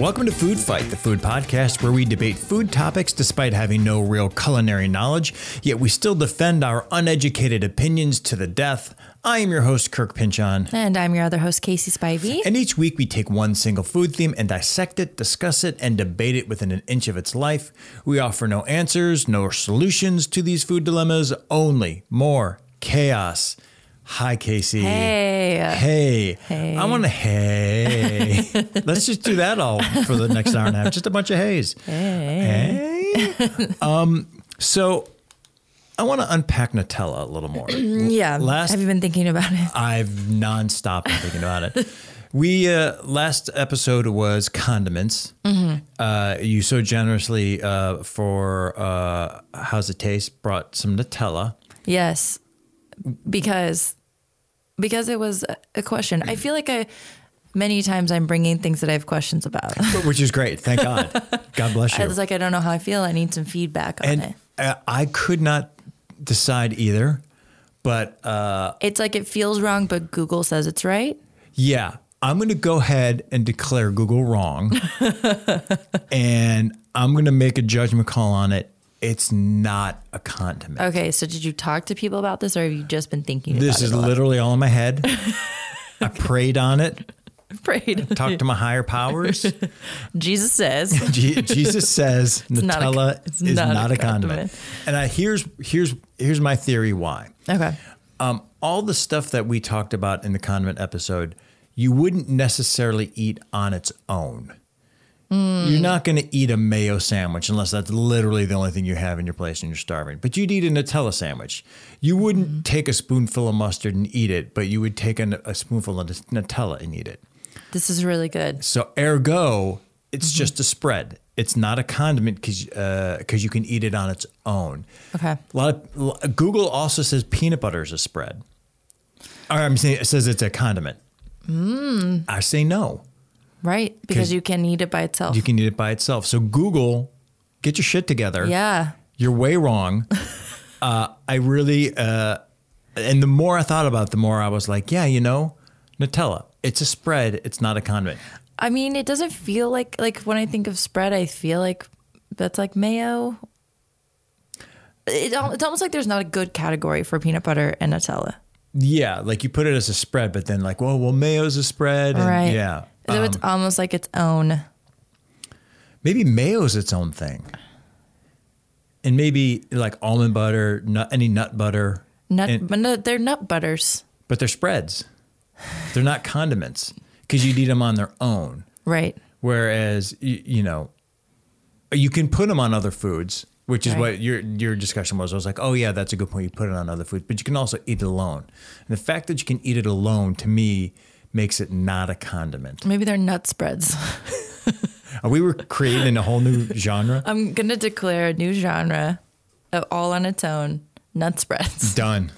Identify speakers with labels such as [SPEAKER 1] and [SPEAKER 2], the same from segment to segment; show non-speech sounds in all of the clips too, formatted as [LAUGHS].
[SPEAKER 1] Welcome to Food Fight, the food podcast where we debate food topics despite having no real culinary knowledge, yet we still defend our uneducated opinions to the death. I am your host, Kirk Pinchon.
[SPEAKER 2] And I'm your other host, Casey Spivey.
[SPEAKER 1] And each week we take one single food theme and dissect it, discuss it, and debate it within an inch of its life. We offer no answers, no solutions to these food dilemmas, only more chaos. Hi, Casey.
[SPEAKER 2] Hey.
[SPEAKER 1] Hey. Hey. I want to hey. [LAUGHS] Let's just do that all for the next hour and a half. Just a bunch of hays. Hey. um, so I want to unpack Nutella a little [CLEARS THROAT] more.
[SPEAKER 2] Yeah.
[SPEAKER 1] Last-
[SPEAKER 2] Have you been thinking about it?
[SPEAKER 1] I've nonstop been thinking about it. We uh, last episode was condiments. Uh, you so generously uh, for uh, how's it taste brought some Nutella.
[SPEAKER 2] Yes. Because because it was a- a question. I feel like I many times I'm bringing things that I have questions about.
[SPEAKER 1] which is great. Thank God. God bless you.
[SPEAKER 2] I was like, I don't know how I feel. I need some feedback on it.
[SPEAKER 1] and uh, I could not decide either, but uh,
[SPEAKER 2] It's like it feels wrong, but Google says it's right.
[SPEAKER 1] yeah, I'm going to go ahead and declare Google
[SPEAKER 2] [LAUGHS]
[SPEAKER 1] wrong, and I'm going to make a judgment call on it. It's not a condiment.
[SPEAKER 2] Okay, so did you talk to people about this or have you just been thinking
[SPEAKER 1] This
[SPEAKER 2] about
[SPEAKER 1] is
[SPEAKER 2] it? a lot?
[SPEAKER 1] literally all in my
[SPEAKER 2] [LAUGHS]
[SPEAKER 1] head. I prayed on it,
[SPEAKER 2] Prayed.
[SPEAKER 1] talked to my higher powers.
[SPEAKER 2] [LAUGHS]
[SPEAKER 1] [LAUGHS]
[SPEAKER 2] Jesus says.
[SPEAKER 1] Je- Jesus says
[SPEAKER 2] not a-
[SPEAKER 1] Nutella
[SPEAKER 2] it's
[SPEAKER 1] is
[SPEAKER 2] not a
[SPEAKER 1] not a condiment.
[SPEAKER 2] condiment.
[SPEAKER 1] And I, here's here's here's my theory why.
[SPEAKER 2] Okay.
[SPEAKER 1] Um, all the stuff that we talked about in the condiment episode, you wouldn't necessarily eat on its own. You're not going to eat a mayo sandwich unless that's literally the only thing you have in your place and you're starving. But you'd eat a Nutella sandwich. You wouldn't take a spoonful of mustard and eat it, but you would take a, a spoonful of Nutella and eat it.
[SPEAKER 2] This is really good.
[SPEAKER 1] So, ergo, it's just a spread. It's not a condiment because you can eat it on its own.
[SPEAKER 2] Okay.
[SPEAKER 1] A lot of l- Google also says peanut butter is a spread. Or I'm saying it says it's a condiment. I say no.
[SPEAKER 2] Right. Because you can eat it by itself.
[SPEAKER 1] You can eat it by itself. So Google, get your shit together.
[SPEAKER 2] yeah.
[SPEAKER 1] You're way wrong. uh, I really, uh, and the more I thought about it, the more I was like, yeah, you know, Nutella. It's a spread. It's not a condiment.
[SPEAKER 2] I mean, it doesn't feel like like when I think of spread, I feel like that's like mayo. It, al- it's almost like there's not a good category for peanut butter and Nutella,
[SPEAKER 1] Yeah, like you put it as a spread, but then like, well, well, mayo's a spread. And
[SPEAKER 2] right?
[SPEAKER 1] Yeah. um,
[SPEAKER 2] so it's almost like its own.
[SPEAKER 1] Maybe mayo's its own thing. And maybe like almond butter, nut, any nut butter,
[SPEAKER 2] Nut,
[SPEAKER 1] and-
[SPEAKER 2] but no, they're nut butters,
[SPEAKER 1] but they're spreads. They're not condiments because you'd eat them on their own.
[SPEAKER 2] right?
[SPEAKER 1] Whereas, you, you know, you can put them on other foods, which is
[SPEAKER 2] Right.
[SPEAKER 1] what your your discussion was. I was like, oh, yeah, that's a good point. You put it on other foods, but you can also eat it alone. And the fact that you can eat it alone to me makes it not a condiment.
[SPEAKER 2] Maybe they're nut spreads. [LAUGHS]
[SPEAKER 1] Are we were creating a whole new genre?
[SPEAKER 2] I'm gonna declare a new genre, of all on its own, nut spreads, [LAUGHS]
[SPEAKER 1] Done.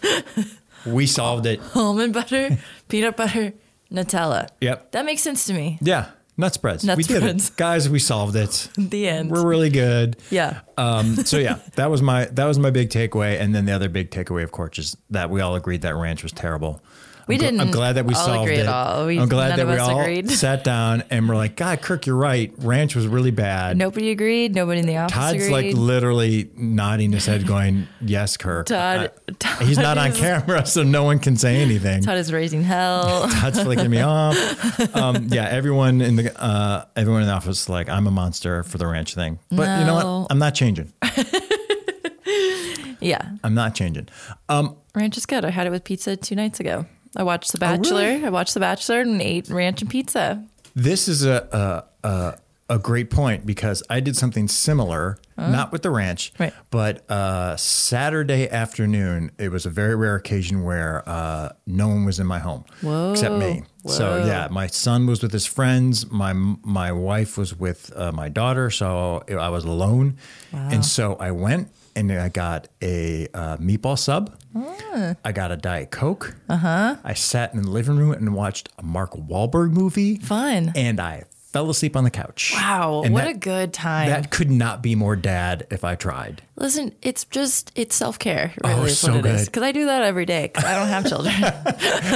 [SPEAKER 1] We solved it.
[SPEAKER 2] almond butter, peanut butter, Nutella.
[SPEAKER 1] Yep.
[SPEAKER 2] That makes sense to me.
[SPEAKER 1] Yeah. Nut spreads.
[SPEAKER 2] Nut
[SPEAKER 1] we
[SPEAKER 2] spreads. [LAUGHS]
[SPEAKER 1] did it. Guys, we solved it.
[SPEAKER 2] The end.
[SPEAKER 1] We're really good.
[SPEAKER 2] yeah.
[SPEAKER 1] Um, so yeah, [LAUGHS] that was my that was my big takeaway. And then the other big takeaway, of course, is that we all agreed that ranch was terrible.
[SPEAKER 2] We
[SPEAKER 1] I'm gl- I'm
[SPEAKER 2] didn't
[SPEAKER 1] glad that we
[SPEAKER 2] all
[SPEAKER 1] solved
[SPEAKER 2] agree
[SPEAKER 1] it.
[SPEAKER 2] at all. We-
[SPEAKER 1] I'm glad
[SPEAKER 2] none
[SPEAKER 1] that
[SPEAKER 2] of
[SPEAKER 1] we
[SPEAKER 2] us
[SPEAKER 1] all [LAUGHS]
[SPEAKER 2] agreed.
[SPEAKER 1] sat down and we're like, God, Kirk, you're right. Ranch was really bad.
[SPEAKER 2] Nobody agreed. Nobody in the office
[SPEAKER 1] Todd's
[SPEAKER 2] agreed.
[SPEAKER 1] like literally nodding his head, going, "Yes, Kirk."
[SPEAKER 2] Todd,
[SPEAKER 1] I-
[SPEAKER 2] Todd
[SPEAKER 1] Uh, he's not on
[SPEAKER 2] is-
[SPEAKER 1] camera, so no one can say anything.
[SPEAKER 2] Todd is
[SPEAKER 1] [LAUGHS]
[SPEAKER 2] raising hell.
[SPEAKER 1] Todd's flicking me off. Um, yeah, everyone in the uh, everyone in the office is like, I'm a monster for the ranch thing. But you know
[SPEAKER 2] No.
[SPEAKER 1] what? I'm not changing.
[SPEAKER 2] yeah,
[SPEAKER 1] I'm not changing.
[SPEAKER 2] ranch is good. I had it with pizza two nights ago. I watched
[SPEAKER 1] Oh,
[SPEAKER 2] The Bachelor. I watched The Bachelor and ate ranch and pizza.
[SPEAKER 1] This is a a, a a great point because I did something similar, not with the ranch,
[SPEAKER 2] Oh. Right.
[SPEAKER 1] but uh, Saturday afternoon. It was a very rare occasion where uh, no one was in my home except me. So yeah, my son was with his friends. My my wife was with uh, my daughter, so I was alone. And so I went and I got a uh, meatball sub.
[SPEAKER 2] Ah.
[SPEAKER 1] I got a diet coke.
[SPEAKER 2] Uh-huh.
[SPEAKER 1] Uh huh. I sat in the living room and watched a Mark Wahlberg movie
[SPEAKER 2] Fun.
[SPEAKER 1] and I fell asleep on the couch.
[SPEAKER 2] Wow,
[SPEAKER 1] And
[SPEAKER 2] what
[SPEAKER 1] that-
[SPEAKER 2] a good time.
[SPEAKER 1] That could not be more dad if I tried.
[SPEAKER 2] Listen, it's just it's self care. Really,
[SPEAKER 1] Oh,
[SPEAKER 2] is
[SPEAKER 1] so
[SPEAKER 2] what it is.
[SPEAKER 1] good.
[SPEAKER 2] Because I do that every day. Because I
[SPEAKER 1] [LAUGHS]
[SPEAKER 2] don't have children.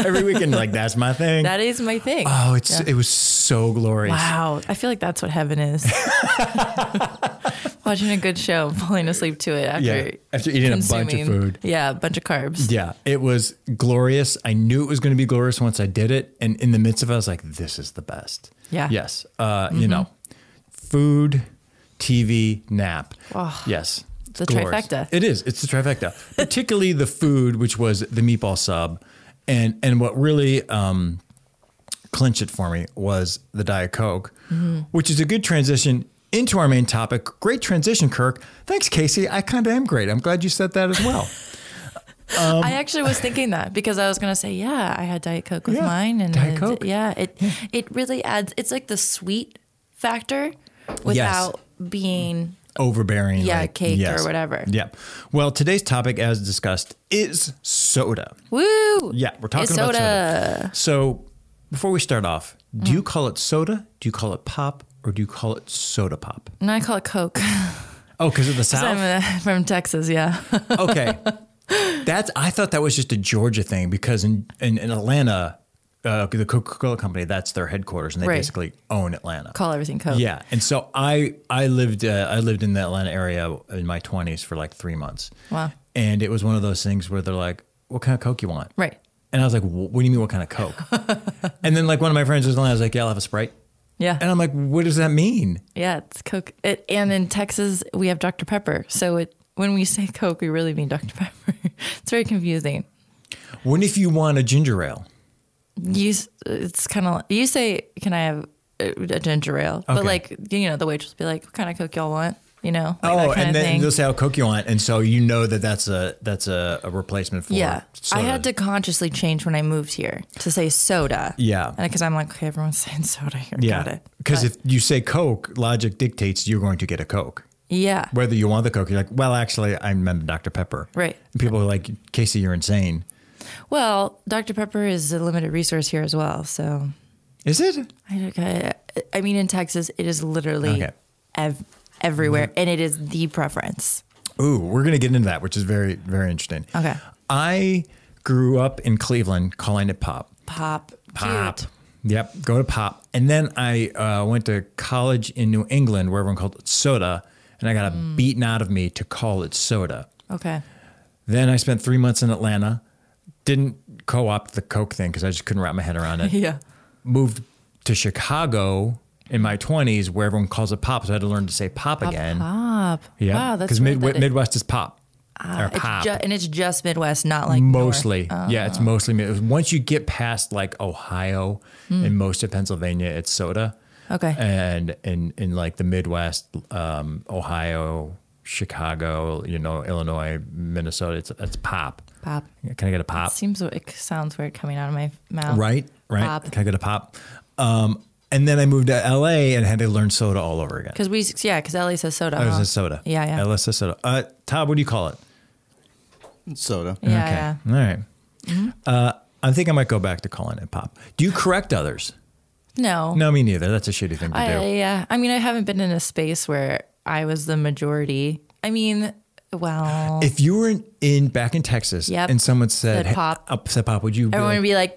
[SPEAKER 1] Every weekend, like that's my thing.
[SPEAKER 2] [LAUGHS] that is my thing.
[SPEAKER 1] oh, it's it was so glorious.
[SPEAKER 2] wow, I feel like that's what
[SPEAKER 1] [LAUGHS]
[SPEAKER 2] heaven is. Watching a good show, and falling asleep to it after
[SPEAKER 1] Yeah, after eating a bunch of
[SPEAKER 2] consuming-
[SPEAKER 1] food.
[SPEAKER 2] Yeah, a bunch of carbs.
[SPEAKER 1] Yeah, it was glorious. I knew it was going to be glorious once I did it, and in the midst of it, I was like, "This is the best."
[SPEAKER 2] Yeah. Mm-hmm.
[SPEAKER 1] Yes. Uh, You know, food, TV, nap. yes.
[SPEAKER 2] the trifecta.
[SPEAKER 1] It is. It's the
[SPEAKER 2] [LAUGHS]
[SPEAKER 1] trifecta. Particularly the food, which was the meatball sub, and and what really um, clinched it for me was the diet coke,
[SPEAKER 2] Mm-hmm.
[SPEAKER 1] which is a good transition. Into our main topic. Great transition, Kirk. Thanks, Casey. I kind of am great. I'm glad you said that as well.
[SPEAKER 2] I actually was thinking that because I was gonna say, yeah, I had Diet Coke with
[SPEAKER 1] Yeah,
[SPEAKER 2] mine, and
[SPEAKER 1] Diet
[SPEAKER 2] it-
[SPEAKER 1] Coke.
[SPEAKER 2] yeah, it it really adds. It's like the sweet factor without being
[SPEAKER 1] overbearing.
[SPEAKER 2] Yeah,
[SPEAKER 1] like,
[SPEAKER 2] cake or whatever.
[SPEAKER 1] Yep. Well, today's topic, as discussed, is soda.
[SPEAKER 2] woo.
[SPEAKER 1] Yeah, we're talking
[SPEAKER 2] It's
[SPEAKER 1] about
[SPEAKER 2] soda. Mm.
[SPEAKER 1] soda. So, before we start off, do you call it soda? Do you call it pop? Or do you call it soda pop?
[SPEAKER 2] And I call it Coke. [LAUGHS] 'Cause
[SPEAKER 1] Oh, because of the South?
[SPEAKER 2] I'm uh, from Texas. Yeah. [LAUGHS]
[SPEAKER 1] okay. That's. I thought that was just a Georgia thing because in, in, in Atlanta, uh, the Coca Cola company, that's their headquarters and they
[SPEAKER 2] Right.
[SPEAKER 1] basically own Atlanta.
[SPEAKER 2] call everything Coke.
[SPEAKER 1] Yeah, and so I I lived uh, I lived in the Atlanta area in my twenties for like three months.
[SPEAKER 2] Wow.
[SPEAKER 1] And it was one of those things where they're like, "What kind of Coke you want?"
[SPEAKER 2] Right.
[SPEAKER 1] And I was like, "Wh- "What do you mean, what kind of
[SPEAKER 2] [LAUGHS]
[SPEAKER 1] Coke?" and then like one of my friends was like, I was like, "Yeah, I'll have a Sprite."
[SPEAKER 2] Yeah.
[SPEAKER 1] And I'm like, "What does that mean?"
[SPEAKER 2] yeah, it's Coke. It, and in Texas, we have Dr. Pepper. So it when we say Coke, we really mean Dr. Pepper. [LAUGHS] it's very confusing.
[SPEAKER 1] What if you want a ginger ale?
[SPEAKER 2] You s- it's kind of you say, "Can I have a a ginger ale?"
[SPEAKER 1] Okay.
[SPEAKER 2] But like, you know, the waitress will be like, "What kind of Coke y'all want?" You know, like that
[SPEAKER 1] oh,
[SPEAKER 2] kind
[SPEAKER 1] and
[SPEAKER 2] of
[SPEAKER 1] then
[SPEAKER 2] thing.
[SPEAKER 1] they'll say, "Oh, Coke you want?" And so you know that that's a that's a, a replacement for
[SPEAKER 2] yeah, I
[SPEAKER 1] soda.
[SPEAKER 2] had to consciously change when I moved here to say soda.
[SPEAKER 1] Yeah.
[SPEAKER 2] and because I'm like, okay, everyone's [LAUGHS] saying soda here. Got
[SPEAKER 1] yeah
[SPEAKER 2] it.
[SPEAKER 1] because
[SPEAKER 2] But-
[SPEAKER 1] if you say Coke, logic dictates you're going to get a Coke.
[SPEAKER 2] yeah,
[SPEAKER 1] whether you want the Coke, you're like, well, actually, I meant Dr. Pepper.
[SPEAKER 2] Right.
[SPEAKER 1] And people are like, Casey, you're insane.
[SPEAKER 2] well, Dr. Pepper is a limited resource here as well, so
[SPEAKER 1] Is it?
[SPEAKER 2] I, I- I mean, in Texas, it is literally
[SPEAKER 1] Okay. Mm-hmm.
[SPEAKER 2] ev- everywhere, and it is the preference.
[SPEAKER 1] Ooh, we're going to get into that, which is very, very interesting.
[SPEAKER 2] Okay.
[SPEAKER 1] I grew up in Cleveland calling it pop.
[SPEAKER 2] Pop,
[SPEAKER 1] Pop.
[SPEAKER 2] Cute.
[SPEAKER 1] Yep. Go to pop. And then I uh, went to college in New England where everyone called it soda. And I got
[SPEAKER 2] Mm.
[SPEAKER 1] it beaten out of me to call it soda.
[SPEAKER 2] Okay, [LAUGHS]
[SPEAKER 1] Then I spent three months in Atlanta. Didn't co opt the Coke thing because I just couldn't wrap my head around it.
[SPEAKER 2] yeah,
[SPEAKER 1] moved to Chicago in my 20s where everyone calls it pop. So I had to learn to say pop again.
[SPEAKER 2] pop.
[SPEAKER 1] Yeah.
[SPEAKER 2] wow, that's
[SPEAKER 1] Because
[SPEAKER 2] weird that it-
[SPEAKER 1] Midwest is pop. or
[SPEAKER 2] it's
[SPEAKER 1] pop.
[SPEAKER 2] ju- oh. and it's just Midwest, not like North.
[SPEAKER 1] mostly. yeah. It's mostly. Mid- Once you get past like Ohio and most of Pennsylvania, it's soda.
[SPEAKER 2] Hmm. Oh, Okay.
[SPEAKER 1] And in, in like the Midwest, um, Ohio, Chicago, you know, Illinois, Minnesota, it's, it's pop.
[SPEAKER 2] Pop
[SPEAKER 1] Can I get a pop?
[SPEAKER 2] seems it sounds weird coming out of my mouth.
[SPEAKER 1] Right, right.
[SPEAKER 2] Pop.
[SPEAKER 1] Can I get a pop? Um, and then I moved to LA and had to learn soda all over again.
[SPEAKER 2] Because we, yeah, because Ellie says soda.
[SPEAKER 1] I was
[SPEAKER 2] huh?
[SPEAKER 1] a soda.
[SPEAKER 2] Yeah, yeah.
[SPEAKER 1] LS is soda. Uh, Todd, what do you call it?
[SPEAKER 3] Soda.
[SPEAKER 2] Yeah, yeah. Mm-hmm.
[SPEAKER 1] All right. Uh, I think I might go back to calling it pop. Do you correct others?
[SPEAKER 2] No,
[SPEAKER 1] No, me neither. That's a shitty thing to
[SPEAKER 2] I,
[SPEAKER 1] do.
[SPEAKER 2] yeah. I mean, I haven't been in a space where I was the majority. I mean,
[SPEAKER 1] [LAUGHS]
[SPEAKER 2] well,
[SPEAKER 1] If you were in, in back in Texas
[SPEAKER 2] Yep.
[SPEAKER 1] and someone said,
[SPEAKER 2] Said pop.
[SPEAKER 1] Hey, uh, said pop, would you? Be
[SPEAKER 2] everyone
[SPEAKER 1] like,
[SPEAKER 2] would be like,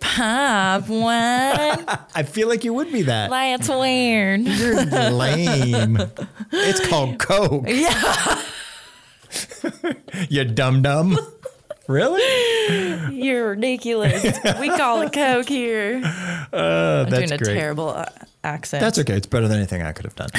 [SPEAKER 1] [LAUGHS]
[SPEAKER 2] "Pop, what?
[SPEAKER 1] I feel like you would be that.
[SPEAKER 2] That's
[SPEAKER 1] [LAUGHS]
[SPEAKER 2] weird."
[SPEAKER 1] You're lame. It's called Coke. Yeah. [LAUGHS] you dumb
[SPEAKER 2] [LAUGHS]
[SPEAKER 1] dumb. really?
[SPEAKER 2] You're ridiculous. we call it Coke here.
[SPEAKER 1] Uh,
[SPEAKER 2] I'm
[SPEAKER 1] that's
[SPEAKER 2] doing a
[SPEAKER 1] great.
[SPEAKER 2] terrible uh, accent.
[SPEAKER 1] That's okay. It's better than anything I could have done.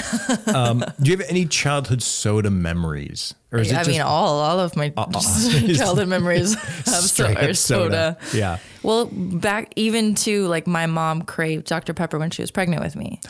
[SPEAKER 2] [LAUGHS]
[SPEAKER 1] Um, do you have any childhood soda memories, or is it
[SPEAKER 2] I
[SPEAKER 1] just
[SPEAKER 2] mean, all all
[SPEAKER 1] [LAUGHS]
[SPEAKER 2] of my [LAUGHS] childhood memories of
[SPEAKER 1] straight
[SPEAKER 2] soda,
[SPEAKER 1] up
[SPEAKER 2] soda.
[SPEAKER 1] Yeah.
[SPEAKER 2] Well, back even to like my mom craved Dr. Pepper when she was pregnant with me.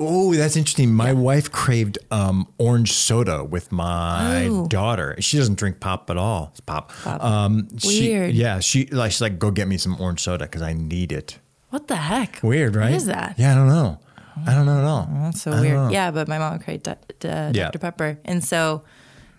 [SPEAKER 1] Oh, that's interesting. My wife craved um, orange soda with my daughter. She doesn't drink pop at all. It's pop. Um, she-
[SPEAKER 2] Weird.
[SPEAKER 1] yeah. She like she's like, go get me some orange soda because I need it.
[SPEAKER 2] What the heck?
[SPEAKER 1] Weird, right?
[SPEAKER 2] is that? Oh,
[SPEAKER 1] Yeah, I don't know. I don't know at all.
[SPEAKER 2] That's so weird. Yeah, but my mom craved d- d-
[SPEAKER 1] Yeah.
[SPEAKER 2] Dr. Pepper, and so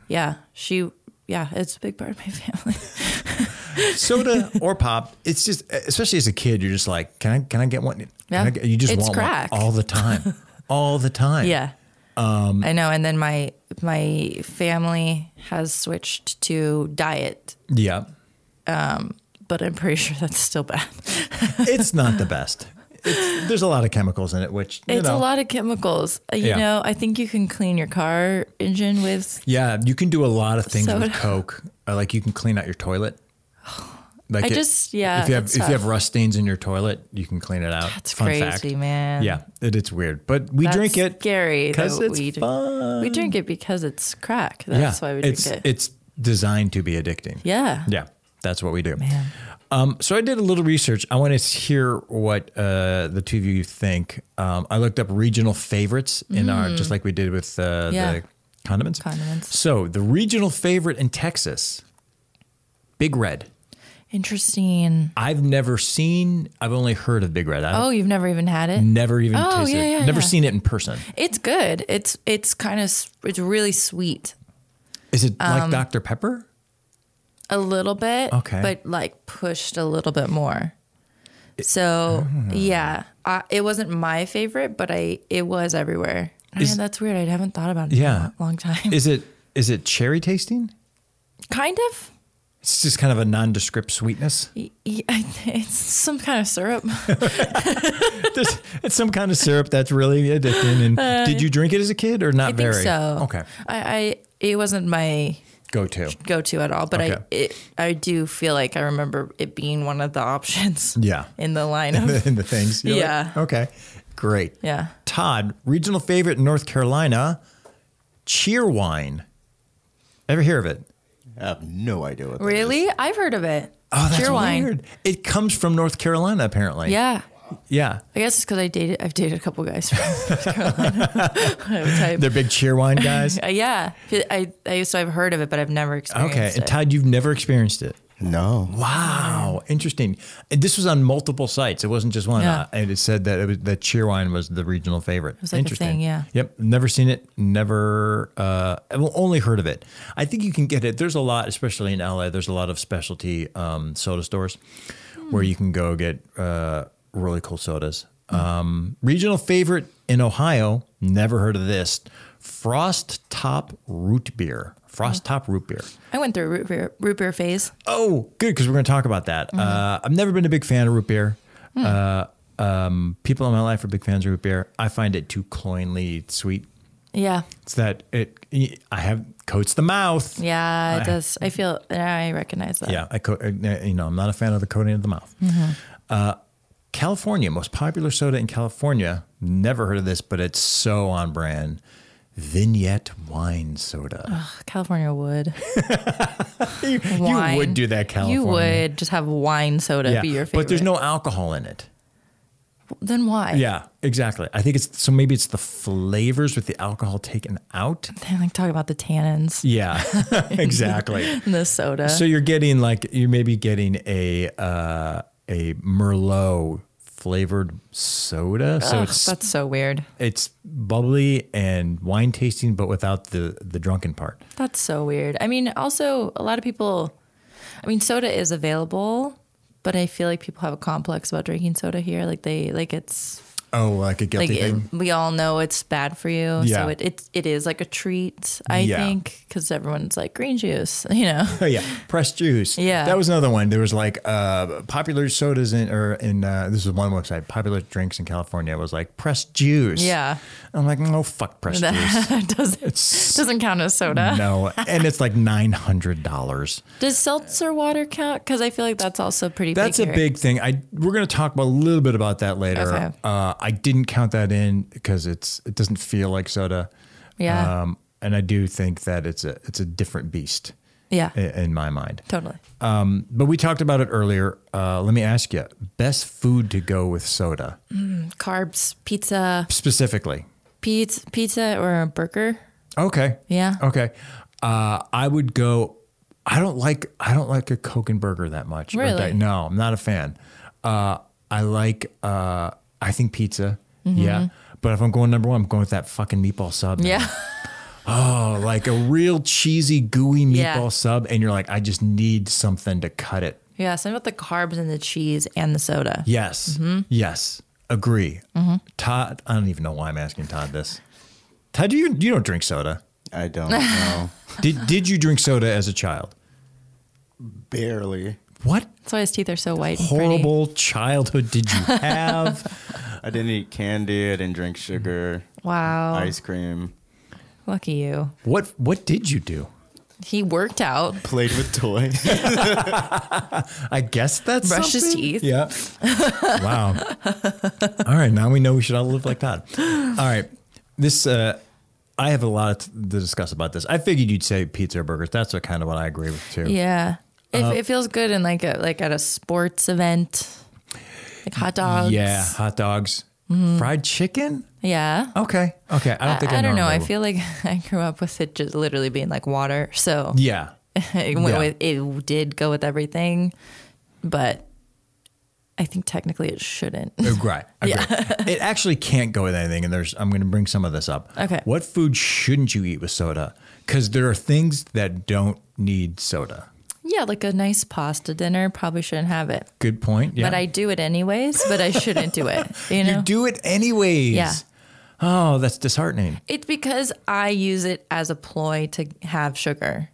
[SPEAKER 2] yeah, she yeah, it's a big part of my [LAUGHS] family. [LAUGHS]
[SPEAKER 1] soda or pop. It's just, especially as a kid, you're just like, can I, can I get one? Can
[SPEAKER 2] Yeah.
[SPEAKER 1] I get, you just
[SPEAKER 2] It's
[SPEAKER 1] want
[SPEAKER 2] crack. [LAUGHS]
[SPEAKER 1] one all the time. all the time.
[SPEAKER 2] Yeah.
[SPEAKER 1] Um,
[SPEAKER 2] I know. And then my my family has switched to diet,
[SPEAKER 1] Yeah.
[SPEAKER 2] but I'm pretty sure that's still bad.
[SPEAKER 1] It's not the best. It's, there's a lot of chemicals in it, which, you
[SPEAKER 2] It's
[SPEAKER 1] know.
[SPEAKER 2] a lot of chemicals. Uh, You
[SPEAKER 1] Yeah.
[SPEAKER 2] know, I think you can clean your car engine with
[SPEAKER 1] Yeah, you can do a lot of things
[SPEAKER 2] Soda.
[SPEAKER 1] with Coke. Uh, Like you can clean out your toilet. Like
[SPEAKER 2] I just- yeah,
[SPEAKER 1] If you have
[SPEAKER 2] it's
[SPEAKER 1] if you have
[SPEAKER 2] tough.
[SPEAKER 1] rust stains in your toilet, you can clean it out.
[SPEAKER 2] That's
[SPEAKER 1] Fun
[SPEAKER 2] crazy,
[SPEAKER 1] fact.
[SPEAKER 2] man.
[SPEAKER 1] Yeah, it, it's weird, but we
[SPEAKER 2] That's
[SPEAKER 1] drink it
[SPEAKER 2] scary
[SPEAKER 1] because
[SPEAKER 2] that
[SPEAKER 1] it's
[SPEAKER 2] we do-
[SPEAKER 1] fun.
[SPEAKER 2] We drink it because it's crack. That's
[SPEAKER 1] yeah,
[SPEAKER 2] why we drink
[SPEAKER 1] it's
[SPEAKER 2] it.
[SPEAKER 1] it's designed to be addicting.
[SPEAKER 2] yeah.
[SPEAKER 1] Yeah, that's what we do.
[SPEAKER 2] Man.
[SPEAKER 1] Um, so I did a little research. I want to hear what uh, the two of you think. Um, I looked up regional favorites in our just like we did with uh,
[SPEAKER 2] Mm. Yeah.
[SPEAKER 1] the condiments.
[SPEAKER 2] Condiments.
[SPEAKER 1] So the regional favorite in Texas, Big Red.
[SPEAKER 2] Interesting.
[SPEAKER 1] I've never seen. I've only heard of Big Red. I've
[SPEAKER 2] Oh, you've never even had it?
[SPEAKER 1] never even
[SPEAKER 2] Oh,
[SPEAKER 1] tasted.
[SPEAKER 2] yeah,
[SPEAKER 1] it.
[SPEAKER 2] yeah,
[SPEAKER 1] never
[SPEAKER 2] yeah.
[SPEAKER 1] seen it in person.
[SPEAKER 2] It's good. It's it's kind of it's really sweet.
[SPEAKER 1] Is it
[SPEAKER 2] Um,
[SPEAKER 1] like Dr Pepper?
[SPEAKER 2] A little bit,
[SPEAKER 1] Okay.
[SPEAKER 2] but like pushed a little bit more. So
[SPEAKER 1] Oh.
[SPEAKER 2] yeah, I, it wasn't my favorite, but I it was everywhere. Man, that's weird. I haven't thought about it
[SPEAKER 1] Yeah.
[SPEAKER 2] in a long time.
[SPEAKER 1] Is it is it cherry tasting?
[SPEAKER 2] kind of.
[SPEAKER 1] It's just kind of a nondescript sweetness.
[SPEAKER 2] Y- y- [LAUGHS] It's some kind
[SPEAKER 1] [LAUGHS]
[SPEAKER 2] of syrup.
[SPEAKER 1] There's- it's some kind of syrup that's really addicting. And did you drink it as a kid or not
[SPEAKER 2] Uh, I
[SPEAKER 1] very?
[SPEAKER 2] think so.
[SPEAKER 1] Okay,
[SPEAKER 2] I, I it wasn't my
[SPEAKER 1] go to.
[SPEAKER 2] go to at all, but I
[SPEAKER 1] Okay.
[SPEAKER 2] it, I do feel like I remember it being one of the options.
[SPEAKER 1] [LAUGHS] Yeah.
[SPEAKER 2] [LAUGHS] In the
[SPEAKER 1] [LAUGHS] [LAUGHS]
[SPEAKER 2] lineup.
[SPEAKER 1] In the things. You're like,
[SPEAKER 2] Yeah.
[SPEAKER 1] okay. Great.
[SPEAKER 2] yeah.
[SPEAKER 1] Todd, regional favorite in North Carolina, Cheerwine. Ever hear of it?
[SPEAKER 3] I have no idea what that is.
[SPEAKER 2] Really? I've heard of it.
[SPEAKER 1] Oh, that's
[SPEAKER 2] Cheer wine.
[SPEAKER 1] weird. It comes from North Carolina, apparently.
[SPEAKER 2] Yeah.
[SPEAKER 1] Yeah.
[SPEAKER 2] I guess it's because I dated. I've dated a couple guys from [LAUGHS] North Carolina. [LAUGHS] I would type-
[SPEAKER 1] They're big Cheerwine
[SPEAKER 2] [LAUGHS]
[SPEAKER 1] guys.
[SPEAKER 2] Uh, yeah. I, I so I've heard of it, but I've never experienced
[SPEAKER 1] okay.
[SPEAKER 2] it.
[SPEAKER 1] And Todd, you've never experienced it.
[SPEAKER 3] No.
[SPEAKER 1] Wow, interesting. And this was on multiple sites. It wasn't just one.
[SPEAKER 2] Yeah.
[SPEAKER 1] Uh, and it said that it was, that Cheerwine was the regional favorite. It
[SPEAKER 2] was like a
[SPEAKER 1] interesting.
[SPEAKER 2] thing, yeah.
[SPEAKER 1] Yep. Never seen it. Never. Uh, I've only heard of it. I think you can get it. There's a lot, especially in LA. There's a lot of specialty um, soda stores where you can go get uh, really cool sodas. Um, regional favorite in Ohio. Never heard of this. Frost Top Root Beer. Frost Top Root Beer.
[SPEAKER 2] I went through a root beer, root beer phase.
[SPEAKER 1] Oh, good, because we're going to talk about that.
[SPEAKER 2] Mm-hmm.
[SPEAKER 1] Uh, I've never been a big fan of root beer.
[SPEAKER 2] Hmm.
[SPEAKER 1] Uh, um, people in my life are big fans of root beer. I find it too cloyingly sweet.
[SPEAKER 2] Yeah.
[SPEAKER 1] It's that it. I have coats the mouth.
[SPEAKER 2] Yeah. It does. I feel. I recognize that.
[SPEAKER 1] Yeah, I co- uh, you know I'm not a fan of the coating of the mouth.
[SPEAKER 2] Mm-hmm.
[SPEAKER 1] Uh, California, most popular soda in California. Never heard of this, but it's so on brand. Vignette wine soda.
[SPEAKER 2] California would.
[SPEAKER 1] you, [LAUGHS] you
[SPEAKER 2] Wine.
[SPEAKER 1] would do that, California.
[SPEAKER 2] You would just have wine soda
[SPEAKER 1] Yeah,
[SPEAKER 2] be your favorite.
[SPEAKER 1] but there's no alcohol in it.
[SPEAKER 2] Then why?
[SPEAKER 1] Yeah, exactly. I think it's so maybe it's the flavors with the alcohol taken out.
[SPEAKER 2] They like talk about the tannins
[SPEAKER 1] [LAUGHS] Yeah, exactly.
[SPEAKER 2] in the soda.
[SPEAKER 1] so you're getting like you're maybe getting a uh, a merlot flavored soda. So
[SPEAKER 2] Ugh,
[SPEAKER 1] it's
[SPEAKER 2] that's so weird.
[SPEAKER 1] it's bubbly and wine tasting, but without the the drunken part.
[SPEAKER 2] That's so weird. I mean, also a lot of people. I mean, soda is available, but I feel like people have a complex about drinking soda here. Like they like it's
[SPEAKER 1] Oh, like a
[SPEAKER 2] like
[SPEAKER 1] guilty
[SPEAKER 2] it, we all know it's bad for you.
[SPEAKER 1] Yeah.
[SPEAKER 2] So it, it it is like a treat. I
[SPEAKER 1] Yeah.
[SPEAKER 2] think because everyone's like green juice, [LAUGHS] you know.
[SPEAKER 1] Oh yeah, pressed juice.
[SPEAKER 2] Yeah.
[SPEAKER 1] that was another one. There was like uh, popular sodas in or in uh, this is one website. Popular drinks in California was like pressed juice.
[SPEAKER 2] Yeah.
[SPEAKER 1] I'm like, no, fuck pressed juice.
[SPEAKER 2] [LAUGHS] That doesn't doesn't count as soda.
[SPEAKER 1] No, and it's like nine hundred dollars.
[SPEAKER 2] Does seltzer water count? Because I feel like that's also pretty.
[SPEAKER 1] That's
[SPEAKER 2] big
[SPEAKER 1] a
[SPEAKER 2] here.
[SPEAKER 1] big thing. I we're gonna talk about a little bit about that later.
[SPEAKER 2] Okay.
[SPEAKER 1] Uh, I didn't count that in because it's it doesn't feel like soda.
[SPEAKER 2] Yeah.
[SPEAKER 1] Um, and I do think that it's a it's a different beast
[SPEAKER 2] Yeah.
[SPEAKER 1] i- in my mind.
[SPEAKER 2] Totally.
[SPEAKER 1] But we talked about it earlier. Uh, let me ask you: best food to go with soda,
[SPEAKER 2] Carbs, pizza,
[SPEAKER 1] specifically.
[SPEAKER 2] pizza, pizza or a burger.
[SPEAKER 1] Okay.
[SPEAKER 2] Yeah.
[SPEAKER 1] Okay. Uh, I would go. I don't like. I don't like a Coke and burger that much. Or
[SPEAKER 2] Really?
[SPEAKER 1] di- no, I'm not a fan. Uh, I like. Uh, I think pizza. Yeah. But if I'm going number one, I'm going with that fucking meatball sub. man.
[SPEAKER 2] Mm-hmm. Yeah. [LAUGHS]
[SPEAKER 1] Oh, like a real cheesy, gooey meatball
[SPEAKER 2] Yeah.
[SPEAKER 1] sub, and you're like, I just need something to cut it.
[SPEAKER 2] Yeah, something about the carbs and the cheese and the soda.
[SPEAKER 1] Yes. Yes. agree.
[SPEAKER 2] Mm-hmm.
[SPEAKER 1] Todd, I don't even know why I'm asking Todd this. Todd, do you you don't drink soda?
[SPEAKER 3] I don't know.
[SPEAKER 1] Did did you drink soda as a child?
[SPEAKER 3] Barely.
[SPEAKER 1] What
[SPEAKER 2] That's why his teeth are so white. and pretty.
[SPEAKER 1] horrible childhood did
[SPEAKER 2] [LAUGHS]
[SPEAKER 1] you have?
[SPEAKER 3] I didn't eat candy. I didn't drink sugar,
[SPEAKER 2] Wow.
[SPEAKER 3] ice cream.
[SPEAKER 2] Lucky you.
[SPEAKER 1] what what did you do?
[SPEAKER 2] He worked out.
[SPEAKER 3] Played with toys. [LAUGHS]
[SPEAKER 1] I guess that's
[SPEAKER 2] Brush his
[SPEAKER 1] something?
[SPEAKER 2] teeth.
[SPEAKER 1] Yeah.
[SPEAKER 2] [LAUGHS]
[SPEAKER 1] wow. All right. Now we know we should all live like Todd. All right. This uh, I have a lot to discuss about this. I figured you'd say pizza or burgers. That's what kind of what I agree with too.
[SPEAKER 2] Yeah. It,
[SPEAKER 1] Uh,
[SPEAKER 2] it feels good in like a, like at a sports event, like hot dogs.
[SPEAKER 1] Yeah, hot dogs, fried chicken.
[SPEAKER 2] Yeah.
[SPEAKER 1] Okay. Okay. I don't
[SPEAKER 2] I,
[SPEAKER 1] think
[SPEAKER 2] I
[SPEAKER 1] I'm
[SPEAKER 2] don't know. I
[SPEAKER 1] normal.
[SPEAKER 2] feel like [LAUGHS] I grew up with it just literally being like water. So
[SPEAKER 1] Yeah.
[SPEAKER 2] [LAUGHS] it, went
[SPEAKER 1] Yeah.
[SPEAKER 2] with, it did go with everything, but I think technically it shouldn't. [LAUGHS]
[SPEAKER 1] Right. Oh, Agree. it actually can't go with anything. And there's, I'm going to bring some of this up.
[SPEAKER 2] Okay.
[SPEAKER 1] What food shouldn't you eat with soda? Because there are things that don't need soda.
[SPEAKER 2] yeah, like a nice pasta dinner probably shouldn't have it.
[SPEAKER 1] Good point. Yeah.
[SPEAKER 2] But I do it anyways, but I shouldn't
[SPEAKER 1] [LAUGHS]
[SPEAKER 2] do it. You know?
[SPEAKER 1] You do it anyways.
[SPEAKER 2] Yeah.
[SPEAKER 1] Oh, that's disheartening.
[SPEAKER 2] It's because I use it as a ploy to have sugar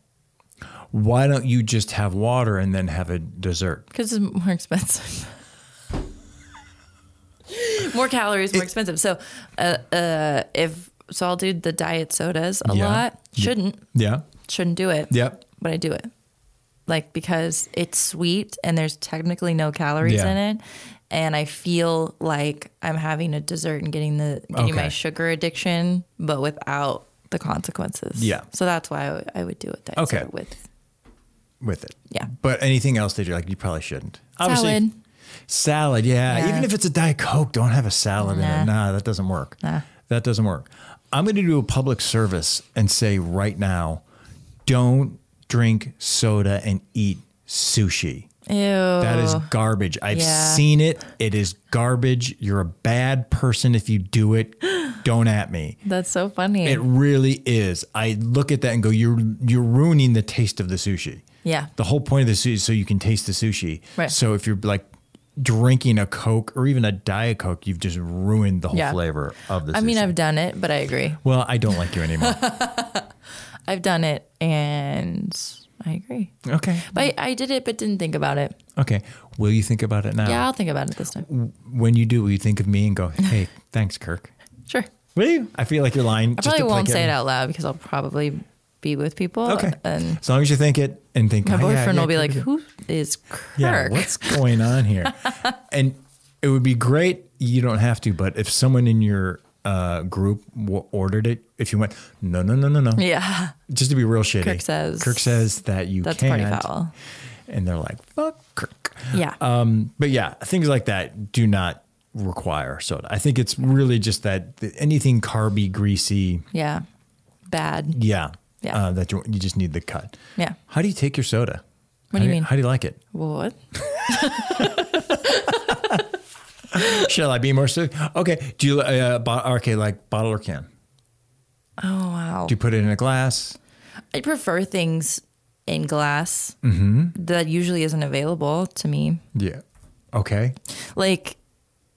[SPEAKER 1] Why don't you just have water and then have a dessert?
[SPEAKER 2] because it's more expensive. [LAUGHS] more calories, more expensive. So, uh, uh, if so, I'll do the diet sodas a
[SPEAKER 1] Yeah.
[SPEAKER 2] lot.
[SPEAKER 1] Yeah.
[SPEAKER 2] Shouldn't
[SPEAKER 1] Yeah.
[SPEAKER 2] shouldn't do it.
[SPEAKER 1] Yep.
[SPEAKER 2] but I do it like because it's sweet and there's technically no calories
[SPEAKER 1] Yeah.
[SPEAKER 2] in it. And I feel like I'm having a dessert and getting the
[SPEAKER 1] Okay.
[SPEAKER 2] getting my sugar addiction, but without the consequences.
[SPEAKER 1] Yeah.
[SPEAKER 2] So that's why I would- I would do it that
[SPEAKER 1] Okay.
[SPEAKER 2] okay. with.
[SPEAKER 1] With it.
[SPEAKER 2] Yeah.
[SPEAKER 1] But anything else that you're like, you probably shouldn't.
[SPEAKER 2] Salad.
[SPEAKER 1] Salad, yeah.
[SPEAKER 2] Yeah.
[SPEAKER 1] Even if it's a Diet Coke, don't have a salad in it. Nah, that doesn't work.
[SPEAKER 2] Nah.
[SPEAKER 1] That doesn't work. I'm going to do a public service and say right now don't drink soda and eat sushi.
[SPEAKER 2] Ew.
[SPEAKER 1] That is garbage. I've
[SPEAKER 2] Yeah.
[SPEAKER 1] seen it. It is garbage. You're a bad person if you do
[SPEAKER 2] [GASPS]
[SPEAKER 1] it. Don't at me.
[SPEAKER 2] That's so funny.
[SPEAKER 1] It really is. I look at that and go, you're you're ruining the taste of the sushi.
[SPEAKER 2] Yeah.
[SPEAKER 1] The whole point of the sushi is so you can taste the sushi.
[SPEAKER 2] Right.
[SPEAKER 1] So if you're like drinking a Coke or even a Diet Coke, you've just ruined the whole
[SPEAKER 2] Yeah.
[SPEAKER 1] flavor of the sushi.
[SPEAKER 2] I mean, I've done it, but I agree.
[SPEAKER 1] well, I don't like you
[SPEAKER 2] [LAUGHS]
[SPEAKER 1] anymore.
[SPEAKER 2] I've done it and I agree.
[SPEAKER 1] okay.
[SPEAKER 2] But I, I did it, but didn't think about it.
[SPEAKER 1] Okay. Will you think about it now?
[SPEAKER 2] Yeah, I'll think about it this time.
[SPEAKER 1] When you do, will you think of me and
[SPEAKER 2] [LAUGHS]
[SPEAKER 1] go, hey, thanks, Kirk?
[SPEAKER 2] Sure.
[SPEAKER 1] Will you? I feel like you're lying.
[SPEAKER 2] I
[SPEAKER 1] just
[SPEAKER 2] probably
[SPEAKER 1] to play
[SPEAKER 2] won't say
[SPEAKER 1] Kevin.
[SPEAKER 2] it out loud because I'll probably be with people.
[SPEAKER 1] Okay.
[SPEAKER 2] And
[SPEAKER 1] as long as you think it and think
[SPEAKER 2] my
[SPEAKER 1] "Oh, yeah,
[SPEAKER 2] boyfriend
[SPEAKER 1] yeah,
[SPEAKER 2] will be
[SPEAKER 1] Kirk
[SPEAKER 2] like,
[SPEAKER 1] is-
[SPEAKER 2] who is Kirk?
[SPEAKER 1] Yeah, what's going on here? and it would be great. You don't have to, but if someone in your uh, group w- ordered it, if you went, no, no, no, no, no,
[SPEAKER 2] [LAUGHS] Yeah.
[SPEAKER 1] just to be real shitty.
[SPEAKER 2] Kirk says-
[SPEAKER 1] Kirk says that you
[SPEAKER 2] That's
[SPEAKER 1] can't.
[SPEAKER 2] party foul.
[SPEAKER 1] And they're like, fuck Kirk.
[SPEAKER 2] Yeah.
[SPEAKER 1] Um, but yeah, things like that do not require soda. I think it's really just that th- anything carby, greasy,
[SPEAKER 2] yeah. Bad.
[SPEAKER 1] yeah,
[SPEAKER 2] Yeah.
[SPEAKER 1] uh, that you, you just need the cut.
[SPEAKER 2] Yeah.
[SPEAKER 1] How do you take your soda? How
[SPEAKER 2] What do you mean?
[SPEAKER 1] How do you like it?
[SPEAKER 2] What?
[SPEAKER 1] Shall I be more specific? Okay. Do you uh, bo- okay like bottle or can?
[SPEAKER 2] Oh, wow.
[SPEAKER 1] Do you put it in a glass?
[SPEAKER 2] I prefer things in glass
[SPEAKER 1] Mm-hmm.
[SPEAKER 2] that usually isn't available to me.
[SPEAKER 1] Yeah. Okay.
[SPEAKER 2] Like,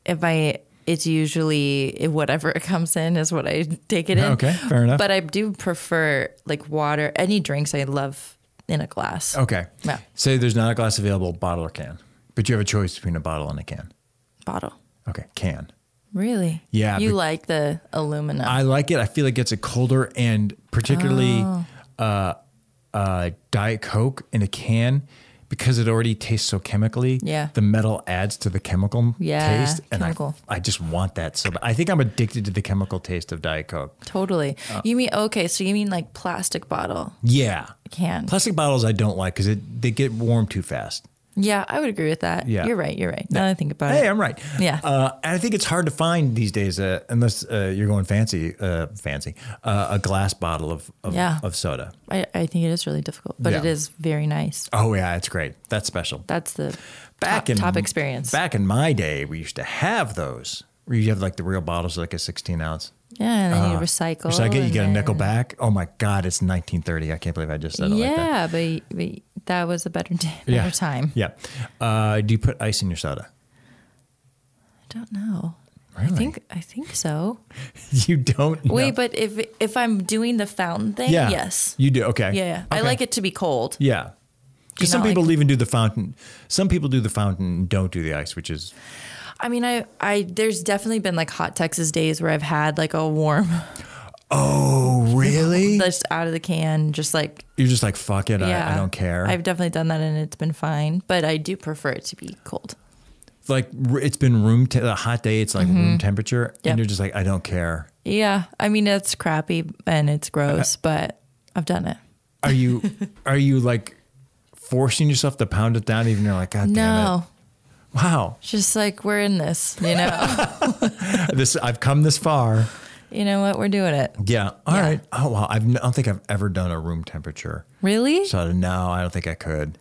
[SPEAKER 2] if I, it's usually whatever [LAUGHS] it comes in is what I take it in.
[SPEAKER 1] Okay, fair enough.
[SPEAKER 2] But I do prefer like water, any drinks I love in a glass.
[SPEAKER 1] Okay.
[SPEAKER 2] Yeah.
[SPEAKER 1] Say there's not a glass available, bottle or can, but you have a choice between a bottle and a can.
[SPEAKER 2] Bottle.
[SPEAKER 1] Okay, can.
[SPEAKER 2] Really?
[SPEAKER 1] Yeah,
[SPEAKER 2] You
[SPEAKER 1] bec-
[SPEAKER 2] like the aluminum.
[SPEAKER 1] I like it. I feel it gets it colder, and particularly
[SPEAKER 2] Oh.
[SPEAKER 1] uh, uh, Diet Coke in a can because it already tastes so chemically.
[SPEAKER 2] Yeah.
[SPEAKER 1] The metal adds to the chemical
[SPEAKER 2] Yeah,
[SPEAKER 1] taste, and
[SPEAKER 2] chemical.
[SPEAKER 1] I I just want that so. bad. I think I'm addicted to the chemical taste of Diet Coke.
[SPEAKER 2] totally.
[SPEAKER 1] Uh,
[SPEAKER 2] you mean okay? So you mean like plastic bottle
[SPEAKER 1] Yeah.
[SPEAKER 2] can?
[SPEAKER 1] Plastic bottles I don't like because they get warm too fast.
[SPEAKER 2] yeah, I would agree with that.
[SPEAKER 1] Yeah.
[SPEAKER 2] you're right. You're right. Now that I think about
[SPEAKER 1] Hey,
[SPEAKER 2] it.
[SPEAKER 1] I'm right.
[SPEAKER 2] Yeah.
[SPEAKER 1] Uh, and I think it's hard to find these days, uh, unless uh, you're going fancy, uh, fancy, uh, a glass bottle of of,
[SPEAKER 2] Yeah.
[SPEAKER 1] of soda.
[SPEAKER 2] I, I think it is really difficult, but
[SPEAKER 1] uh, Yeah.
[SPEAKER 2] it is very nice.
[SPEAKER 1] Oh yeah, it's great. That's special.
[SPEAKER 2] That's the
[SPEAKER 1] Back
[SPEAKER 2] top,
[SPEAKER 1] in
[SPEAKER 2] top experience.
[SPEAKER 1] Back in my day, we used to have those. Where you have like the real bottles, like a 16 ounce.
[SPEAKER 2] yeah, and then you recycle.
[SPEAKER 1] It's like you
[SPEAKER 2] and
[SPEAKER 1] Uh, get a
[SPEAKER 2] then-
[SPEAKER 1] nickel back. Oh my God, it's 1930. I can't believe I just said it like that.
[SPEAKER 2] Yeah, but, but that was a better day, better time.
[SPEAKER 1] Yeah. Uh, do you put ice in your soda?
[SPEAKER 2] I don't know.
[SPEAKER 1] Really?
[SPEAKER 2] I think I think so.
[SPEAKER 1] [LAUGHS] you don't. know-
[SPEAKER 2] Wait, but if if I'm doing the fountain thing,
[SPEAKER 1] yeah,
[SPEAKER 2] yes,
[SPEAKER 1] you do. Okay,
[SPEAKER 2] yeah, yeah. I
[SPEAKER 1] Okay.
[SPEAKER 2] like it to be cold.
[SPEAKER 1] Yeah,
[SPEAKER 2] you
[SPEAKER 1] because some
[SPEAKER 2] not like
[SPEAKER 1] people even do the fountain. Some people do the fountain, and don't do the ice, which is
[SPEAKER 2] I mean, I I there's definitely been like hot Texas days where I've had like a warm
[SPEAKER 1] oh really?
[SPEAKER 2] that's out of the can, just like
[SPEAKER 1] You're just like fuck it.
[SPEAKER 2] yeah.
[SPEAKER 1] I, I don't care.
[SPEAKER 2] I've definitely done that and it's been fine, but I do prefer it to be cold.
[SPEAKER 1] like r- it's been room te- a hot day. It's like room temperature,
[SPEAKER 2] Mm-hmm. Yep.
[SPEAKER 1] and you're just like I don't care.
[SPEAKER 2] Yeah, I mean it's crappy and it's
[SPEAKER 1] Uh,
[SPEAKER 2] gross, but I've done it.
[SPEAKER 1] Are you
[SPEAKER 2] [LAUGHS]
[SPEAKER 1] are you like forcing yourself to pound it down? Even you're like God damn it.
[SPEAKER 2] No,
[SPEAKER 1] Wow, [LAUGHS]
[SPEAKER 2] it's just like we're in this, you know.
[SPEAKER 1] this I've come this far.
[SPEAKER 2] you know what? We're doing it.
[SPEAKER 1] Yeah. all right.
[SPEAKER 2] Yeah.
[SPEAKER 1] Oh wow. I've, n- I don't think I've ever done a room temperature.
[SPEAKER 2] Really?
[SPEAKER 1] So no, I don't think I could.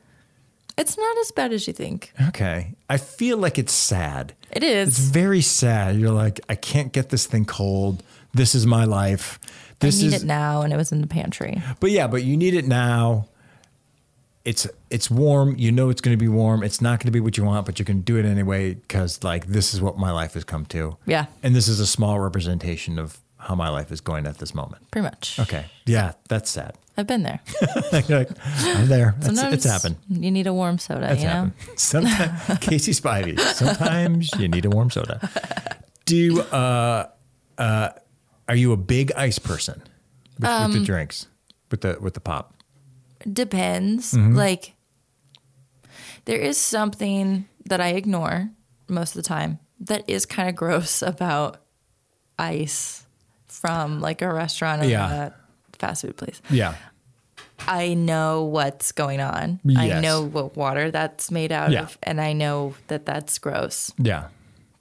[SPEAKER 2] It's not as bad as you think.
[SPEAKER 1] Okay. I feel like it's sad.
[SPEAKER 2] It
[SPEAKER 1] It's
[SPEAKER 2] is.
[SPEAKER 1] very sad. You're like, I can't get this thing cold. This is my life. This
[SPEAKER 2] I need
[SPEAKER 1] is.
[SPEAKER 2] it now, and it was in the pantry.
[SPEAKER 1] But yeah, but you need it now. It's it's warm. You know it's going to be warm. It's not going to be what you want, but you can do it anyway because like this is what my life has come to.
[SPEAKER 2] Yeah.
[SPEAKER 1] And this is a small representation of how my life is going at this moment.
[SPEAKER 2] Pretty much.
[SPEAKER 1] Okay. Yeah, that's sad. [LAUGHS]
[SPEAKER 2] I've been there.
[SPEAKER 1] You're like, I'm there. It's, it's happened.
[SPEAKER 2] You need a warm soda,
[SPEAKER 1] That's
[SPEAKER 2] you know?
[SPEAKER 1] happened. [LAUGHS] Sometimes Casey Spivey. Sometimes you need a warm soda. Do you, uh, uh, are you a big ice person with, with
[SPEAKER 2] Um,
[SPEAKER 1] the drinks, with the with the pop?
[SPEAKER 2] Depends.
[SPEAKER 1] Mm-hmm.
[SPEAKER 2] Like, there is something that I ignore most of the time that is kind of gross [LAUGHS] about ice from like a restaurant or
[SPEAKER 1] Yeah.
[SPEAKER 2] a fast food place.
[SPEAKER 1] Yeah,
[SPEAKER 2] I know what's going on. I
[SPEAKER 1] Yes.
[SPEAKER 2] know what water that's made out
[SPEAKER 1] Yeah.
[SPEAKER 2] of, and I know that that's gross,
[SPEAKER 1] yeah,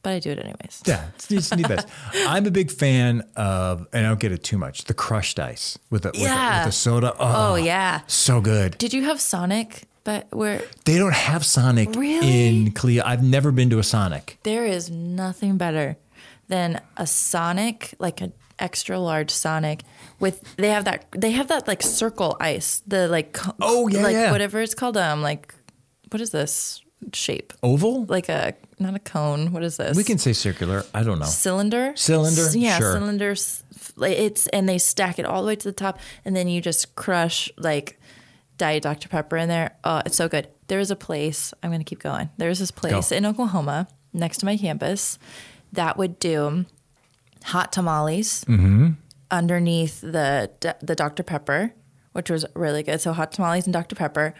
[SPEAKER 2] but I do it anyways.
[SPEAKER 1] yeah. You just need this. I'm a big fan of, and I don't get it too much. The crushed ice with the with, the,
[SPEAKER 2] Yeah.
[SPEAKER 1] with the soda. Oh,
[SPEAKER 2] Oh, yeah.
[SPEAKER 1] so good.
[SPEAKER 2] Did you have Sonic? But where
[SPEAKER 1] They don't have Sonic
[SPEAKER 2] Really?
[SPEAKER 1] in Cleo. I've never been to a Sonic.
[SPEAKER 2] there is nothing better than a Sonic, like an extra large Sonic with they have that they have that like circle ice, the like co-
[SPEAKER 1] Oh, yeah,
[SPEAKER 2] like
[SPEAKER 1] yeah.
[SPEAKER 2] whatever it's called um like what is this shape?
[SPEAKER 1] Oval?
[SPEAKER 2] Like a not a cone. What is this?
[SPEAKER 1] We can say circular. I don't know.
[SPEAKER 2] cylinder
[SPEAKER 1] Cylinder?
[SPEAKER 2] S- yeah
[SPEAKER 1] Sure.
[SPEAKER 2] cylinders it's and they stack it all the way to the top and then you just crush like diet dr pepper in there oh it's so good there's a place i'm gonna keep going there's this place in oklahoma next to my campus that would do hot tamales
[SPEAKER 1] Mm-hmm.
[SPEAKER 2] underneath the the dr pepper which was really good so hot tamales and dr pepper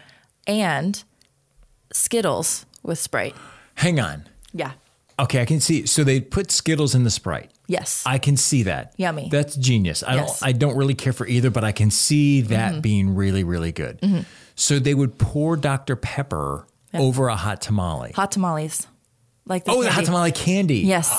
[SPEAKER 2] and skittles with sprite
[SPEAKER 1] Hang on.
[SPEAKER 2] yeah
[SPEAKER 1] Okay, I can see. So they put Skittles in the Sprite.
[SPEAKER 2] yes
[SPEAKER 1] I can see that.
[SPEAKER 2] Yummy.
[SPEAKER 1] That's genius. I
[SPEAKER 2] Yes. Mm-hmm.
[SPEAKER 1] don't I don't really care for either, but I can see that being really really good. So they would pour Dr Pepper over a hot tamale.
[SPEAKER 2] hot tamales. Like the
[SPEAKER 1] oh, the
[SPEAKER 2] candy.
[SPEAKER 1] hot tamale candy.
[SPEAKER 2] Yes.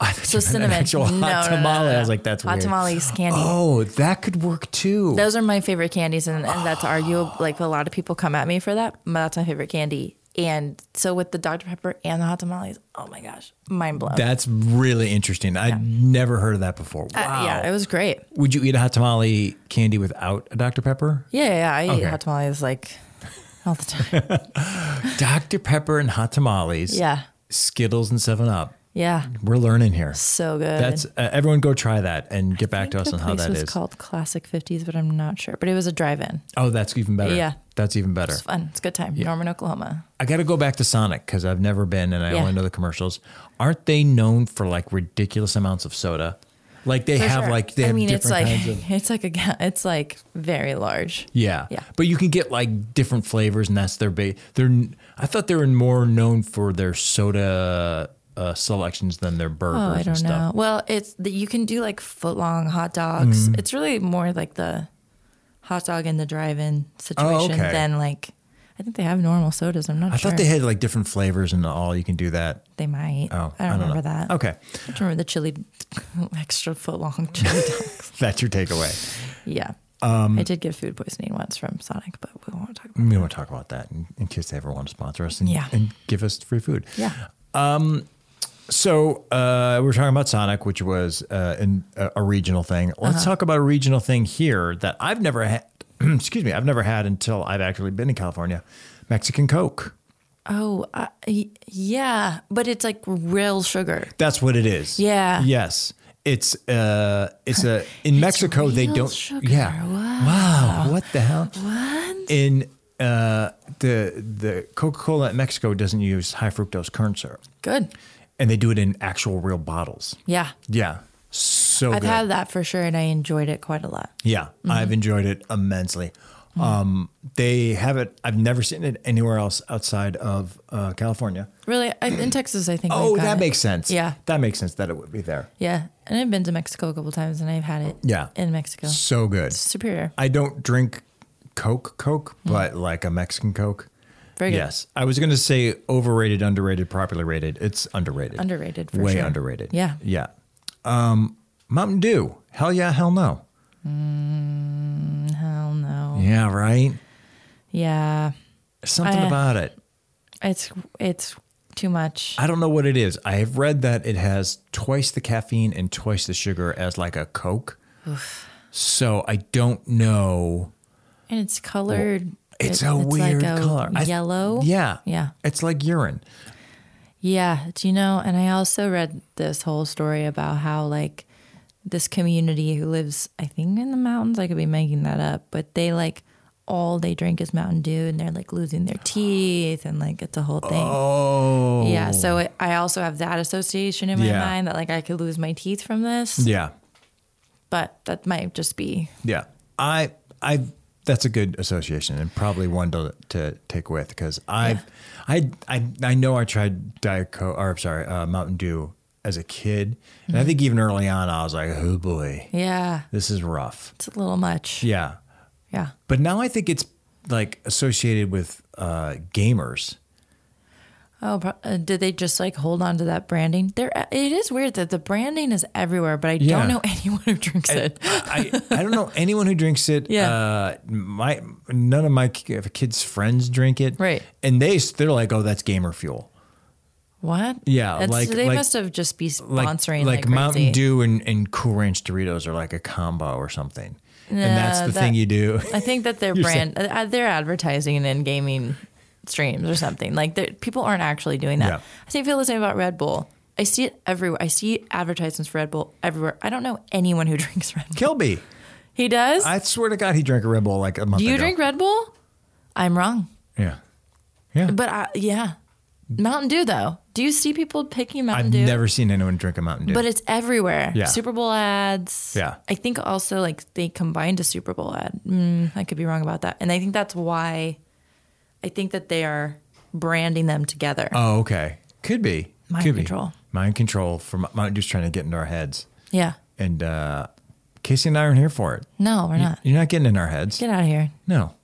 [SPEAKER 1] I thought you
[SPEAKER 2] So
[SPEAKER 1] meant
[SPEAKER 2] cinnamon.
[SPEAKER 1] An actual
[SPEAKER 2] No,
[SPEAKER 1] hot
[SPEAKER 2] no, no,
[SPEAKER 1] tamale.
[SPEAKER 2] no,
[SPEAKER 1] I was
[SPEAKER 2] no.
[SPEAKER 1] like [GASPS] that's
[SPEAKER 2] hot
[SPEAKER 1] weird.
[SPEAKER 2] tamales candy.
[SPEAKER 1] [GASPS] Oh, that could work too.
[SPEAKER 2] Those are my favorite candies, and, and that's arguable. Like a lot of people come at me for that, but that's my favorite candy. And so with the Dr Pepper and the hot tamales, oh my gosh, mind blown.
[SPEAKER 1] that's really interesting. I'd never heard of that before.
[SPEAKER 2] Uh,
[SPEAKER 1] Wow.
[SPEAKER 2] yeah, it was great.
[SPEAKER 1] Would you eat a hot tamale candy without a Dr
[SPEAKER 2] [LAUGHS]
[SPEAKER 1] Pepper?
[SPEAKER 2] Yeah, yeah, yeah, I
[SPEAKER 1] Okay.
[SPEAKER 2] eat hot tamales like
[SPEAKER 1] [LAUGHS]
[SPEAKER 2] all the time.
[SPEAKER 1] Dr Pepper and hot tamales.
[SPEAKER 2] yeah,
[SPEAKER 1] Skittles and 7 Up.
[SPEAKER 2] yeah,
[SPEAKER 1] We're learning here.
[SPEAKER 2] so good.
[SPEAKER 1] That's uh, everyone go try that and get
[SPEAKER 2] I
[SPEAKER 1] back to
[SPEAKER 2] think
[SPEAKER 1] us
[SPEAKER 2] the
[SPEAKER 1] on how
[SPEAKER 2] place
[SPEAKER 1] that
[SPEAKER 2] was
[SPEAKER 1] is.
[SPEAKER 2] called Classic Fifties, but I'm not sure. But it was a drive-in.
[SPEAKER 1] Oh, that's even better.
[SPEAKER 2] Yeah.
[SPEAKER 1] That's even better.
[SPEAKER 2] It's fun. It's a good time. Norman, Oklahoma.
[SPEAKER 1] I got to go back to Sonic because I've never been and I
[SPEAKER 2] Yeah.
[SPEAKER 1] only know the commercials. Aren't they known for like ridiculous amounts of soda? Like they
[SPEAKER 2] For
[SPEAKER 1] have
[SPEAKER 2] sure.
[SPEAKER 1] like they
[SPEAKER 2] I
[SPEAKER 1] have
[SPEAKER 2] mean,
[SPEAKER 1] different
[SPEAKER 2] it's like
[SPEAKER 1] kinds of [LAUGHS]
[SPEAKER 2] [LAUGHS] it's like a ga- it's like very large.
[SPEAKER 1] yeah.
[SPEAKER 2] Yeah.
[SPEAKER 1] But you can get like different flavors and that's their base. They're I thought they were more known for their soda uh, selections than their burgers
[SPEAKER 2] Oh, I
[SPEAKER 1] and
[SPEAKER 2] don't
[SPEAKER 1] stuff.
[SPEAKER 2] know. Well, it's the, you can do like foot long hot dogs.
[SPEAKER 1] Mm-hmm.
[SPEAKER 2] It's really more like the hot dog in the drive-in situation
[SPEAKER 1] Oh, okay.
[SPEAKER 2] than like I think they have normal sodas. I'm not
[SPEAKER 1] I
[SPEAKER 2] sure.
[SPEAKER 1] thought they had like different flavors and all you can do that.
[SPEAKER 2] They might.
[SPEAKER 1] Oh,
[SPEAKER 2] I don't, remember
[SPEAKER 1] know.
[SPEAKER 2] that.
[SPEAKER 1] Okay.
[SPEAKER 2] I just remember the chili [LAUGHS] extra foot long chili
[SPEAKER 1] [LAUGHS]
[SPEAKER 2] dogs.
[SPEAKER 1] That's your takeaway.
[SPEAKER 2] Yeah.
[SPEAKER 1] Um,
[SPEAKER 2] I did get food poisoning once from Sonic, but we won't talk about.
[SPEAKER 1] We want to talk about that in, in case they ever want to sponsor us and,
[SPEAKER 2] Yeah.
[SPEAKER 1] and give us free food.
[SPEAKER 2] Yeah.
[SPEAKER 1] So uh, we we're talking about Sonic, which was uh, an, a, a regional thing. Let's
[SPEAKER 2] Uh-huh.
[SPEAKER 1] talk about a regional thing here that I've [CLEARS THROAT] never had. excuse me, I've never had until I've actually been in California. Mexican Coke.
[SPEAKER 2] Oh, uh, y- yeah, but it's like real sugar.
[SPEAKER 1] That's what it is.
[SPEAKER 2] Yeah.
[SPEAKER 1] Yes. It's uh it's
[SPEAKER 2] [LAUGHS]
[SPEAKER 1] a in Mexico they
[SPEAKER 2] real
[SPEAKER 1] don't
[SPEAKER 2] sugar.
[SPEAKER 1] yeah. Wow. What the hell?
[SPEAKER 2] What?
[SPEAKER 1] In uh the the Coca-Cola in Mexico doesn't use high fructose corn syrup.
[SPEAKER 2] Good.
[SPEAKER 1] And they do it in actual real bottles.
[SPEAKER 2] Yeah.
[SPEAKER 1] Yeah. So
[SPEAKER 2] I've
[SPEAKER 1] good.
[SPEAKER 2] had that for sure, and I enjoyed it quite a lot.
[SPEAKER 1] Yeah, I've enjoyed it immensely. Um, they have it. I've never seen it anywhere else outside of uh, California.
[SPEAKER 2] Really, I,
[SPEAKER 1] [CLEARS THROAT]
[SPEAKER 2] in Texas, I think. they've
[SPEAKER 1] Oh,
[SPEAKER 2] got
[SPEAKER 1] that
[SPEAKER 2] it.
[SPEAKER 1] makes sense.
[SPEAKER 2] Yeah.
[SPEAKER 1] that makes sense that it would be there.
[SPEAKER 2] Yeah, and I've been to Mexico a couple times, and I've had it.
[SPEAKER 1] Yeah.
[SPEAKER 2] in Mexico,
[SPEAKER 1] So good. Mm.
[SPEAKER 2] superior,
[SPEAKER 1] I don't drink Coke, Coke, but like a Mexican Coke.
[SPEAKER 2] very good.
[SPEAKER 1] Yes, I was gonna say overrated, underrated, popularly rated. It's underrated.
[SPEAKER 2] Underrated, for
[SPEAKER 1] Way
[SPEAKER 2] sure.
[SPEAKER 1] underrated.
[SPEAKER 2] Yeah.
[SPEAKER 1] Yeah. Um, Mountain Dew. Hell yeah. Hell no.
[SPEAKER 2] Hell no.
[SPEAKER 1] Yeah. Right.
[SPEAKER 2] Yeah,
[SPEAKER 1] Something
[SPEAKER 2] I- uh,
[SPEAKER 1] about it.
[SPEAKER 2] it's it's too much.
[SPEAKER 1] I don't know what it is. I have read that it has twice the caffeine and twice the sugar as like a Coke. So I don't know.
[SPEAKER 2] And it's colored.
[SPEAKER 1] It's
[SPEAKER 2] it-
[SPEAKER 1] a weird
[SPEAKER 2] like a
[SPEAKER 1] color. I-
[SPEAKER 2] Yellow.
[SPEAKER 1] yeah.
[SPEAKER 2] Yeah.
[SPEAKER 1] It's like urine.
[SPEAKER 2] Yeah. Do you know? And I also read this whole story about how, like, this community who lives, I think, in the mountains, I could be making that up, but they, like, all they drink is Mountain Dew and they're, like, losing their teeth and, like, it's a whole thing.
[SPEAKER 1] Oh.
[SPEAKER 2] Yeah. So it, I also have that association in my
[SPEAKER 1] Yeah.
[SPEAKER 2] mind that, like, I could lose my teeth from this,
[SPEAKER 1] Oh. Yeah.
[SPEAKER 2] but that might just be.
[SPEAKER 1] Yeah. I I that's a good association and probably one to to take with because I I I I know I tried Diet Coke or I'm sorry uh, Mountain Dew as a kid and
[SPEAKER 2] Mm-hmm.
[SPEAKER 1] I think even early on I was like oh boy
[SPEAKER 2] Yeah.
[SPEAKER 1] this is rough.
[SPEAKER 2] It's a little much. Yeah.
[SPEAKER 1] Yeah. But now I think it's like associated with uh,
[SPEAKER 2] [LAUGHS]
[SPEAKER 1] gamers.
[SPEAKER 2] Oh, pro- uh, did they just like hold on to that branding? There, uh, it is weird that the branding is everywhere, but I
[SPEAKER 1] Yeah.
[SPEAKER 2] don't know [LAUGHS] anyone who drinks it.
[SPEAKER 1] I, I don't know anyone who drinks it.
[SPEAKER 2] Yeah.
[SPEAKER 1] Uh, my none of my ki- kids' friends drink it.
[SPEAKER 2] Right.
[SPEAKER 1] And they s- they're like, oh, that's gamer fuel.
[SPEAKER 2] What?
[SPEAKER 1] Yeah,
[SPEAKER 2] That's,
[SPEAKER 1] like-
[SPEAKER 2] they
[SPEAKER 1] like-
[SPEAKER 2] must have just be
[SPEAKER 1] Like,
[SPEAKER 2] sponsoring
[SPEAKER 1] like,
[SPEAKER 2] like,
[SPEAKER 1] Mountain
[SPEAKER 2] crazy.
[SPEAKER 1] Dew and, and Cool Ranch Doritos are like a combo or something. and that's
[SPEAKER 2] Nah,
[SPEAKER 1] the
[SPEAKER 2] that-
[SPEAKER 1] thing you do. [LAUGHS]
[SPEAKER 2] I think that their
[SPEAKER 1] You're
[SPEAKER 2] brand, uh, they're advertising in gaming streams or something. Like they're- people aren't actually doing that.
[SPEAKER 1] Yeah.
[SPEAKER 2] I think I feel the same about Red Bull. I see it everywhere. I see advertisements for Red Bull everywhere. I don't know anyone who [LAUGHS] drinks Red Bull.
[SPEAKER 1] Kilby.
[SPEAKER 2] He does.
[SPEAKER 1] I swear to God, he drank a Red Bull like a month
[SPEAKER 2] Do you
[SPEAKER 1] ago.
[SPEAKER 2] drink Red Bull? I'm wrong,
[SPEAKER 1] Yeah. Yeah.
[SPEAKER 2] but I, yeah, Mountain Dew though. Do you see people picking Mountain
[SPEAKER 1] I've
[SPEAKER 2] Dew?
[SPEAKER 1] never seen anyone drink a Mountain Dew.
[SPEAKER 2] But it's everywhere.
[SPEAKER 1] Yeah.
[SPEAKER 2] Super Bowl ads.
[SPEAKER 1] Yeah.
[SPEAKER 2] I think also like they combined a Super Bowl ad. Mm, I could be wrong about that. And I think that's why I think that they are branding them together.
[SPEAKER 1] Oh, okay. Could be.
[SPEAKER 2] Mind
[SPEAKER 1] Could be.
[SPEAKER 2] control.
[SPEAKER 1] Mind control from Mountain Dew's trying to get into our heads.
[SPEAKER 2] yeah.
[SPEAKER 1] And uh, Casey and I aren't here for it.
[SPEAKER 2] No, we're not.
[SPEAKER 1] You're not getting in our heads.
[SPEAKER 2] Get out of here.
[SPEAKER 1] No.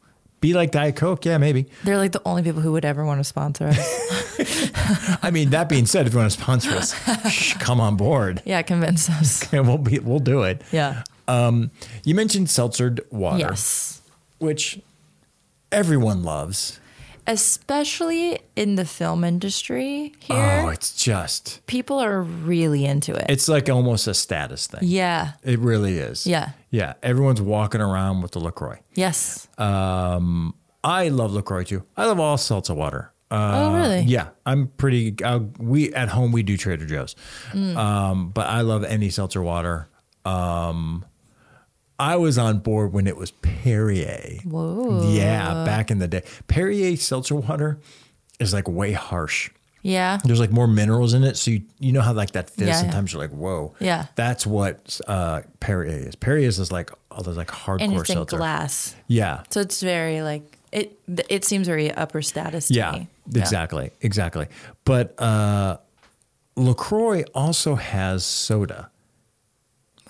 [SPEAKER 1] Be like Diet Coke. Yeah, maybe.
[SPEAKER 2] They're like the only people who would ever want to
[SPEAKER 1] [LAUGHS]
[SPEAKER 2] sponsor us.
[SPEAKER 1] I mean, that being said, if you want to sponsor
[SPEAKER 2] [LAUGHS]
[SPEAKER 1] us, shh, come on board.
[SPEAKER 2] yeah, convince us.
[SPEAKER 1] And we'll be we'll do it.
[SPEAKER 2] Yeah.
[SPEAKER 1] You mentioned seltzered water,
[SPEAKER 2] [LAUGHS] Yes.
[SPEAKER 1] which everyone loves.
[SPEAKER 2] Especially in the film industry
[SPEAKER 1] Oh,
[SPEAKER 2] here,
[SPEAKER 1] it's just
[SPEAKER 2] people are really into it.
[SPEAKER 1] it's like almost a status thing.
[SPEAKER 2] yeah.
[SPEAKER 1] It really is.
[SPEAKER 2] Yeah.
[SPEAKER 1] Yeah. Everyone's walking around with the LaCroix.
[SPEAKER 2] Yes.
[SPEAKER 1] Uh, I love LaCroix too. I love all seltzer water. Uh,
[SPEAKER 2] oh, really?
[SPEAKER 1] yeah, I'm pretty. i we at home we do Trader Joe's,
[SPEAKER 2] Mm.
[SPEAKER 1] um, but I love any seltzer water. Um, I was on board when it was Perrier.
[SPEAKER 2] Whoa.
[SPEAKER 1] Yeah, back in the day, Perrier seltzer water is like way harsh.
[SPEAKER 2] Yeah.
[SPEAKER 1] There's like more minerals in it, so you you know how like that feels.
[SPEAKER 2] Yeah, yeah.
[SPEAKER 1] Sometimes you're like, whoa,
[SPEAKER 2] Yeah.
[SPEAKER 1] that's what uh, Perrier is. Perrier is like all those like hardcore
[SPEAKER 2] And it's in
[SPEAKER 1] seltzer.
[SPEAKER 2] glass.
[SPEAKER 1] Yeah,
[SPEAKER 2] So it's very like it. It seems very upper status. To
[SPEAKER 1] Yeah,
[SPEAKER 2] me.
[SPEAKER 1] exactly, exactly. But uh, Lacroix also has soda.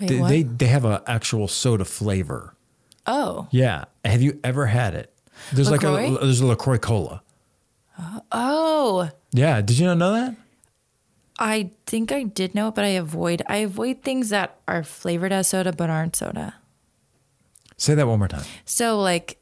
[SPEAKER 2] Wait,
[SPEAKER 1] They,
[SPEAKER 2] what?
[SPEAKER 1] they they have an actual soda flavor.
[SPEAKER 2] oh,
[SPEAKER 1] Yeah. Have you ever had it? There's like
[SPEAKER 2] LaCroix?
[SPEAKER 1] a there's a Lacroix cola.
[SPEAKER 2] oh.
[SPEAKER 1] Yeah. Did you not know that?
[SPEAKER 2] I think I did know, it, but I avoid. I avoid things that are flavored as soda but aren't soda.
[SPEAKER 1] Say that one more time.
[SPEAKER 2] So like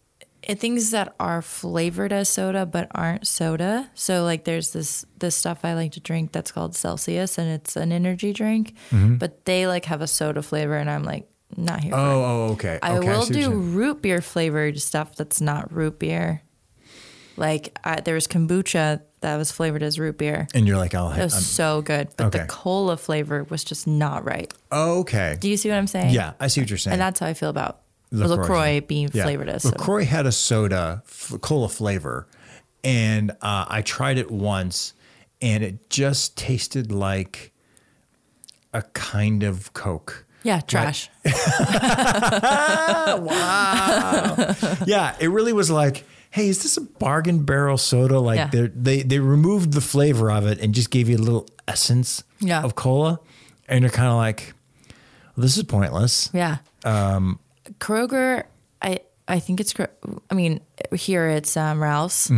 [SPEAKER 2] i- things that are flavored as soda but aren't soda. So like there's this this stuff I like to drink that's called Celsius and it's an energy drink, but they like have a soda flavor and I'm like not here. for it.
[SPEAKER 1] Mm-hmm. Oh, oh, okay.
[SPEAKER 2] I
[SPEAKER 1] okay,
[SPEAKER 2] will
[SPEAKER 1] see what
[SPEAKER 2] do
[SPEAKER 1] you're saying.
[SPEAKER 2] root beer flavored stuff that's not root beer. Like I, there was kombucha that was flavored as root beer.
[SPEAKER 1] And you're like, I'll
[SPEAKER 2] It
[SPEAKER 1] have.
[SPEAKER 2] was so good, but
[SPEAKER 1] Um, okay.
[SPEAKER 2] the cola flavor was just not right.
[SPEAKER 1] okay.
[SPEAKER 2] Do you see what I'm saying?
[SPEAKER 1] Yeah, I see what you're saying.
[SPEAKER 2] And that's how I feel about LaCroix, being
[SPEAKER 1] Yeah.
[SPEAKER 2] flavored as soda.
[SPEAKER 1] LaCroix had a soda, f- cola flavor, and uh, I tried it once, and it just tasted like a kind of
[SPEAKER 2] [LAUGHS]
[SPEAKER 1] Coke.
[SPEAKER 2] Yeah, trash.
[SPEAKER 1] yeah, it really was like, hey, is this a bargain barrel soda? Like
[SPEAKER 2] Yeah.
[SPEAKER 1] they're- they they removed the flavor of it and just gave you a little essence
[SPEAKER 2] Yeah.
[SPEAKER 1] of cola, and you're kind of like, well, this is pointless.
[SPEAKER 2] Yeah. Um, Kroger, I I think it's. Kro- I mean, here it's um, Ralph's.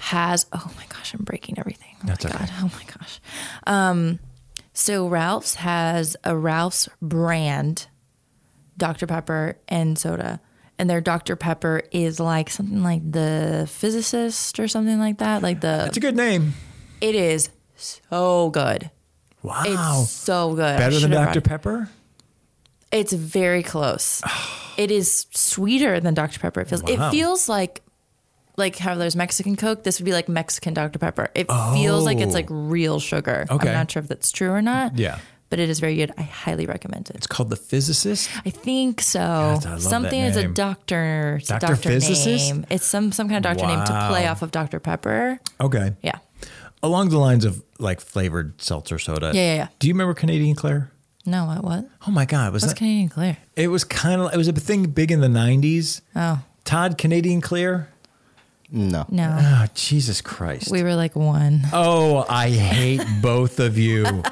[SPEAKER 2] Has oh my gosh, I'm breaking everything. Oh
[SPEAKER 1] Mm-hmm. That's
[SPEAKER 2] my
[SPEAKER 1] okay.
[SPEAKER 2] god. Oh my gosh. Um, so Ralph's has a Ralph's brand, Dr Pepper and soda. And their Dr. Pepper is like something like the physicist or something like that. Like the
[SPEAKER 1] It's a good name.
[SPEAKER 2] it is so good.
[SPEAKER 1] Wow,
[SPEAKER 2] It's so good. I
[SPEAKER 1] better
[SPEAKER 2] should
[SPEAKER 1] than
[SPEAKER 2] have brought
[SPEAKER 1] Dr
[SPEAKER 2] it.
[SPEAKER 1] Pepper.
[SPEAKER 2] It's
[SPEAKER 1] [SIGHS]
[SPEAKER 2] very close. it is sweeter than Dr. Pepper. It feels
[SPEAKER 1] Wow.
[SPEAKER 2] it feels like like how there's Mexican Coke, this would be like Mexican Dr. Pepper. It feels like it's
[SPEAKER 1] Oh.
[SPEAKER 2] like real sugar.
[SPEAKER 1] Okay.
[SPEAKER 2] I'm not sure if that's true or not.
[SPEAKER 1] Yeah.
[SPEAKER 2] But it is very good. I highly recommend it.
[SPEAKER 1] It's called the Physicist.
[SPEAKER 2] I think so.
[SPEAKER 1] I love that
[SPEAKER 2] Something is a
[SPEAKER 1] name.
[SPEAKER 2] doctor it's a
[SPEAKER 1] Dr.
[SPEAKER 2] doctor
[SPEAKER 1] Physicist?
[SPEAKER 2] name. It's some some kind of doctor name to play
[SPEAKER 1] Wow.
[SPEAKER 2] off of Dr. Pepper.
[SPEAKER 1] Okay.
[SPEAKER 2] Yeah.
[SPEAKER 1] Along the lines of like flavored seltzer soda.
[SPEAKER 2] Yeah, yeah, yeah.
[SPEAKER 1] Do you remember Canadian Claire?
[SPEAKER 2] No, what what?
[SPEAKER 1] Oh my God, was
[SPEAKER 2] What's
[SPEAKER 1] that?
[SPEAKER 2] Canadian Clear?
[SPEAKER 1] it was kind of it was a thing big in the '90s.
[SPEAKER 2] Oh.
[SPEAKER 1] Todd Canadian Clear.
[SPEAKER 3] No.
[SPEAKER 2] No.
[SPEAKER 1] Oh Jesus Christ.
[SPEAKER 2] We were like one.
[SPEAKER 1] Oh, I hate both of you.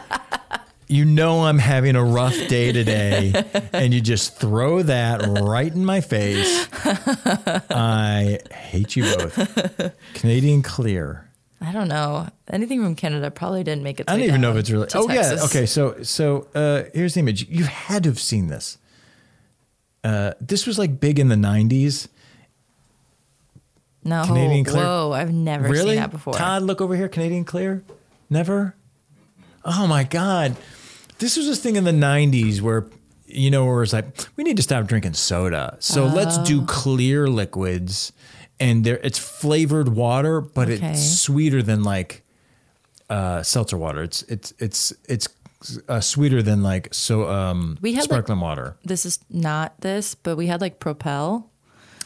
[SPEAKER 1] You know I'm having a rough day today, and you just throw that right in my face.
[SPEAKER 2] [LAUGHS]
[SPEAKER 1] I hate you both. Canadian Clear.
[SPEAKER 2] I don't know. Anything from Canada probably didn't make it.
[SPEAKER 1] I don't even know if it's really. Oh yeah. Okay.
[SPEAKER 2] It
[SPEAKER 1] So so uh, here's the image. You had to have seen this. Uh, this was like big in the '90s.
[SPEAKER 2] No.
[SPEAKER 1] Canadian Clear-
[SPEAKER 2] Whoa, I've never
[SPEAKER 1] really?
[SPEAKER 2] seen that before.
[SPEAKER 1] Todd, look over here. Canadian Clear. Never. Oh my God. This was this thing in the '90s where you know where it's like we need to stop drinking soda, so let's
[SPEAKER 2] Oh.
[SPEAKER 1] do clear liquids, and there it's flavored water, but
[SPEAKER 2] Okay.
[SPEAKER 1] it's sweeter than like uh, seltzer water. It's it's it's it's uh, sweeter than like so um
[SPEAKER 2] We had, like-
[SPEAKER 1] sparkling water.
[SPEAKER 2] This is not this, but we had like Propel.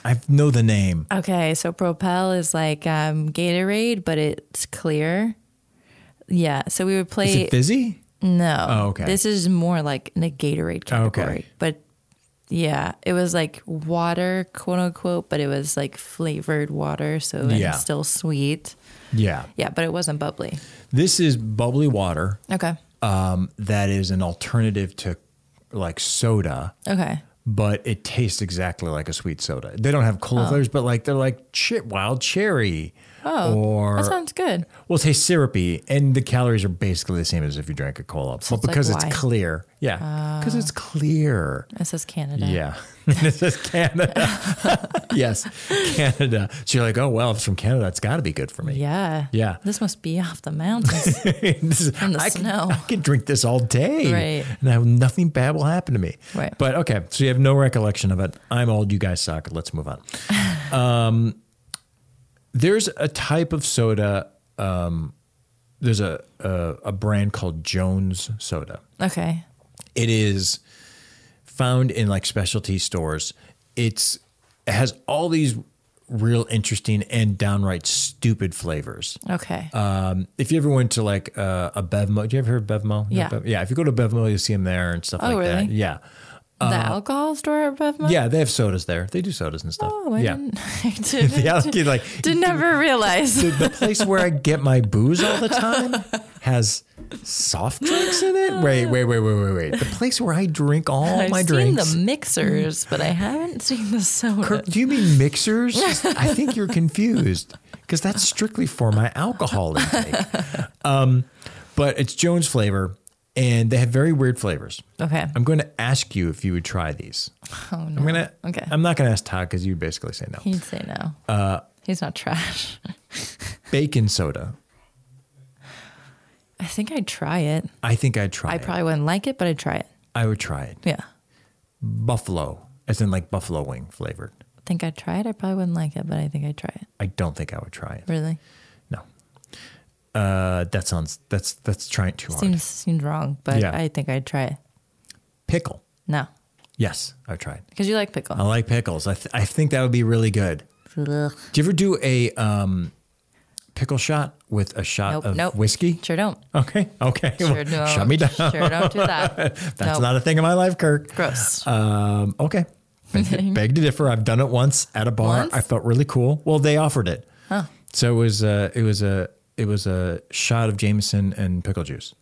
[SPEAKER 1] I know the name.
[SPEAKER 2] Okay, so Propel is like um, Gatorade, but it's clear. Yeah, so we would
[SPEAKER 1] Is
[SPEAKER 2] play.
[SPEAKER 1] it fizzy?
[SPEAKER 2] no.
[SPEAKER 1] Oh, okay.
[SPEAKER 2] This is more like in the Gatorade category, but yeah, it was like water, quote unquote, but it was like flavored water, so
[SPEAKER 1] Yeah.
[SPEAKER 2] it's still sweet.
[SPEAKER 1] Yeah.
[SPEAKER 2] Yeah, but it wasn't bubbly.
[SPEAKER 1] This is bubbly water.
[SPEAKER 2] Okay.
[SPEAKER 1] um, that is an alternative to like soda,
[SPEAKER 2] Okay.
[SPEAKER 1] but it tastes exactly like a sweet soda. They don't have cola flavors, but like they're like che- wild cherry
[SPEAKER 2] Oh,
[SPEAKER 1] or
[SPEAKER 2] that sounds good.
[SPEAKER 1] well, it tastes syrupy, and the calories are basically the same as if you drank a cola,
[SPEAKER 2] So
[SPEAKER 1] but
[SPEAKER 2] it's like Ah.
[SPEAKER 1] because
[SPEAKER 2] why?
[SPEAKER 1] it's clear, yeah, because it's clear.
[SPEAKER 2] It says Canada.
[SPEAKER 1] Yeah. [LAUGHS] this is Canada. [LAUGHS] yes. Canada. So you're like, oh, well, if it's from Canada, it's got to be good for me.
[SPEAKER 2] Yeah.
[SPEAKER 1] Yeah.
[SPEAKER 2] This must be off the
[SPEAKER 1] [LAUGHS]
[SPEAKER 2] mountains.
[SPEAKER 1] This is-
[SPEAKER 2] the
[SPEAKER 1] I could-
[SPEAKER 2] snow.
[SPEAKER 1] I could drink this all day,
[SPEAKER 2] Right.
[SPEAKER 1] and I, nothing bad will happen to me.
[SPEAKER 2] Right.
[SPEAKER 1] But okay, so you have no recollection of it. I'm old. You guys suck. Let's move on.
[SPEAKER 2] [LAUGHS]
[SPEAKER 1] um, there's a type of soda. Um, there's a, a a brand called Jones Soda.
[SPEAKER 2] okay.
[SPEAKER 1] It is found in like specialty stores. It's it has all these real interesting and downright stupid flavors.
[SPEAKER 2] Okay.
[SPEAKER 1] Um, if you ever went to like uh, a Bevmo, do you ever hear of Bevmo? You know
[SPEAKER 2] Yeah.
[SPEAKER 1] Bev- yeah. If you go to Bevmo, you'll see them there and stuff
[SPEAKER 2] Oh,
[SPEAKER 1] like that.
[SPEAKER 2] really?
[SPEAKER 1] Yeah.
[SPEAKER 2] the alcohol store above my.
[SPEAKER 1] uh, Yeah. They have sodas there. They do sodas and stuff.
[SPEAKER 2] Oh, I
[SPEAKER 1] yeah.
[SPEAKER 2] didn't. [LAUGHS] I
[SPEAKER 1] [LAUGHS]
[SPEAKER 2] didn't,
[SPEAKER 1] yeah. okay,
[SPEAKER 2] [LAUGHS]
[SPEAKER 1] like
[SPEAKER 2] didn't ever realize.
[SPEAKER 1] the place where I get my booze all the time has soft drinks in it. Wait, wait, wait, wait, wait, wait. The place where I drink all
[SPEAKER 2] I've
[SPEAKER 1] my
[SPEAKER 2] seen
[SPEAKER 1] drinks.
[SPEAKER 2] the mixers, but I haven't seen the soda.
[SPEAKER 1] Kirk, do you mean
[SPEAKER 2] [LAUGHS]
[SPEAKER 1] mixers? I think you're confused because that's strictly for my alcohol intake. Um, but it's Jones flavor, and they have very weird flavors.
[SPEAKER 2] Okay.
[SPEAKER 1] I'm going to ask you if you would try these.
[SPEAKER 2] oh no.
[SPEAKER 1] I'm gonna.
[SPEAKER 2] Okay.
[SPEAKER 1] I'm not going to ask Todd because you basically say no.
[SPEAKER 2] He'd say no.
[SPEAKER 1] Uh,
[SPEAKER 2] He's not trash.
[SPEAKER 1] Bacon soda.
[SPEAKER 2] I think I'd try it.
[SPEAKER 1] I think I'd try.
[SPEAKER 2] I
[SPEAKER 1] it.
[SPEAKER 2] probably wouldn't like it, but I'd try it.
[SPEAKER 1] I would try it.
[SPEAKER 2] Yeah.
[SPEAKER 1] Buffalo, as in like buffalo wing flavored.
[SPEAKER 2] I think I'd try it. I probably wouldn't like it, but I think I'd try it.
[SPEAKER 1] I don't think I would try it.
[SPEAKER 2] Really?
[SPEAKER 1] No. Uh, that sounds that's that's trying too hard.
[SPEAKER 2] Seems seems wrong, but
[SPEAKER 1] Yeah.
[SPEAKER 2] I think I'd try it.
[SPEAKER 1] Pickle.
[SPEAKER 2] No,
[SPEAKER 1] Yes, I've tried.
[SPEAKER 2] because you like pickle.
[SPEAKER 1] I like pickles. I th- I think that would be really good.
[SPEAKER 2] Ugh.
[SPEAKER 1] Do you ever do a um, pickle shot with a shot
[SPEAKER 2] Nope,
[SPEAKER 1] of
[SPEAKER 2] nope.
[SPEAKER 1] whiskey?
[SPEAKER 2] Sure don't.
[SPEAKER 1] Okay, okay. [LAUGHS]
[SPEAKER 2] Sure
[SPEAKER 1] Well,
[SPEAKER 2] don't.
[SPEAKER 1] Shut me down.
[SPEAKER 2] Sure don't do that.
[SPEAKER 1] [LAUGHS] That's not a thing in my life, Kirk.
[SPEAKER 2] gross.
[SPEAKER 1] Um, okay. Beg to, beg to differ. I've done it once at a bar.
[SPEAKER 2] Once?
[SPEAKER 1] I felt really cool. Well, they offered it. So it was uh, it was a it was a shot of Jameson and pickle juice.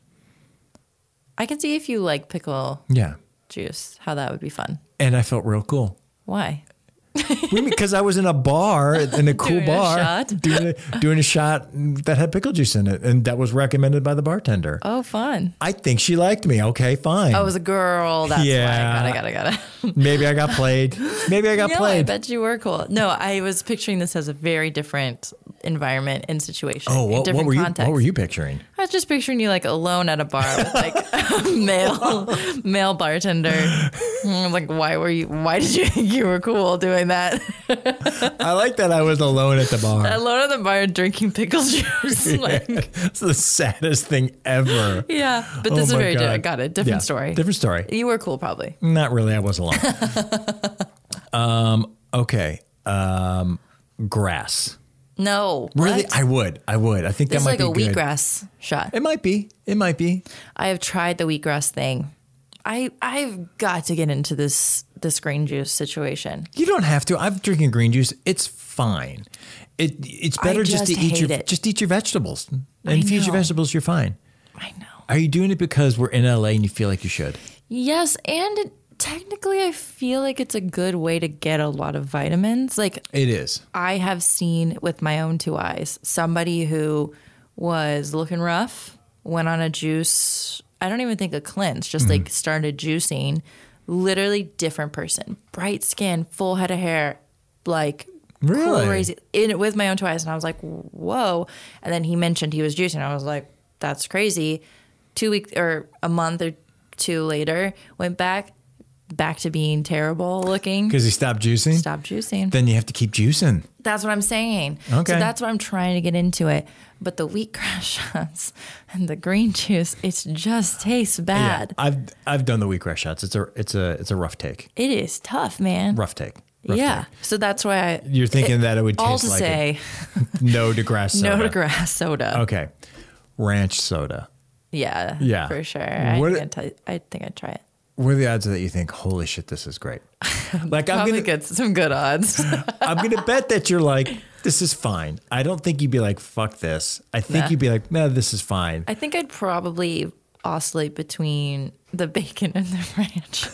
[SPEAKER 2] I can see if you like pickle
[SPEAKER 1] Yeah.
[SPEAKER 2] juice, how that would be fun.
[SPEAKER 1] And I felt real cool.
[SPEAKER 2] Why?
[SPEAKER 1] Because I was in a bar, in
[SPEAKER 2] [LAUGHS]
[SPEAKER 1] a cool
[SPEAKER 2] Doing a
[SPEAKER 1] bar,
[SPEAKER 2] shot.
[SPEAKER 1] Doing, a, doing a shot that had pickle juice in it. And that was recommended by the bartender.
[SPEAKER 2] Oh, fun.
[SPEAKER 1] I think she liked me. Okay, fine.
[SPEAKER 2] I was a girl. That's
[SPEAKER 1] Yeah.
[SPEAKER 2] why. I got it, got it, got it.
[SPEAKER 1] Maybe I got played. Maybe I [LAUGHS] got
[SPEAKER 2] No, I
[SPEAKER 1] played.
[SPEAKER 2] bet you were cool. No, I was picturing this as a very different environment and situation.
[SPEAKER 1] oh,
[SPEAKER 2] in
[SPEAKER 1] what, what
[SPEAKER 2] different
[SPEAKER 1] were
[SPEAKER 2] context.
[SPEAKER 1] you? What were you picturing?
[SPEAKER 2] I was just picturing you like alone at a bar with like [LAUGHS] a male [LAUGHS] male bartender. I was like, why were you? Why did you [LAUGHS] think you were cool doing that? [LAUGHS]
[SPEAKER 1] I like that I was alone at the bar.
[SPEAKER 2] alone at the bar drinking
[SPEAKER 1] [LAUGHS]
[SPEAKER 2] pickle [LAUGHS] juice. like,
[SPEAKER 1] it's the saddest thing ever.
[SPEAKER 2] [LAUGHS] yeah, but
[SPEAKER 1] Oh
[SPEAKER 2] this is
[SPEAKER 1] my
[SPEAKER 2] very
[SPEAKER 1] God.
[SPEAKER 2] different. Got it. Different
[SPEAKER 1] Yeah,
[SPEAKER 2] story.
[SPEAKER 1] Different story.
[SPEAKER 2] You were cool, probably.
[SPEAKER 1] Not really. I was
[SPEAKER 2] [LAUGHS]
[SPEAKER 1] alone. um, okay. Um, grass.
[SPEAKER 2] No,
[SPEAKER 1] Really,
[SPEAKER 2] what?
[SPEAKER 1] I would. I would. I think
[SPEAKER 2] This is
[SPEAKER 1] that might
[SPEAKER 2] like a
[SPEAKER 1] be good.
[SPEAKER 2] wheatgrass shot.
[SPEAKER 1] It might be. It might be.
[SPEAKER 2] I have tried the wheatgrass thing. I I've got to get into this this green juice situation.
[SPEAKER 1] You don't have to. I've drinking green juice. It's fine. It it's
[SPEAKER 2] I
[SPEAKER 1] better just, to
[SPEAKER 2] just
[SPEAKER 1] eat your
[SPEAKER 2] hate it.
[SPEAKER 1] just eat your vegetables. And if you eat your
[SPEAKER 2] know.
[SPEAKER 1] vegetables, you're fine.
[SPEAKER 2] I know.
[SPEAKER 1] Are you doing it because we're in LA and you feel like you should?
[SPEAKER 2] Yes, and it, technically, I feel like it's a good way to get a lot of vitamins. Like
[SPEAKER 1] It is.
[SPEAKER 2] I have seen with my own two eyes somebody who was looking rough, went on a juice, I don't even think a cleanse, just like started juicing. Literally different person, bright skin, full head of hair, like
[SPEAKER 1] Really?
[SPEAKER 2] crazy. In with my own two eyes, and I was like, "Whoa!" And then he mentioned he was juicing. I was like, "That's crazy." Two weeks or a month or two later, went back, back to being terrible looking.
[SPEAKER 1] Because you stopped juicing.
[SPEAKER 2] Stop juicing.
[SPEAKER 1] Then you have to keep juicing.
[SPEAKER 2] That's what I'm saying.
[SPEAKER 1] Okay.
[SPEAKER 2] So that's what I'm trying to get into it. But the [LAUGHS] wheatgrass shots and the green juice, it just tastes bad.
[SPEAKER 1] I've I've done the wheatgrass shots. It's a it's a it's a rough take.
[SPEAKER 2] It is tough, man.
[SPEAKER 1] Rough take. Rough
[SPEAKER 2] yeah. So that's why I
[SPEAKER 1] Take. You're thinking that it would
[SPEAKER 2] all
[SPEAKER 1] taste
[SPEAKER 2] to
[SPEAKER 1] like
[SPEAKER 2] say
[SPEAKER 1] it. no to grass soda.
[SPEAKER 2] [LAUGHS] no to grass soda.
[SPEAKER 1] Okay. Ranch soda.
[SPEAKER 2] Yeah.
[SPEAKER 1] Yeah.
[SPEAKER 2] For sure. I,
[SPEAKER 1] What-
[SPEAKER 2] think I'd tell you- I think I'd try it.
[SPEAKER 1] What are the odds that you think, holy shit, this is
[SPEAKER 2] [LAUGHS]
[SPEAKER 1] great? Like I'm
[SPEAKER 2] Probably
[SPEAKER 1] gonna
[SPEAKER 2] get some
[SPEAKER 1] [LAUGHS]
[SPEAKER 2] good odds.
[SPEAKER 1] I'm gonna bet that you're
[SPEAKER 2] [LAUGHS]
[SPEAKER 1] like, this is fine. I don't think you'd be like, fuck this. I think
[SPEAKER 2] Nah.
[SPEAKER 1] you'd be like, no, this is
[SPEAKER 2] [LAUGHS]
[SPEAKER 1] fine.
[SPEAKER 2] I think I'd probably oscillate between the bacon and the [LAUGHS] ranch.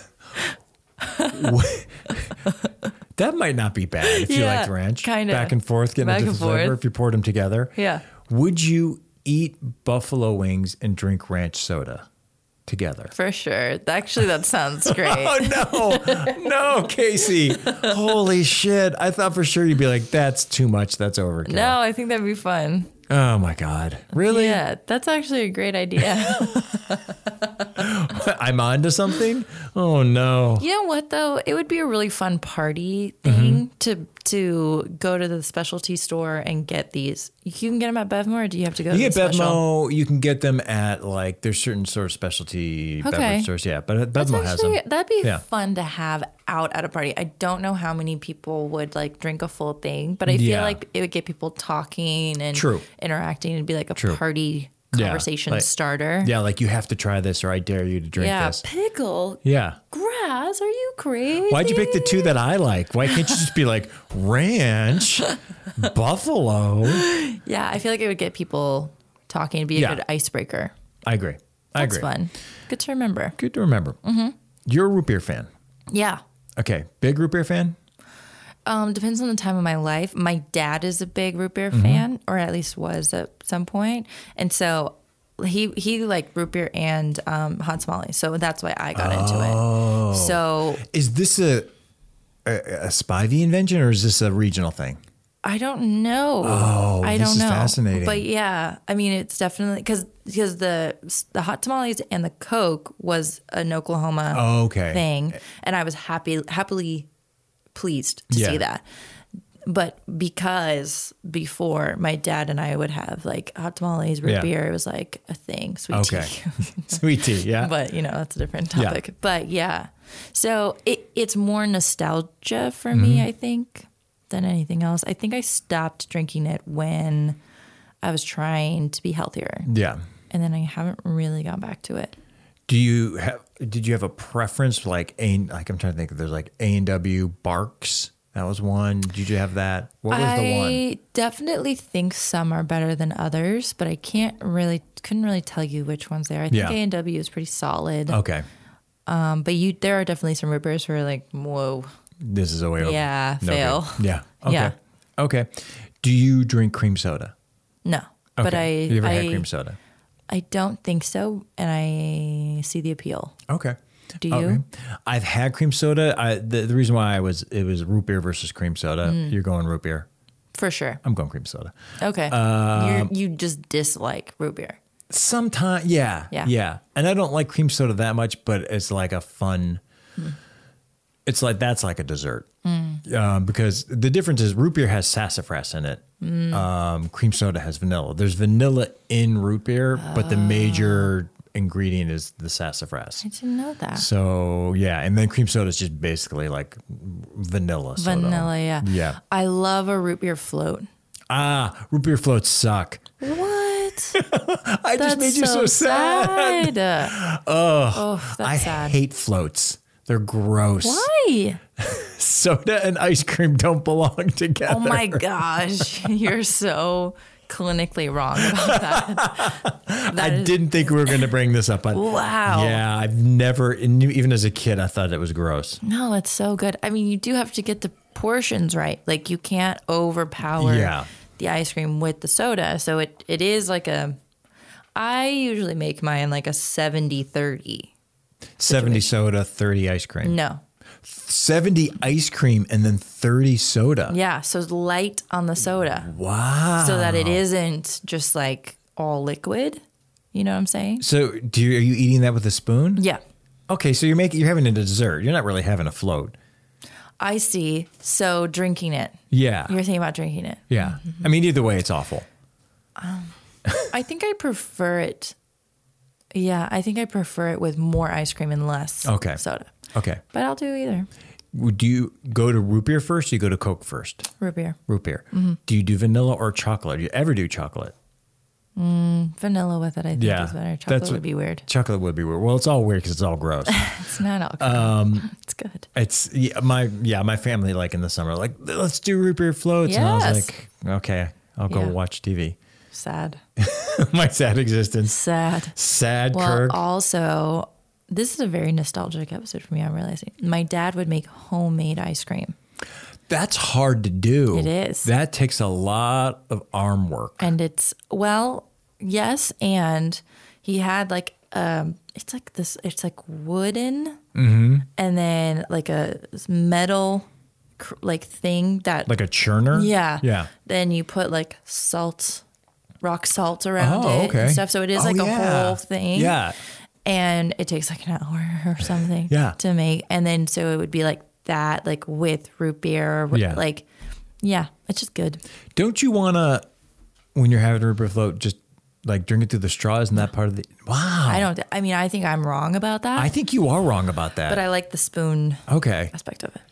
[SPEAKER 1] That might not be bad if you
[SPEAKER 2] Yeah,
[SPEAKER 1] liked ranch.
[SPEAKER 2] kinda.
[SPEAKER 1] Back and forth, getting
[SPEAKER 2] Back
[SPEAKER 1] a different
[SPEAKER 2] and forth.
[SPEAKER 1] flavor if you poured them together.
[SPEAKER 2] Yeah.
[SPEAKER 1] Would you eat buffalo wings and drink ranch soda together?
[SPEAKER 2] For sure. Actually
[SPEAKER 1] [LAUGHS]
[SPEAKER 2] that sounds great.
[SPEAKER 1] Oh no, no, Casey! Holy shit! I thought for sure you'd be like, "That's too much. That's overkill."
[SPEAKER 2] No, I think that'd be fun.
[SPEAKER 1] Oh my god!
[SPEAKER 2] [LAUGHS]
[SPEAKER 1] Really?
[SPEAKER 2] Yeah, that's actually a
[SPEAKER 1] [LAUGHS]
[SPEAKER 2] great idea.
[SPEAKER 1] I'm onto something. Oh no!
[SPEAKER 2] you know what though? It would be a really fun party thing
[SPEAKER 1] Mm-hmm.
[SPEAKER 2] to to go to the specialty store and get these. You can get them at Bevmo, or do you have to go?
[SPEAKER 1] You
[SPEAKER 2] to
[SPEAKER 1] get
[SPEAKER 2] the special?
[SPEAKER 1] Bevmo. You can get them at like there's certain sort of specialty
[SPEAKER 2] Okay.
[SPEAKER 1] beverage stores. Yeah, but uh,
[SPEAKER 2] That's
[SPEAKER 1] Bevmo has them.
[SPEAKER 2] actually that'd be
[SPEAKER 1] Yeah.
[SPEAKER 2] fun to have out at a party. I don't know how many people would like drink a full thing, but I
[SPEAKER 1] Yeah.
[SPEAKER 2] feel like it would get people talking and
[SPEAKER 1] True.
[SPEAKER 2] interacting and be like a
[SPEAKER 1] True.
[SPEAKER 2] party
[SPEAKER 1] Yeah,
[SPEAKER 2] conversation
[SPEAKER 1] like-
[SPEAKER 2] starter.
[SPEAKER 1] Yeah, like you have to try this, or I dare you to drink
[SPEAKER 2] Yeah,
[SPEAKER 1] this.
[SPEAKER 2] pickle
[SPEAKER 1] Yeah.
[SPEAKER 2] grass. Are you crazy?
[SPEAKER 1] Why'd you pick the two that I like? Why can't you just be like
[SPEAKER 2] [LAUGHS]
[SPEAKER 1] ranch, buffalo?
[SPEAKER 2] Yeah, I feel like it would get people talking. It'd be a
[SPEAKER 1] Yeah.
[SPEAKER 2] good icebreaker.
[SPEAKER 1] I agree. I
[SPEAKER 2] That's
[SPEAKER 1] agree.
[SPEAKER 2] fun. Mm-hmm. Good to remember.
[SPEAKER 1] Good to remember. You're a root beer fan.
[SPEAKER 2] Yeah.
[SPEAKER 1] Okay, big root beer fan.
[SPEAKER 2] Um, depends on the time of my life. My dad is a big root
[SPEAKER 1] Mm-hmm.
[SPEAKER 2] beer fan, or at least was at some point, and so he he liked root beer and um, hot tamales. So that's why I got
[SPEAKER 1] Oh.
[SPEAKER 2] into it. So
[SPEAKER 1] Is this a a, a Spivey invention or is this a regional thing?
[SPEAKER 2] I don't know. Oh, I
[SPEAKER 1] this
[SPEAKER 2] don't
[SPEAKER 1] is
[SPEAKER 2] know.
[SPEAKER 1] fascinating.
[SPEAKER 2] But yeah, I mean, it's definitely because because the the hot tamales and the Coke was an Oklahoma
[SPEAKER 1] Oh, okay.
[SPEAKER 2] thing, and I was happy happily pleased to
[SPEAKER 1] Yeah.
[SPEAKER 2] see that. But because before my dad and I would have like hot tamales, root
[SPEAKER 1] Yeah.
[SPEAKER 2] beer, it was like a thing, sweet
[SPEAKER 1] Okay.
[SPEAKER 2] tea. [LAUGHS]
[SPEAKER 1] [LAUGHS] Sweet tea. Yeah.
[SPEAKER 2] but you know, that's a different
[SPEAKER 1] Yeah.
[SPEAKER 2] topic. But yeah. So it, it's more nostalgia for me,
[SPEAKER 1] Mm-hmm.
[SPEAKER 2] I think, than anything else. I think I stopped drinking it when I was trying to be healthier.
[SPEAKER 1] yeah.
[SPEAKER 2] And then I haven't really gone back to it.
[SPEAKER 1] Do you have? Did you have a preference? Like a like I'm trying to think. There's like A and W Barks. That was one. Did you have that? What was
[SPEAKER 2] I
[SPEAKER 1] the one?
[SPEAKER 2] definitely think some are better than others, but I can't really couldn't really tell you which ones they are. I think
[SPEAKER 1] Yeah. Oh.
[SPEAKER 2] A and W is pretty solid,
[SPEAKER 1] Okay,
[SPEAKER 2] um, but you there are definitely some rippers who are like, whoa,
[SPEAKER 1] this is a way over.
[SPEAKER 2] Yeah,
[SPEAKER 1] No
[SPEAKER 2] fail.
[SPEAKER 1] good.
[SPEAKER 2] [LAUGHS]
[SPEAKER 1] Yeah. Okay.
[SPEAKER 2] Yeah.
[SPEAKER 1] Okay. Do you drink cream soda?
[SPEAKER 2] no. But I
[SPEAKER 1] Okay. you ever
[SPEAKER 2] I,
[SPEAKER 1] had cream soda?
[SPEAKER 2] I don't think so, and I see the appeal.
[SPEAKER 1] Okay.
[SPEAKER 2] Do
[SPEAKER 1] Okay.
[SPEAKER 2] you?
[SPEAKER 1] I've had cream soda. I, the, the reason why I was it was root beer versus cream soda.
[SPEAKER 2] Mm.
[SPEAKER 1] You're going root beer.
[SPEAKER 2] For sure.
[SPEAKER 1] I'm going cream soda.
[SPEAKER 2] Okay.
[SPEAKER 1] Um,
[SPEAKER 2] you you just dislike root beer.
[SPEAKER 1] Sometimes, yeah,
[SPEAKER 2] Yeah.
[SPEAKER 1] And I don't like cream soda that much, but it's like a fun.
[SPEAKER 2] Hmm.
[SPEAKER 1] It's like that's like a dessert, um, because the difference is root beer has sassafras in it.
[SPEAKER 2] Hmm.
[SPEAKER 1] Um, cream soda has vanilla. There's vanilla in root beer, but the major ingredient is the sassafras.
[SPEAKER 2] Oh. I didn't know that.
[SPEAKER 1] So yeah, and then cream soda is just basically like vanilla. soda.
[SPEAKER 2] Vanilla, yeah.
[SPEAKER 1] Yeah.
[SPEAKER 2] I love a root beer float.
[SPEAKER 1] Ah, root beer floats suck. [LAUGHS]
[SPEAKER 2] What?
[SPEAKER 1] I just made you so, sad. [LAUGHS]
[SPEAKER 2] sad. oh, that's
[SPEAKER 1] I
[SPEAKER 2] sad.
[SPEAKER 1] hate floats. They're gross.
[SPEAKER 2] Why?
[SPEAKER 1] Soda and ice cream don't belong [LAUGHS] together.
[SPEAKER 2] Oh my gosh, [LAUGHS] you're so clinically wrong about
[SPEAKER 1] [LAUGHS]
[SPEAKER 2] that.
[SPEAKER 1] I
[SPEAKER 2] That is-
[SPEAKER 1] didn't think we were going to bring this up. but
[SPEAKER 2] Wow.
[SPEAKER 1] Yeah, I've never, even as a kid, I thought it was gross.
[SPEAKER 2] No, it's so good. I mean, you do have to get the portions right. Like you can't overpower
[SPEAKER 1] Yeah.
[SPEAKER 2] the ice cream with the soda. So it it is like a I usually make mine like a 70-30.
[SPEAKER 1] 70 soda, 30 ice cream.
[SPEAKER 2] No.
[SPEAKER 1] 70 ice cream and then 30 soda.
[SPEAKER 2] Yeah, so it's light on the soda
[SPEAKER 1] Wow.
[SPEAKER 2] so that it isn't just like all liquid. You know what I'm saying?
[SPEAKER 1] So do you, are you eating that with a spoon?
[SPEAKER 2] Yeah.
[SPEAKER 1] Okay, so you're making you're having a dessert. You're not really having a float.
[SPEAKER 2] I see. So drinking it.
[SPEAKER 1] Yeah.
[SPEAKER 2] You're thinking about drinking it.
[SPEAKER 1] yeah. I mean either way it's awful.
[SPEAKER 2] I think I prefer it. Yeah, I think I prefer it with more ice cream and less
[SPEAKER 1] Okay.
[SPEAKER 2] soda.
[SPEAKER 1] Okay.
[SPEAKER 2] But I'll do either.
[SPEAKER 1] Would you go to root beer first or you go to Coke first?
[SPEAKER 2] Root beer.
[SPEAKER 1] Root beer.
[SPEAKER 2] Mm-hmm.
[SPEAKER 1] Do you do vanilla or chocolate? Do you ever do chocolate?
[SPEAKER 2] Vanilla with it, I think
[SPEAKER 1] Yeah,
[SPEAKER 2] is better.
[SPEAKER 1] that's
[SPEAKER 2] Chocolate
[SPEAKER 1] what-
[SPEAKER 2] would be weird.
[SPEAKER 1] Chocolate would be weird. Well, it's all weird because it's all
[SPEAKER 2] [LAUGHS]
[SPEAKER 1] gross.
[SPEAKER 2] It's not alcohol.
[SPEAKER 1] Um,
[SPEAKER 2] [LAUGHS] it's good.
[SPEAKER 1] it's yeah, my yeah, my family like in the summer like let's do root beer floats, and I was
[SPEAKER 2] Yes.
[SPEAKER 1] like, okay, I'll go
[SPEAKER 2] Yeah.
[SPEAKER 1] watch TV.
[SPEAKER 2] Sad.
[SPEAKER 1] [LAUGHS] my sad existence,
[SPEAKER 2] Sad.
[SPEAKER 1] sad
[SPEAKER 2] Well,
[SPEAKER 1] Kirk.
[SPEAKER 2] also, this is a very nostalgic episode for me, I'm realizing. My dad would make homemade ice cream.
[SPEAKER 1] That's hard to do.
[SPEAKER 2] It is.
[SPEAKER 1] That takes a lot of arm work.
[SPEAKER 2] And it's, well, yes. And he had like, um, it's like this, it's like wooden
[SPEAKER 1] Mm-hmm.
[SPEAKER 2] and then like a metal cr- like thing that
[SPEAKER 1] Like a churner.
[SPEAKER 2] Yeah.
[SPEAKER 1] Yeah.
[SPEAKER 2] Then you put like salt, rock salt around
[SPEAKER 1] Oh,
[SPEAKER 2] it
[SPEAKER 1] okay.
[SPEAKER 2] and stuff. So it is
[SPEAKER 1] Oh,
[SPEAKER 2] like
[SPEAKER 1] yeah.
[SPEAKER 2] a whole thing.
[SPEAKER 1] Yeah.
[SPEAKER 2] And it takes like an hour [LAUGHS] or something
[SPEAKER 1] Yeah.
[SPEAKER 2] to make. And then so it would be like that, like with root beer or
[SPEAKER 1] Yeah.
[SPEAKER 2] like, yeah, it's just good.
[SPEAKER 1] Don't you want to, when you're having a root beer float, just like drink it through the straw? Isn't that part of the? Wow.
[SPEAKER 2] I don't, I mean, I think I'm wrong about that,
[SPEAKER 1] I think you are wrong about that.
[SPEAKER 2] but I like the spoon
[SPEAKER 1] okay.
[SPEAKER 2] aspect of it.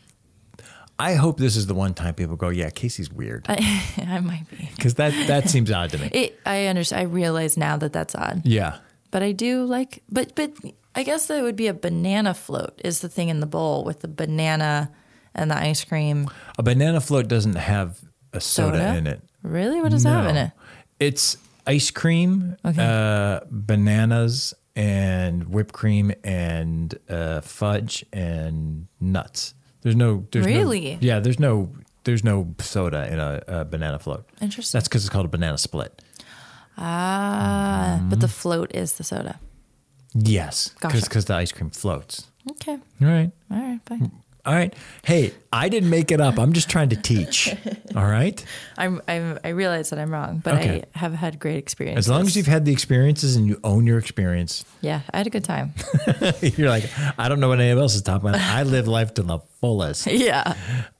[SPEAKER 1] I hope this is the one time people go, yeah, Casey's weird.
[SPEAKER 2] [LAUGHS] I, I might be.
[SPEAKER 1] Because that, that seems odd
[SPEAKER 2] [LAUGHS]
[SPEAKER 1] to me.
[SPEAKER 2] It, I understand. I realize now that that's odd.
[SPEAKER 1] Yeah.
[SPEAKER 2] But I do like, but but I guess that would be a banana float is the thing in the bowl with the banana and the ice cream.
[SPEAKER 1] A banana float doesn't have a soda,
[SPEAKER 2] Soda?
[SPEAKER 1] in it.
[SPEAKER 2] Really, what does that have in it?
[SPEAKER 1] It's ice cream, uh, bananas, and whipped cream, and uh, fudge, and nuts. There's no. There's no-
[SPEAKER 2] Really?
[SPEAKER 1] yeah. There's no. There's no soda in a, a banana float.
[SPEAKER 2] Interesting.
[SPEAKER 1] That's because it's called a banana split.
[SPEAKER 2] Ah, but
[SPEAKER 1] Mm-hmm.
[SPEAKER 2] the float is the soda.
[SPEAKER 1] Yes, because
[SPEAKER 2] Gotcha.
[SPEAKER 1] the ice cream floats.
[SPEAKER 2] Okay,
[SPEAKER 1] All right.
[SPEAKER 2] all right, fine.
[SPEAKER 1] All right. Hey, I didn't make it up. I'm just trying to
[SPEAKER 2] [LAUGHS]
[SPEAKER 1] teach. All right.
[SPEAKER 2] I'm, I'm I realize that I'm wrong, but
[SPEAKER 1] Okay.
[SPEAKER 2] I have had great experience.
[SPEAKER 1] As long as you've had the experiences and you own your experience, [LAUGHS]
[SPEAKER 2] yeah, I had a good time. [LAUGHS]
[SPEAKER 1] you're like, I don't know what anyone else is talking about. I live life to the fullest.
[SPEAKER 2] yeah,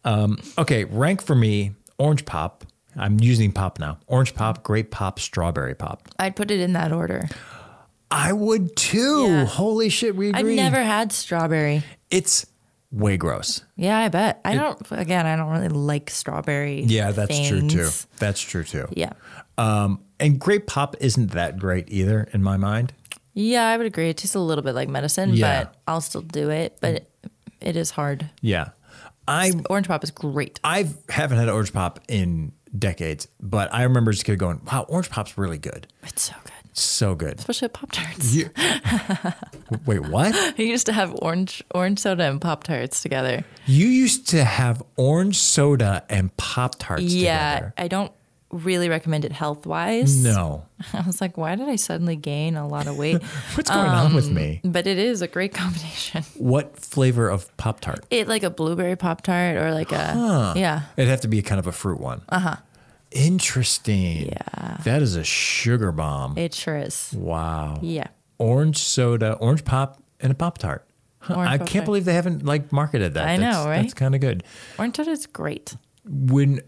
[SPEAKER 1] Okay, rank for me orange pop. I'm using pop now. Orange pop, grape pop, strawberry pop.
[SPEAKER 2] I'd put it in that order.
[SPEAKER 1] I would too.
[SPEAKER 2] Yeah.
[SPEAKER 1] Holy shit, we
[SPEAKER 2] I've
[SPEAKER 1] agree.
[SPEAKER 2] never had strawberry.
[SPEAKER 1] It's way gross.
[SPEAKER 2] Yeah, I bet. I don't. Again, I don't really like strawberry.
[SPEAKER 1] Yeah, that's true too.
[SPEAKER 2] things.
[SPEAKER 1] That's true too.
[SPEAKER 2] Yeah,
[SPEAKER 1] Um, and grape pop isn't that great either in my mind.
[SPEAKER 2] yeah, I would agree. It tastes a little bit like medicine,
[SPEAKER 1] Yeah.
[SPEAKER 2] but I'll still do it. But it, it is hard.
[SPEAKER 1] Yeah. I
[SPEAKER 2] Orange pop is great.
[SPEAKER 1] I haven't had orange pop in decades, but I remember as a kid going, "Wow, orange pop's really good.
[SPEAKER 2] It's so good,
[SPEAKER 1] So good."
[SPEAKER 2] especially at Pop Tarts. [LAUGHS]
[SPEAKER 1] You- Wait, what?
[SPEAKER 2] I used to have orange orange soda and Pop Tarts together.
[SPEAKER 1] You used to have orange soda and Pop Tarts
[SPEAKER 2] Yeah,
[SPEAKER 1] together.
[SPEAKER 2] I don't really recommend it health wise.
[SPEAKER 1] No.
[SPEAKER 2] [LAUGHS] I was like, why did I suddenly gain a lot
[SPEAKER 1] [LAUGHS]
[SPEAKER 2] of weight?
[SPEAKER 1] What's going on
[SPEAKER 2] Um,
[SPEAKER 1] with me?
[SPEAKER 2] but it is a great combination. [LAUGHS]
[SPEAKER 1] What flavor of Pop Tart?
[SPEAKER 2] It like a blueberry pop tart or like a yeah.
[SPEAKER 1] It'd have to be kind of a fruit one. Uh huh. Interesting.
[SPEAKER 2] Uh-huh. Yeah.
[SPEAKER 1] That is a sugar bomb.
[SPEAKER 2] It sure is.
[SPEAKER 1] wow.
[SPEAKER 2] Yeah.
[SPEAKER 1] Orange soda, orange pop, and a Pop Tart. Huh,
[SPEAKER 2] Orange
[SPEAKER 1] I
[SPEAKER 2] Pop
[SPEAKER 1] can't
[SPEAKER 2] Tart.
[SPEAKER 1] believe they haven't like marketed that.
[SPEAKER 2] I
[SPEAKER 1] That's-
[SPEAKER 2] know, right?
[SPEAKER 1] That's kind of good.
[SPEAKER 2] Orange soda is great.
[SPEAKER 1] When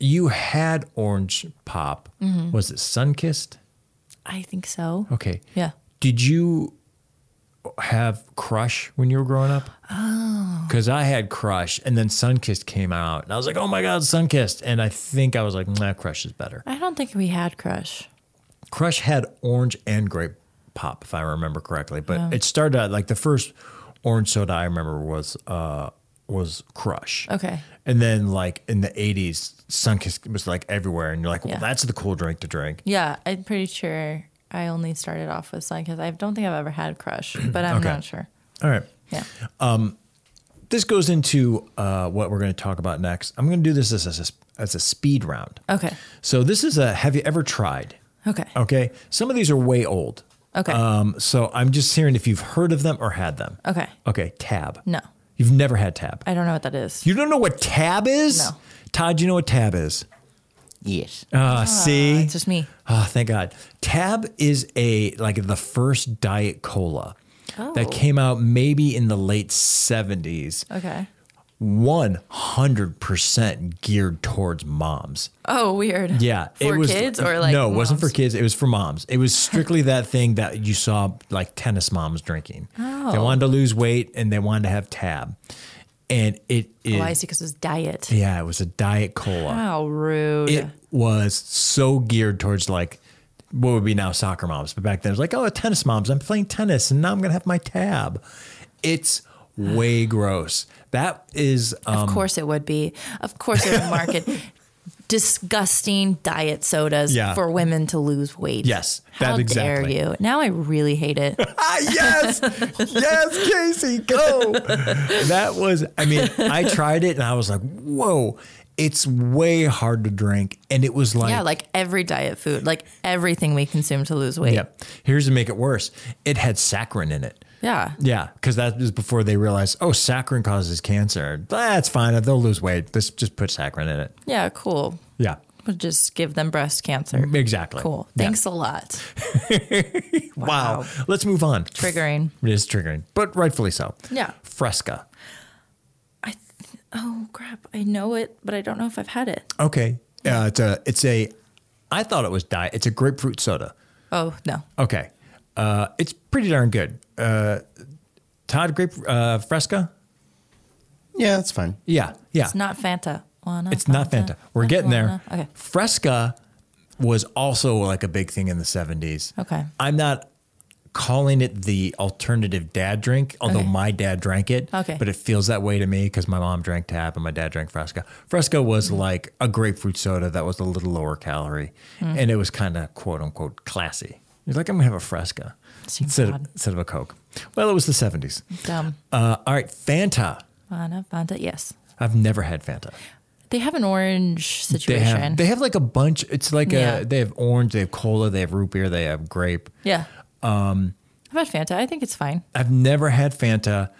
[SPEAKER 1] you had orange pop, was it Sunkissed?
[SPEAKER 2] I think so.
[SPEAKER 1] Okay.
[SPEAKER 2] Yeah.
[SPEAKER 1] Did you have Crush when you were growing up? Oh. Because I had Crush, and then Sunkissed came out, and I was like, "Oh my God, Sunkissed!" And I think I was like, "Nah, Crush is better."
[SPEAKER 2] I don't think we had crush.
[SPEAKER 1] Crush had orange and grape pop, if I remember correctly. But it started out like the first orange soda I remember was uh was Crush.
[SPEAKER 2] Okay.
[SPEAKER 1] And then like in the eighties, Sunkist was like everywhere, and you're like, well,
[SPEAKER 2] Yeah.
[SPEAKER 1] that's the cool drink to drink.
[SPEAKER 2] Yeah, I'm pretty sure I only started off with sun because I don't think I've ever had crush, but I'm
[SPEAKER 1] Okay.
[SPEAKER 2] not sure.
[SPEAKER 1] All right.
[SPEAKER 2] Yeah.
[SPEAKER 1] This goes into uh, what we're going to talk about next. I'm going to do this as a, as a speed round.
[SPEAKER 2] Okay.
[SPEAKER 1] So this is a have you ever tried?
[SPEAKER 2] Okay.
[SPEAKER 1] Okay. Some of these are way old.
[SPEAKER 2] Okay.
[SPEAKER 1] Um, so I'm just hearing if you've heard of them or had them.
[SPEAKER 2] Okay.
[SPEAKER 1] Okay. Tab.
[SPEAKER 2] No.
[SPEAKER 1] You've never had tab.
[SPEAKER 2] I don't know what that is.
[SPEAKER 1] You don't know what tab is?
[SPEAKER 2] No.
[SPEAKER 1] Todd, you know what tab is?
[SPEAKER 3] Yes.
[SPEAKER 1] Ah, see?
[SPEAKER 2] It's just me.
[SPEAKER 1] Oh, thank God. Tab is a like the first diet cola that
[SPEAKER 2] Oh.
[SPEAKER 1] came out maybe in the late 70s.
[SPEAKER 2] Okay.
[SPEAKER 1] 100% geared towards moms.
[SPEAKER 2] Oh, weird.
[SPEAKER 1] Yeah,
[SPEAKER 2] For kids or like
[SPEAKER 1] No, it wasn't for
[SPEAKER 2] moms?
[SPEAKER 1] kids, it was for moms. It was
[SPEAKER 2] [LAUGHS]
[SPEAKER 1] strictly that thing that you saw like tennis moms drinking. They
[SPEAKER 2] Oh.
[SPEAKER 1] wanted to lose weight and they wanted to have tab. And it is
[SPEAKER 2] Oh, I see, because it's diet.
[SPEAKER 1] Yeah, it was a diet cola.
[SPEAKER 2] How rude.
[SPEAKER 1] It was so geared towards like what would be now soccer moms, but back then it was like, oh, tennis moms. I'm playing tennis, and now I'm gonna have my tab. It's way gross. That is, um,
[SPEAKER 2] of course it would be. Of course it would
[SPEAKER 1] [LAUGHS]
[SPEAKER 2] market disgusting diet sodas
[SPEAKER 1] Yeah.
[SPEAKER 2] for women to lose weight.
[SPEAKER 1] Yes, that
[SPEAKER 2] How
[SPEAKER 1] exactly.
[SPEAKER 2] dare you? Now I really
[SPEAKER 1] [LAUGHS]
[SPEAKER 2] hate it.
[SPEAKER 1] [LAUGHS] ah, yes, yes, Casey, go. [LAUGHS] That was, I mean, I tried it and I was like, whoa, it's way hard to drink, and it was like,
[SPEAKER 2] yeah, like every diet food, like everything we consume to lose weight.
[SPEAKER 1] Yep. Here's to make it worse. It had saccharin in it.
[SPEAKER 2] Yeah.
[SPEAKER 1] Yeah, because that was before they realized, oh, saccharin causes cancer. That's fine. They'll lose weight. Let's just put saccharin in it.
[SPEAKER 2] Yeah, cool.
[SPEAKER 1] Yeah,
[SPEAKER 2] We'll just give them breast cancer.
[SPEAKER 1] Mm, exactly.
[SPEAKER 2] Cool.
[SPEAKER 1] Yeah.
[SPEAKER 2] Thanks a lot.
[SPEAKER 1] Wow.
[SPEAKER 2] Wow.
[SPEAKER 1] Let's move on. [LAUGHS]
[SPEAKER 2] Triggering.
[SPEAKER 1] It is triggering, but rightfully so.
[SPEAKER 2] Yeah.
[SPEAKER 1] Fresca.
[SPEAKER 2] I th- oh crap, I know it, but I don't know if I've had it.
[SPEAKER 1] Okay. Uh, it's a. It's a. I thought it was diet. It's a grapefruit soda.
[SPEAKER 2] Oh, no.
[SPEAKER 1] Okay. Uh, it's pretty darn good. Uh, Todd, grape uh, Fresca.
[SPEAKER 3] Yeah, that's fine.
[SPEAKER 1] Yeah. Yeah.
[SPEAKER 2] It's not Fanta. Wanna
[SPEAKER 1] It's not Fanta. We're getting there.
[SPEAKER 2] wanna- Okay.
[SPEAKER 1] Fresca was also like a big thing in the 70s.
[SPEAKER 2] Okay.
[SPEAKER 1] I'm not calling it the alternative dad drink, although
[SPEAKER 2] Okay.
[SPEAKER 1] my dad drank it.
[SPEAKER 2] Okay.
[SPEAKER 1] But it feels that way to me because my mom drank Tab and my dad drank Fresca. Fresca was
[SPEAKER 2] Mm-hmm.
[SPEAKER 1] like a grapefruit soda that was a little lower calorie
[SPEAKER 2] Mm.
[SPEAKER 1] and it was kind of quote unquote classy. You're like, I'm going to have a Fresca
[SPEAKER 2] Seems
[SPEAKER 1] instead of,
[SPEAKER 2] odd.
[SPEAKER 1] instead of a Coke. Well, it was the 70s.
[SPEAKER 2] Dumb.
[SPEAKER 1] Uh, all right, Fanta.
[SPEAKER 2] Wanna Fanta. Yes.
[SPEAKER 1] I've never had Fanta.
[SPEAKER 2] They have an orange
[SPEAKER 1] They
[SPEAKER 2] situation.
[SPEAKER 1] have, they have like a bunch. It's like
[SPEAKER 2] Yeah.
[SPEAKER 1] a they have orange, they have cola, they have root beer, they have grape.
[SPEAKER 2] yeah.
[SPEAKER 1] Um,
[SPEAKER 2] I've had Fanta. I think it's fine.
[SPEAKER 1] I've never had Fanta.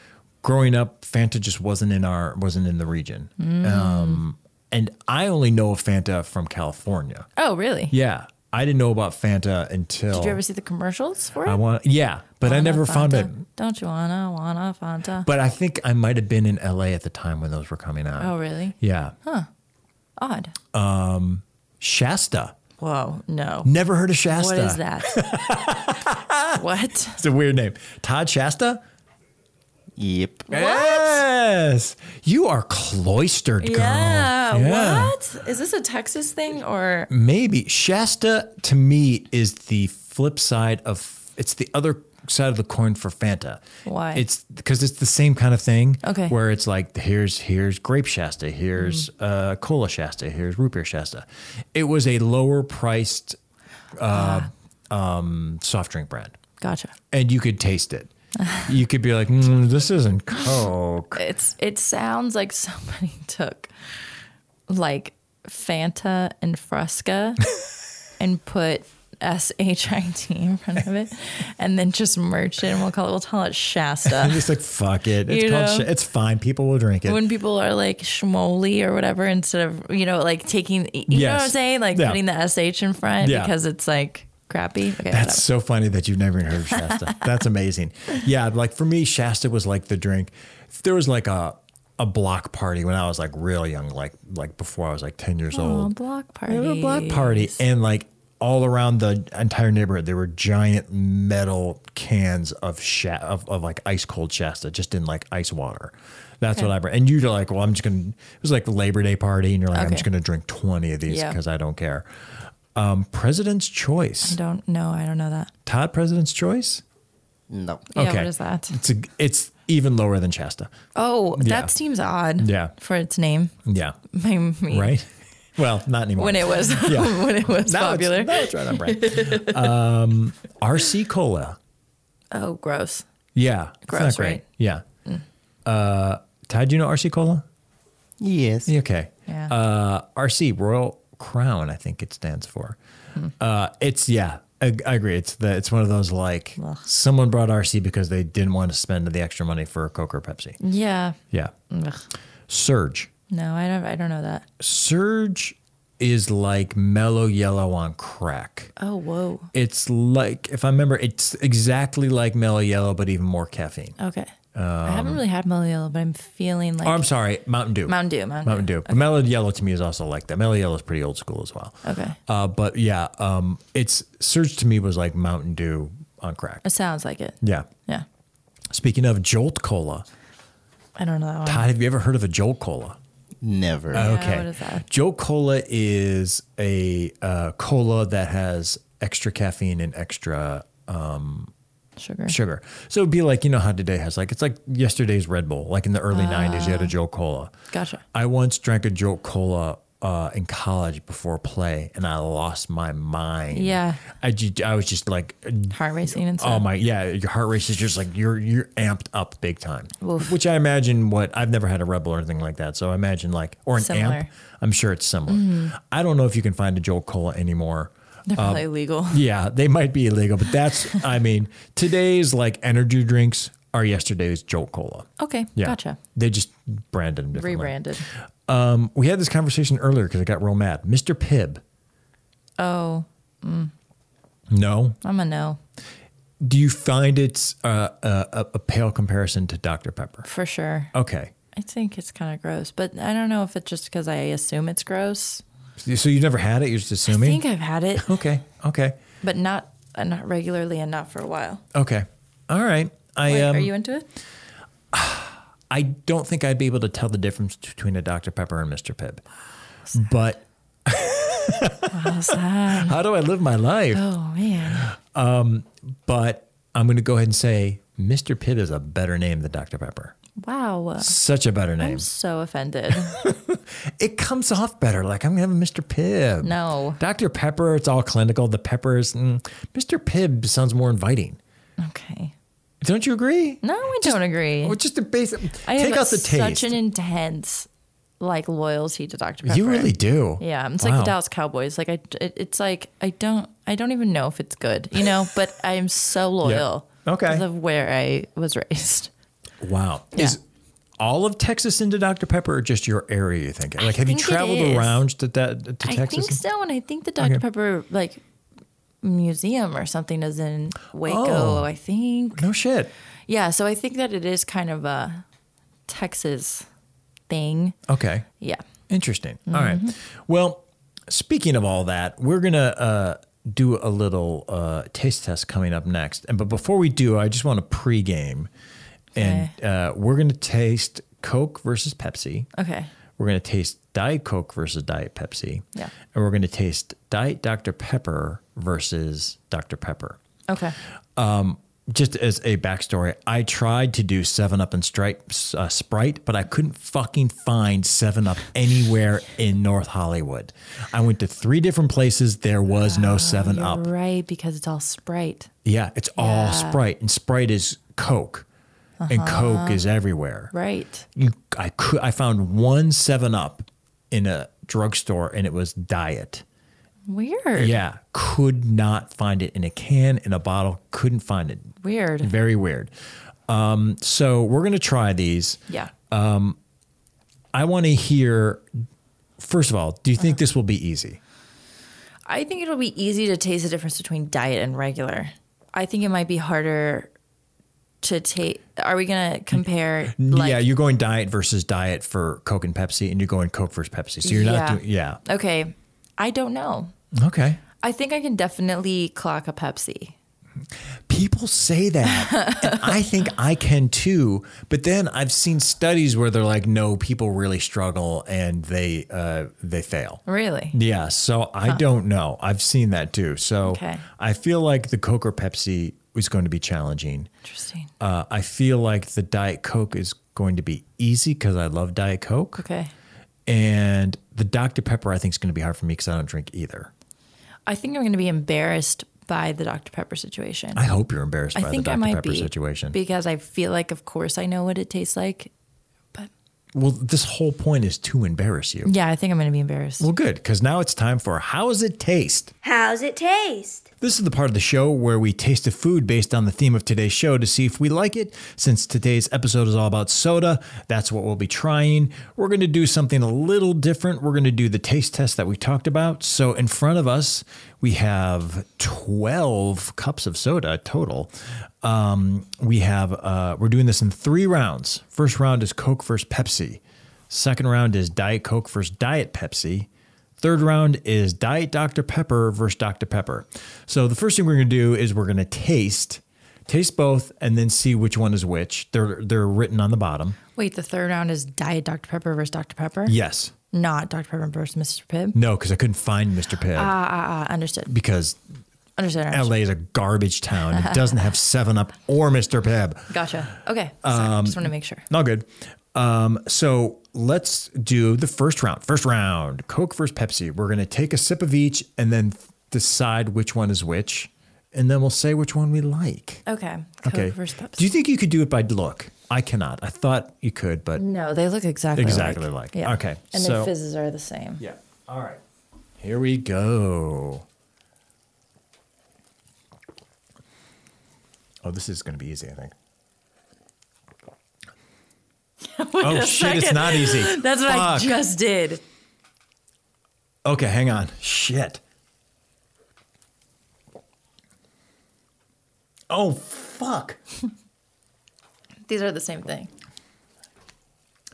[SPEAKER 1] Growing up, Fanta just wasn't in our wasn't in the region.
[SPEAKER 2] Mm.
[SPEAKER 1] Um, and I only know of Fanta from California.
[SPEAKER 2] Oh, really?
[SPEAKER 1] Yeah, I didn't know about Fanta until
[SPEAKER 2] Did you ever see the commercials for it?
[SPEAKER 1] I want. Yeah, but I
[SPEAKER 2] Wanna
[SPEAKER 1] never found it.
[SPEAKER 2] Fanta? Don't you wanna wanna Fanta?
[SPEAKER 1] But I think I might have been in LA at the time when those were coming out.
[SPEAKER 2] oh, really?
[SPEAKER 1] Yeah.
[SPEAKER 2] Odd.
[SPEAKER 1] Shasta.
[SPEAKER 2] Whoa, no.
[SPEAKER 1] Never heard of Shasta.
[SPEAKER 2] What is that? what?
[SPEAKER 1] [LAUGHS] It's a weird name. Todd Shasta?
[SPEAKER 3] Yep.
[SPEAKER 1] Yes. You are cloistered, girl.
[SPEAKER 2] Yeah,
[SPEAKER 1] Yeah.
[SPEAKER 2] What? Is this a Texas thing or
[SPEAKER 1] Maybe. Shasta to me is the flip side of it's the other side of the coin for Fanta.
[SPEAKER 2] Why?
[SPEAKER 1] It's because it's the same kind of thing.
[SPEAKER 2] Okay.
[SPEAKER 1] Where it's like here's here's grape Shasta, here's uh, cola Shasta, here's root beer Shasta. It was a lower priced uh,
[SPEAKER 2] Ah.
[SPEAKER 1] um, soft drink brand.
[SPEAKER 2] gotcha.
[SPEAKER 1] and you could taste it. You could be like, mm, this isn't Coke.
[SPEAKER 2] It's it sounds like somebody [LAUGHS] took like Fanta and
[SPEAKER 1] [LAUGHS]
[SPEAKER 2] Fresca and put S H I T in front of it and then just merged it and we'll call it we'll call
[SPEAKER 1] [LAUGHS]
[SPEAKER 2] it
[SPEAKER 1] I'm
[SPEAKER 2] Shasta.
[SPEAKER 1] just like, fuck it. It's
[SPEAKER 2] You
[SPEAKER 1] called
[SPEAKER 2] know?
[SPEAKER 1] shit. It's fine. People will drink it.
[SPEAKER 2] When people are like schmoly or whatever, instead of you know, like taking you know what I'm
[SPEAKER 1] Yes.
[SPEAKER 2] saying? Like
[SPEAKER 1] Yeah.
[SPEAKER 2] putting the SH in front
[SPEAKER 1] Yeah.
[SPEAKER 2] because it's like crappy. Okay,
[SPEAKER 1] That's so funny that you've never even heard of Shasta.
[SPEAKER 2] [LAUGHS]
[SPEAKER 1] That's amazing. Yeah, like for me, Shasta was like the drink. If There was like a a block party when I was like real young, like like before I was like ten years
[SPEAKER 2] whatever. Oh,
[SPEAKER 1] old.
[SPEAKER 2] block
[SPEAKER 1] They
[SPEAKER 2] party.
[SPEAKER 1] were a block party, and like all around the entire neighborhood, there were giant metal cans of sha- of, of like ice cold Shasta, just in like ice water. That's what
[SPEAKER 2] Okay.
[SPEAKER 1] I brought. And you're like, well, I'm just gonna. It was like Labor Day party, and you're like, I'm
[SPEAKER 2] Okay.
[SPEAKER 1] just gonna drink twenty of these
[SPEAKER 2] Yeah.
[SPEAKER 1] because I don't care. Um, President's Choice,
[SPEAKER 2] Don't know. I don't know that.
[SPEAKER 1] Todd. President's Choice.
[SPEAKER 3] No.
[SPEAKER 2] Yeah, what is that?
[SPEAKER 1] It's a, it's even lower than Shasta.
[SPEAKER 2] Oh,
[SPEAKER 1] Mm. Yeah.
[SPEAKER 2] that seems odd.
[SPEAKER 1] Yeah.
[SPEAKER 2] For its name. [LAUGHS]
[SPEAKER 1] Yeah,
[SPEAKER 2] I mean,
[SPEAKER 1] right. Well, not anymore.
[SPEAKER 2] When it was
[SPEAKER 1] Yeah.
[SPEAKER 2] [LAUGHS] when it was
[SPEAKER 1] now
[SPEAKER 2] popular.
[SPEAKER 1] It's, now it's right on brand. um, RC Cola.
[SPEAKER 2] oh, gross.
[SPEAKER 1] Yeah. it's not
[SPEAKER 2] Gross,
[SPEAKER 1] great.
[SPEAKER 2] right?
[SPEAKER 1] Yeah. Uh, Ty, do you know RC Cola?
[SPEAKER 3] Yes.
[SPEAKER 1] Yeah, Okay.
[SPEAKER 2] Yeah.
[SPEAKER 1] Uh, RC, Royal Crown, I think it stands for. Uh, it's, yeah, I, I agree. It's the, it's one of those like someone brought RC because they didn't want to spend the extra money for a Coke or Pepsi.
[SPEAKER 2] Yeah.
[SPEAKER 1] Yeah.
[SPEAKER 2] Ugh.
[SPEAKER 1] Surge.
[SPEAKER 2] No, I don't. I don't know that.
[SPEAKER 1] Surge is like mellow yellow on crack.
[SPEAKER 2] Oh, whoa.
[SPEAKER 1] It's like, if I remember, it's exactly like mellow yellow, but even more caffeine.
[SPEAKER 2] Okay. I
[SPEAKER 1] Um,
[SPEAKER 2] haven't really had Mellow Yellow, but I'm feeling like
[SPEAKER 1] Oh, I'm sorry, Mountain Dew.
[SPEAKER 2] Mountain Dew. Mountain,
[SPEAKER 1] Mountain Dew. But Mellow Yellow to me is also like that. Mellow Yellow is pretty old school as well.
[SPEAKER 2] Okay.
[SPEAKER 1] Uh, but yeah, um, it's Surge to me was like Mountain Dew on crack.
[SPEAKER 2] It sounds like it.
[SPEAKER 1] Yeah.
[SPEAKER 2] Yeah.
[SPEAKER 1] Speaking of Jolt Cola,
[SPEAKER 2] I don't know that one.
[SPEAKER 1] Todd, have you ever heard of a Jolt Cola?
[SPEAKER 3] Never.
[SPEAKER 1] okay.
[SPEAKER 2] what is that?
[SPEAKER 1] Jolt Cola is a uh, cola that has extra caffeine and extra
[SPEAKER 2] Sugar.
[SPEAKER 1] sugar. So it'd be like, you know how today has like, it's like yesterday's Red Bull. Like in the
[SPEAKER 2] Ah.
[SPEAKER 1] early 90s, you had a Jolt Cola.
[SPEAKER 2] Gotcha.
[SPEAKER 1] I once drank a Jolt Cola uh, in college before play, and I lost my mind.
[SPEAKER 2] Yeah.
[SPEAKER 1] I, ju- I was just like,
[SPEAKER 2] Heart racing and
[SPEAKER 1] oh
[SPEAKER 2] stuff.
[SPEAKER 1] my, yeah, your heart race is just like you're you're amped up big time.
[SPEAKER 2] Oof.
[SPEAKER 1] Which I imagine what I've never had a Rebel or anything like that, so I imagine like or an amp.
[SPEAKER 2] Similar. Mm-hmm.
[SPEAKER 1] I'm sure it's similar. I don't know if you can find a Jolt Cola anymore.
[SPEAKER 2] They're
[SPEAKER 1] um,
[SPEAKER 2] probably illegal.
[SPEAKER 1] Yeah, they might be illegal, but that's I mean today's like energy drinks are yesterday's Jolt Cola.
[SPEAKER 2] [LAUGHS] Okay.
[SPEAKER 1] Yeah,
[SPEAKER 2] Gotcha.
[SPEAKER 1] They just branded them differently.
[SPEAKER 2] Rebranded.
[SPEAKER 1] Um, we had this conversation earlier because I got real mad. Mr. Pibb.
[SPEAKER 2] Oh,
[SPEAKER 1] No.
[SPEAKER 2] I'm a no
[SPEAKER 1] Do you find it's uh, a, a, a pale comparison to Dr. Pepper?
[SPEAKER 2] for sure.
[SPEAKER 1] Okay.
[SPEAKER 2] I think it's kind of gross, but I don't know if it's just because I assume it's gross.
[SPEAKER 1] So you've never had it? You're just
[SPEAKER 2] I
[SPEAKER 1] assuming?
[SPEAKER 2] think I've had it,
[SPEAKER 1] okay. Okay.
[SPEAKER 2] but not uh, not regularly and not for a while.
[SPEAKER 1] Okay. All right. I
[SPEAKER 2] Wait,
[SPEAKER 1] um,
[SPEAKER 2] are you into it?
[SPEAKER 1] I don't think I'd be able to tell the difference between a Dr. Pepper and Mr. Pibb. But
[SPEAKER 2] How's that?
[SPEAKER 1] how do I live my life?
[SPEAKER 2] [LAUGHS] oh man,
[SPEAKER 1] But I'm going to go ahead and say Mr. Pibb is a better name than Dr. Pepper.
[SPEAKER 2] wow.
[SPEAKER 1] Such a better name.
[SPEAKER 2] I'm so offended.
[SPEAKER 1] it comes off better. Like I'm gonna have a Mr. Pibb.
[SPEAKER 2] No.
[SPEAKER 1] Dr. Pepper. It's all clinical. The peppers. Mm, Mr. Pibb sounds more inviting.
[SPEAKER 2] okay.
[SPEAKER 1] Don't you agree?
[SPEAKER 2] No, I
[SPEAKER 1] Just-
[SPEAKER 2] don't agree.
[SPEAKER 1] Well, just the basic.
[SPEAKER 2] Mm-hmm. I
[SPEAKER 1] take
[SPEAKER 2] have
[SPEAKER 1] out the
[SPEAKER 2] such
[SPEAKER 1] taste.
[SPEAKER 2] an intense like loyalty to Dr. Pepper.
[SPEAKER 1] you really do.
[SPEAKER 2] Yeah, it's like
[SPEAKER 1] Wow.
[SPEAKER 2] the Dallas Cowboys. Like I, it, it's like I don't, I don't even know if it's good, you know. But
[SPEAKER 1] [LAUGHS]
[SPEAKER 2] I'm so loyal.
[SPEAKER 1] Okay.
[SPEAKER 2] Because of where I was raised.
[SPEAKER 1] Wow.
[SPEAKER 2] Yeah.
[SPEAKER 1] Is all of Texas into Dr. Pepper, or just your area? You think? Like, have you
[SPEAKER 2] think it
[SPEAKER 1] traveled
[SPEAKER 2] is.
[SPEAKER 1] around to that to
[SPEAKER 2] I
[SPEAKER 1] Texas?
[SPEAKER 2] think so, and I think the Dr.
[SPEAKER 1] Okay.
[SPEAKER 2] Pepper like museum or something is in Waco.
[SPEAKER 1] Oh.
[SPEAKER 2] I think.
[SPEAKER 1] No shit.
[SPEAKER 2] Yeah, so I think that it is kind of a Texas thing.
[SPEAKER 1] Okay.
[SPEAKER 2] Yeah.
[SPEAKER 1] Interesting. All right. Well, speaking of all that, we're going to uh, do a little uh, taste test coming up next. And But before we do, I just want to pregame. And uh, we're going to taste Coke versus Pepsi.
[SPEAKER 2] Okay.
[SPEAKER 1] We're going to taste Diet Coke versus Diet Pepsi.
[SPEAKER 2] Yeah.
[SPEAKER 1] And we're going to taste Diet Dr. Pepper versus Dr. Pepper
[SPEAKER 2] Okay.
[SPEAKER 1] just as a backstory, I tried to do Seven Up and Stripe uh, Sprite, but I couldn't fucking find Seven Up anywhere in North Hollywood. I went to three different places. There was no Seven Up.
[SPEAKER 2] Right, because it's all Sprite.
[SPEAKER 1] Yeah, it's
[SPEAKER 2] Yeah.
[SPEAKER 1] all Sprite, and Sprite is Coke, and Coke is everywhere.
[SPEAKER 2] Right.
[SPEAKER 1] You, I could, I found one Seven Up in a drugstore, and it was Diet.
[SPEAKER 2] Weird.
[SPEAKER 1] Yeah, could not find it in a can, in a bottle. Couldn't find it.
[SPEAKER 2] Weird.
[SPEAKER 1] Very weird. Um, so we're gonna try these.
[SPEAKER 2] Yeah.
[SPEAKER 1] I want to hear. First of all, do you think this will be easy?
[SPEAKER 2] I think it'll be easy to taste the difference between diet and regular. I think it might be harder to taste. Are we gonna compare? Like,
[SPEAKER 1] yeah, you're going diet versus diet for Coke and Pepsi, and you're going Coke versus Pepsi. So you're
[SPEAKER 2] Yeah.
[SPEAKER 1] not doing. Yeah.
[SPEAKER 2] Okay. I don't know.
[SPEAKER 1] Okay.
[SPEAKER 2] I think I can definitely clock a Pepsi.
[SPEAKER 1] People say
[SPEAKER 2] [LAUGHS]
[SPEAKER 1] that, and I think I can too. But then I've seen studies where they're like, no, people really struggle and they uh, they fail.
[SPEAKER 2] Really?
[SPEAKER 1] Yeah, so I don't know. I've seen that too. So
[SPEAKER 2] Okay.
[SPEAKER 1] I feel like the Coke or Pepsi is going to be challenging.
[SPEAKER 2] Interesting.
[SPEAKER 1] Uh, I feel like the Diet Coke is going to be easy because I love Diet Coke.
[SPEAKER 2] Okay.
[SPEAKER 1] And the Dr. Pepper, I think, is going to be hard for me because I don't drink either.
[SPEAKER 2] I think I'm going to be embarrassed by the Dr. Pepper situation.
[SPEAKER 1] I hope you're embarrassed
[SPEAKER 2] I
[SPEAKER 1] by the
[SPEAKER 2] think I
[SPEAKER 1] Dr.
[SPEAKER 2] might
[SPEAKER 1] Pepper
[SPEAKER 2] be
[SPEAKER 1] situation.
[SPEAKER 2] because I feel like, of course, I know what it tastes like. But
[SPEAKER 1] well, this whole point is to embarrass you.
[SPEAKER 2] yeah, I think I'm going to be embarrassed.
[SPEAKER 1] Well, good, because now it's time for How's It Taste?
[SPEAKER 4] How's it taste?
[SPEAKER 1] This is the part of the show where we taste a food based on the theme of today's show to see if we like it. Since today's episode is all about soda, that's what we'll be trying. We're going to do something a little different. We're going to do the taste test that we talked about. So, in front of us, we have 12 cups of soda total. Um, we have, uh, we're doing this in three rounds. First round is Coke versus Pepsi. Second round is Diet Coke versus Diet Pepsi. Third round is Diet Dr. Pepper versus Dr. Pepper. So the first thing we're going to do is we're going to taste, taste both, and then see which one is which. They're they're written on the bottom.
[SPEAKER 2] Wait, the third round is Diet Dr. Pepper versus Dr. Pepper?
[SPEAKER 1] Yes.
[SPEAKER 2] Not Dr. Pepper versus Mr. Pibb?
[SPEAKER 1] No, because I couldn't find Mr. Pibb
[SPEAKER 2] Uh, understood.
[SPEAKER 1] because
[SPEAKER 2] Understood. understood.
[SPEAKER 1] LA is a garbage town. It doesn't have Seven Up or Mr. Pibb.
[SPEAKER 2] Gotcha. Okay. Sorry, just want to make sure.
[SPEAKER 1] Not good. Um, so let's do the first round. First round, Coke versus Pepsi. We're going to take a sip of each and then decide which one is which, and then we'll say which one we like.
[SPEAKER 2] Okay. Coke
[SPEAKER 1] Okay.
[SPEAKER 2] versus Pepsi.
[SPEAKER 1] Do you think you could do it by look? I cannot. I thought you could, but
[SPEAKER 2] no, they look exactly
[SPEAKER 1] Exactly like.
[SPEAKER 2] Yeah.
[SPEAKER 1] Okay,
[SPEAKER 2] And
[SPEAKER 1] so-
[SPEAKER 2] their fizzes are the same.
[SPEAKER 1] yeah. All right. Here we go. Oh, this is going to be easy, I
[SPEAKER 2] [LAUGHS]
[SPEAKER 1] think. oh shit, it's not easy.
[SPEAKER 2] [LAUGHS] That's what I
[SPEAKER 1] Fuck.
[SPEAKER 2] just did.
[SPEAKER 1] Okay, hang on. Shit. Oh fuck.
[SPEAKER 2] These are the same thing.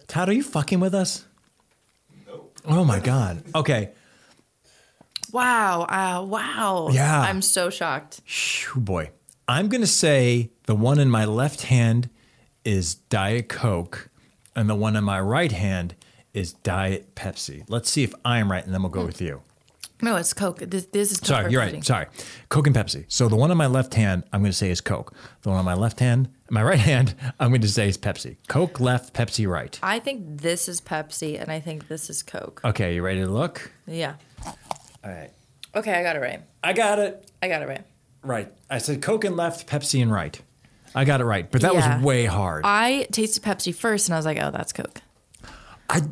[SPEAKER 1] Todd, are you fucking with us? Nope. Oh my god. Okay.
[SPEAKER 2] Wow. Uh, wow.
[SPEAKER 1] Yeah.
[SPEAKER 2] I'm so shocked.
[SPEAKER 1] Phew, boy. I'm going to say the one in my left hand is Diet Coke, and the one in my right hand is Diet Pepsi. Let's see if I'm right, and then we'll go with you.
[SPEAKER 2] No, it's Coke. This, this is Coke
[SPEAKER 1] Sorry, you're
[SPEAKER 2] marketing.
[SPEAKER 1] right. Sorry. Coke and Pepsi. So the one on my left hand, I'm going to say is Coke. The one on my left hand, my right hand, I'm going to say is Pepsi. Coke left, Pepsi right.
[SPEAKER 2] I think this is Pepsi, and I think this is Coke.
[SPEAKER 1] Okay, you ready to look?
[SPEAKER 2] Yeah.
[SPEAKER 1] All right.
[SPEAKER 2] Okay, I got it right.
[SPEAKER 1] I got it.
[SPEAKER 2] I got it right.
[SPEAKER 1] Right. I said Coke and left, Pepsi and right. I got it right, but that
[SPEAKER 2] Yeah.
[SPEAKER 1] was way hard.
[SPEAKER 2] I tasted Pepsi first, and I was like, "Oh, that's Coke."
[SPEAKER 1] I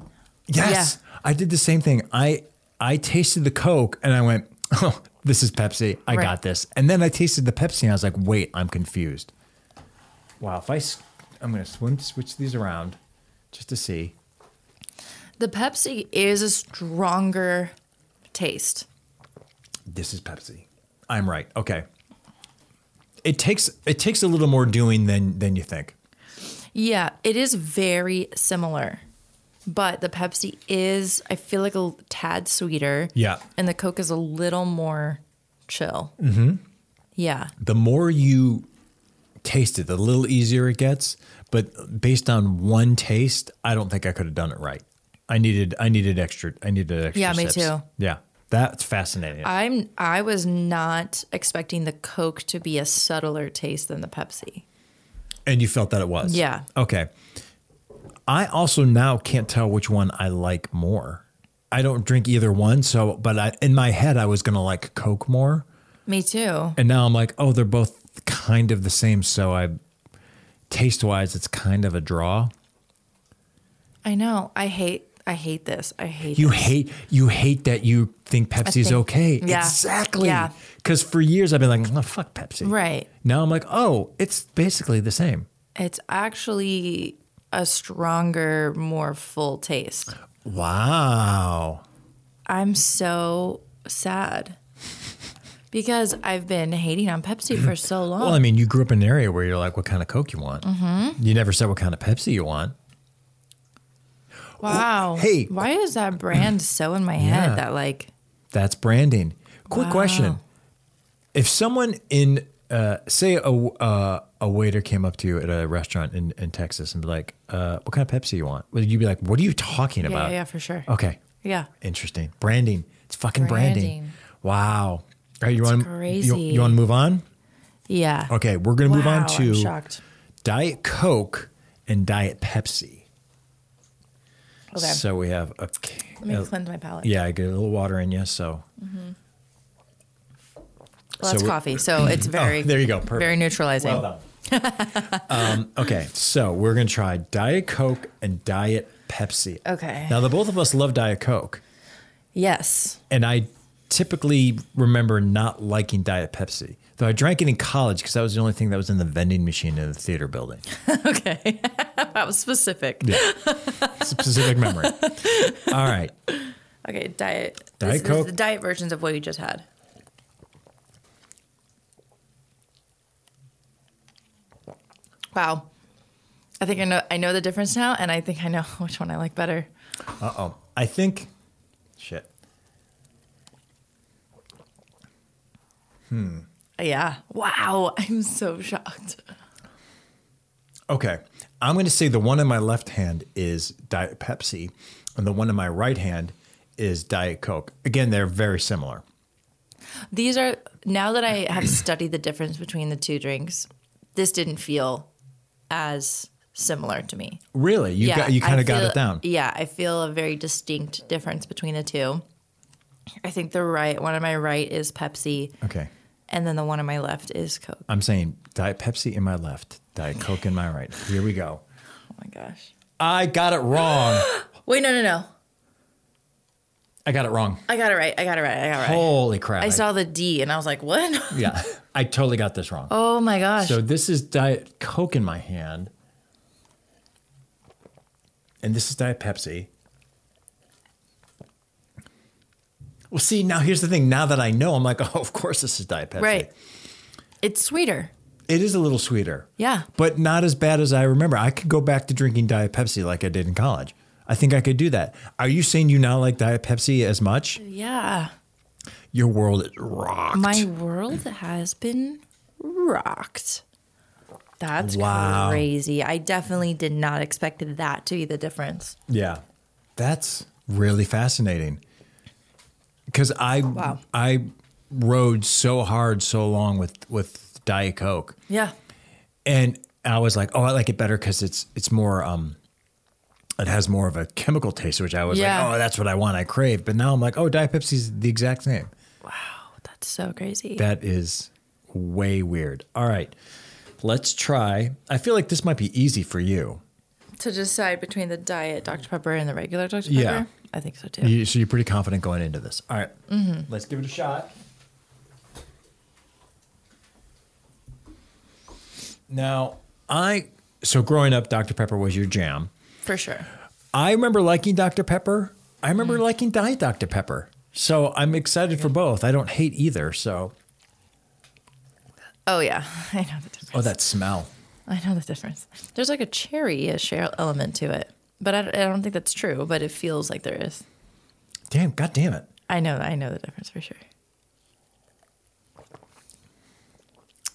[SPEAKER 1] yes, I did the same thing. I I tasted the Coke and I went, [LAUGHS] "Oh, this is Pepsi. I
[SPEAKER 2] Right.
[SPEAKER 1] got this." And then I tasted the Pepsi and I was like, "Wait, I'm confused." Wow, if I s- I'm going to swim switch these around just to see.
[SPEAKER 2] The Pepsi is a stronger taste.
[SPEAKER 1] This is Pepsi. I'm right. Okay. It takes it takes a little more doing than than you think.
[SPEAKER 2] Yeah, it is very similar. But the Pepsi is, I feel like a tad sweeter.
[SPEAKER 1] Yeah.
[SPEAKER 2] And the Coke is a little more chill.
[SPEAKER 1] Mm-hmm.
[SPEAKER 2] Yeah.
[SPEAKER 1] the more you taste it, the little easier it gets. But based on one taste, I don't think I could have done it right. I needed I needed extra I needed extra.
[SPEAKER 2] Yeah, me
[SPEAKER 1] sips.
[SPEAKER 2] too.
[SPEAKER 1] Yeah. That's fascinating.
[SPEAKER 2] I'm I was not expecting the Coke to be a subtler taste than the Pepsi.
[SPEAKER 1] and you felt that it was.
[SPEAKER 2] Yeah.
[SPEAKER 1] Okay. I also now can't tell which one I like more. I don't drink either one, so but I in my head I was gonna like Coke more.
[SPEAKER 2] Me too.
[SPEAKER 1] And now I'm like, oh, they're both kind of the same, so I taste wise it's kind of a draw.
[SPEAKER 2] I know. I hate I hate this. I hate
[SPEAKER 1] You
[SPEAKER 2] this.
[SPEAKER 1] hate you hate that you think Pepsi's
[SPEAKER 2] think-
[SPEAKER 1] okay.
[SPEAKER 2] yeah.
[SPEAKER 1] Exactly.
[SPEAKER 2] Yeah.
[SPEAKER 1] Cuz for years I've been like, "Oh, fuck Pepsi."
[SPEAKER 2] Right.
[SPEAKER 1] Now I'm like, "Oh, it's basically the same."
[SPEAKER 2] It's actually a stronger, more full taste.
[SPEAKER 1] Wow.
[SPEAKER 2] I'm so sad. Because I've been hating on Pepsi for so long.
[SPEAKER 1] [CLEARS THROAT] Well, I mean, you grew up in an area where you're like, "What kind of Coke you want?" Mm-hmm. You never said what kind of Pepsi you want.
[SPEAKER 2] wow.
[SPEAKER 1] hey.
[SPEAKER 2] Why is that brand so in my head
[SPEAKER 1] Yeah.
[SPEAKER 2] that like
[SPEAKER 1] That's branding. Quick question: If someone in uh, say a uh, a waiter came up to you at a restaurant in, in Texas and be like, uh, "What kind of Pepsi you want?" Would you be like, "What are you talking
[SPEAKER 2] Yeah,
[SPEAKER 1] about?" Oh.
[SPEAKER 2] yeah, for sure.
[SPEAKER 1] Okay,
[SPEAKER 2] Yeah.
[SPEAKER 1] interesting. Branding. It's fucking branding.
[SPEAKER 2] Branding.
[SPEAKER 1] Wow. All right, you want you,
[SPEAKER 2] crazy.
[SPEAKER 1] want to move on?
[SPEAKER 2] Yeah.
[SPEAKER 1] Okay, we're gonna move on
[SPEAKER 2] Wow,
[SPEAKER 1] to
[SPEAKER 2] I'm shocked.
[SPEAKER 1] Diet Coke and Diet Pepsi.
[SPEAKER 2] Okay.
[SPEAKER 1] So we have okay.
[SPEAKER 2] Let me
[SPEAKER 1] uh,
[SPEAKER 2] cleanse my palate.
[SPEAKER 1] yeah, I get a little water in you, so
[SPEAKER 2] Well, that's
[SPEAKER 1] So we-
[SPEAKER 2] coffee, so
[SPEAKER 1] [CLEARS THROAT]
[SPEAKER 2] it's very
[SPEAKER 1] there you go. Perfect.
[SPEAKER 2] Very neutralizing. [LAUGHS]
[SPEAKER 1] um, okay, so we're gonna try Diet Coke and Diet Pepsi.
[SPEAKER 2] Okay.
[SPEAKER 1] Now the both of us love Diet Coke,
[SPEAKER 2] yes.
[SPEAKER 1] and I typically remember not liking Diet Pepsi. Though I drank it in college because that was the only thing that was in the vending machine in the theater building.
[SPEAKER 2] Okay. [LAUGHS] that was specific.
[SPEAKER 1] It's a specific
[SPEAKER 2] [LAUGHS]
[SPEAKER 1] memory. All right.
[SPEAKER 2] Okay, diet.
[SPEAKER 1] Diet
[SPEAKER 2] this- this is
[SPEAKER 1] Coke.
[SPEAKER 2] the diet versions of what you just had. Wow. I think I know I know the difference now and I think I know [LAUGHS] which one I like better.
[SPEAKER 1] Uh oh. I think. Shit.
[SPEAKER 2] Yeah. Wow. [LAUGHS] I'm so shocked.
[SPEAKER 1] Okay. I'm going to say the one in my left hand is Diet Pepsi, and the one in my right hand is Diet Coke. Again, they're very similar.
[SPEAKER 2] These are now that I have studied the difference between the two drinks, this didn't feel as similar to me.
[SPEAKER 1] Really? You got you
[SPEAKER 2] I
[SPEAKER 1] kind of got
[SPEAKER 2] feel-
[SPEAKER 1] it down.
[SPEAKER 2] Yeah, I feel a very distinct difference between the two. I think the right one on my right is Pepsi,
[SPEAKER 1] Okay.
[SPEAKER 2] and then the one on my left is Coke.
[SPEAKER 1] I'm saying Diet Pepsi in my left, Diet Coke in my right. Here we go.
[SPEAKER 2] Oh my gosh!
[SPEAKER 1] I got it wrong.
[SPEAKER 2] Wait, no, no, no!
[SPEAKER 1] I got it wrong.
[SPEAKER 2] I got it right. I got it right. I got it right.
[SPEAKER 1] Holy crap.
[SPEAKER 2] I saw the D, and I was like, "What? [LAUGHS]
[SPEAKER 1] yeah. I totally got this wrong.
[SPEAKER 2] Oh my gosh!
[SPEAKER 1] So this is Diet Coke in my hand. And this is Diet Pepsi. Well, see, now here's the thing. Now that I know, I'm like, [LAUGHS] oh, of course this is Diet Pepsi.
[SPEAKER 2] right? It's sweeter.
[SPEAKER 1] It is a little sweeter.
[SPEAKER 2] Yeah.
[SPEAKER 1] But not as bad as I remember. I could go back to drinking Diet Pepsi like I did in college. I think I could do that. Are you saying you now like Diet Pepsi as much?
[SPEAKER 2] Mm. Yeah.
[SPEAKER 1] Your world is rocked.
[SPEAKER 2] My world has been rocked. That's
[SPEAKER 1] Wow.
[SPEAKER 2] crazy. I definitely did not expect that to be the difference.
[SPEAKER 1] Yeah. That's really fascinating. Cuz I I rode so hard so long with with Diet Coke
[SPEAKER 2] Yeah.
[SPEAKER 1] and I was like, "Oh, I like it better cuz it's it's more um it has more of a chemical taste, which I was
[SPEAKER 2] Yeah.
[SPEAKER 1] like, "Oh, that's what I want. I crave." But now I'm like, "Oh, Diet Pepsi's the exact same."
[SPEAKER 2] Oh, That's so crazy.
[SPEAKER 1] That is way weird. All right. Let's try. I feel like this might be easy for you.
[SPEAKER 2] to decide between the diet Dr. Pepper and the regular Dr. Pepper?
[SPEAKER 1] Mm. Yeah.
[SPEAKER 2] I think so too.
[SPEAKER 1] You, so you're pretty confident going into this. All right. Let's give it a shot. Now, I so growing up, Dr. Pepper was your jam.
[SPEAKER 2] For sure.
[SPEAKER 1] I remember liking Dr. Pepper. I remember liking Diet Dr. Pepper. So I'm excited for both. I don't hate either. So,
[SPEAKER 2] Oh, yeah. [LAUGHS] I know the difference.
[SPEAKER 1] oh, that smell.
[SPEAKER 2] I know the difference. There's like a cherry ish element to it. But I, I don't think that's true, but it feels like there is.
[SPEAKER 1] Damn, god damn it.
[SPEAKER 2] I know, I know the difference for sure.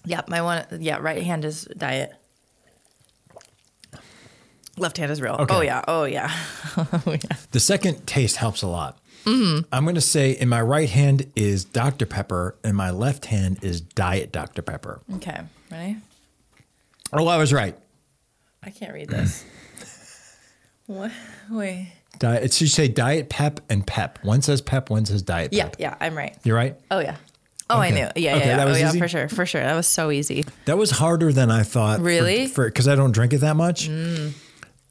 [SPEAKER 2] Yeah, my one. Yeah, right hand is diet. Left hand is real.
[SPEAKER 1] Okay.
[SPEAKER 2] Oh yeah. Oh yeah. [LAUGHS] oh yeah.
[SPEAKER 1] The second taste helps a lot. I'm going to say in my right hand is Dr. Pepper and my left hand is Diet Dr. Pepper.
[SPEAKER 2] Okay. Ready?
[SPEAKER 1] Oh, I was right.
[SPEAKER 2] I can't
[SPEAKER 1] [LAUGHS]
[SPEAKER 2] read this. what? Wait.
[SPEAKER 1] Diet, it should say Diet Pep and Pep. One says Pep, one says Diet
[SPEAKER 2] Yeah.
[SPEAKER 1] Pep.
[SPEAKER 2] Yeah. I'm right.
[SPEAKER 1] You're right.
[SPEAKER 2] Oh yeah. Oh, I
[SPEAKER 1] Okay.
[SPEAKER 2] knew. Yeah, Yeah.
[SPEAKER 1] Okay,
[SPEAKER 2] yeah.
[SPEAKER 1] that was
[SPEAKER 2] oh, yeah.
[SPEAKER 1] easy?
[SPEAKER 2] For sure. For sure. That was so easy.
[SPEAKER 1] That was harder than I thought. for-
[SPEAKER 2] Really? Mm.
[SPEAKER 1] For because I don't drink it that much.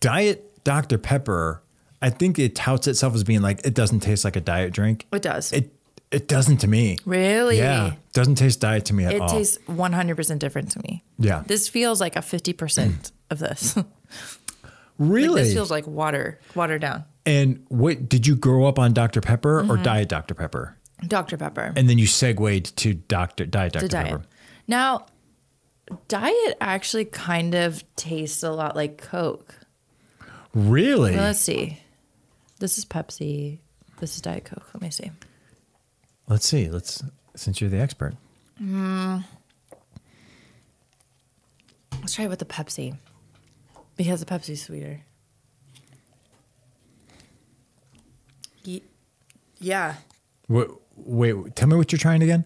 [SPEAKER 1] Diet Dr. Pepper. I think it touts itself as being like it doesn't taste like a diet drink.
[SPEAKER 2] It does.
[SPEAKER 1] It it doesn't to me.
[SPEAKER 2] really?
[SPEAKER 1] Yeah, doesn't taste diet to me at
[SPEAKER 2] It
[SPEAKER 1] all.
[SPEAKER 2] tastes 100% different to me.
[SPEAKER 1] Yeah.
[SPEAKER 2] This feels like
[SPEAKER 1] [CLEARS THROAT]
[SPEAKER 2] a 50% of this. [LAUGHS] Like,
[SPEAKER 1] really?
[SPEAKER 2] this feels like water, watered down.
[SPEAKER 1] and what did you grow up on Dr. Pepper
[SPEAKER 2] Mm-hmm.
[SPEAKER 1] or Diet Dr. Pepper?
[SPEAKER 2] Dr. Pepper.
[SPEAKER 1] And then you segued to Dr. Diet Dr.
[SPEAKER 2] the diet.
[SPEAKER 1] Pepper.
[SPEAKER 2] Now, diet actually kind of tastes a lot like Coke.
[SPEAKER 1] Really?
[SPEAKER 2] Let's see. This is Pepsi. This is Diet Coke. Let me see.
[SPEAKER 1] Let's see. Let's since you're the expert.
[SPEAKER 2] Let's try it with the Pepsi because the Pepsi's sweeter. Ye- Yeah.
[SPEAKER 1] Wait, wait, tell me what you're trying again.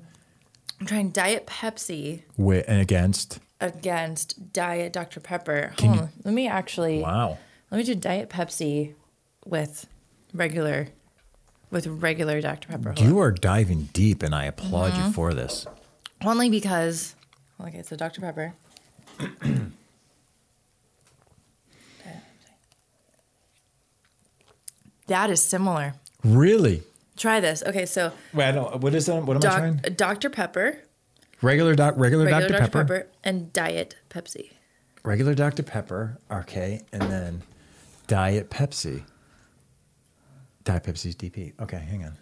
[SPEAKER 2] I'm trying Diet Pepsi
[SPEAKER 1] Wait, and against.
[SPEAKER 2] against Diet Dr. Pepper.
[SPEAKER 1] Can
[SPEAKER 2] Hold
[SPEAKER 1] you-
[SPEAKER 2] on. Let me actually.
[SPEAKER 1] Wow.
[SPEAKER 2] Let me do Diet Pepsi with regular, with regular Dr. Pepper. Hold on.
[SPEAKER 1] You are diving deep, and I applaud
[SPEAKER 2] Uh-huh.
[SPEAKER 1] you for this.
[SPEAKER 2] Only because, okay, so Dr. Pepper. [CLEARS THROAT] that is similar.
[SPEAKER 1] Really?
[SPEAKER 2] Try this. Okay, so
[SPEAKER 1] Wait, I don't. What is that? What am I trying?
[SPEAKER 2] doc, Dr. Pepper,
[SPEAKER 1] Regular doc, regular,
[SPEAKER 2] regular
[SPEAKER 1] Dr. Pepper,
[SPEAKER 2] and Diet Pepsi.
[SPEAKER 1] regular Dr. Pepper. Okay, and then Diet Pepsi. Diet Pepsi's DP. Okay, hang on.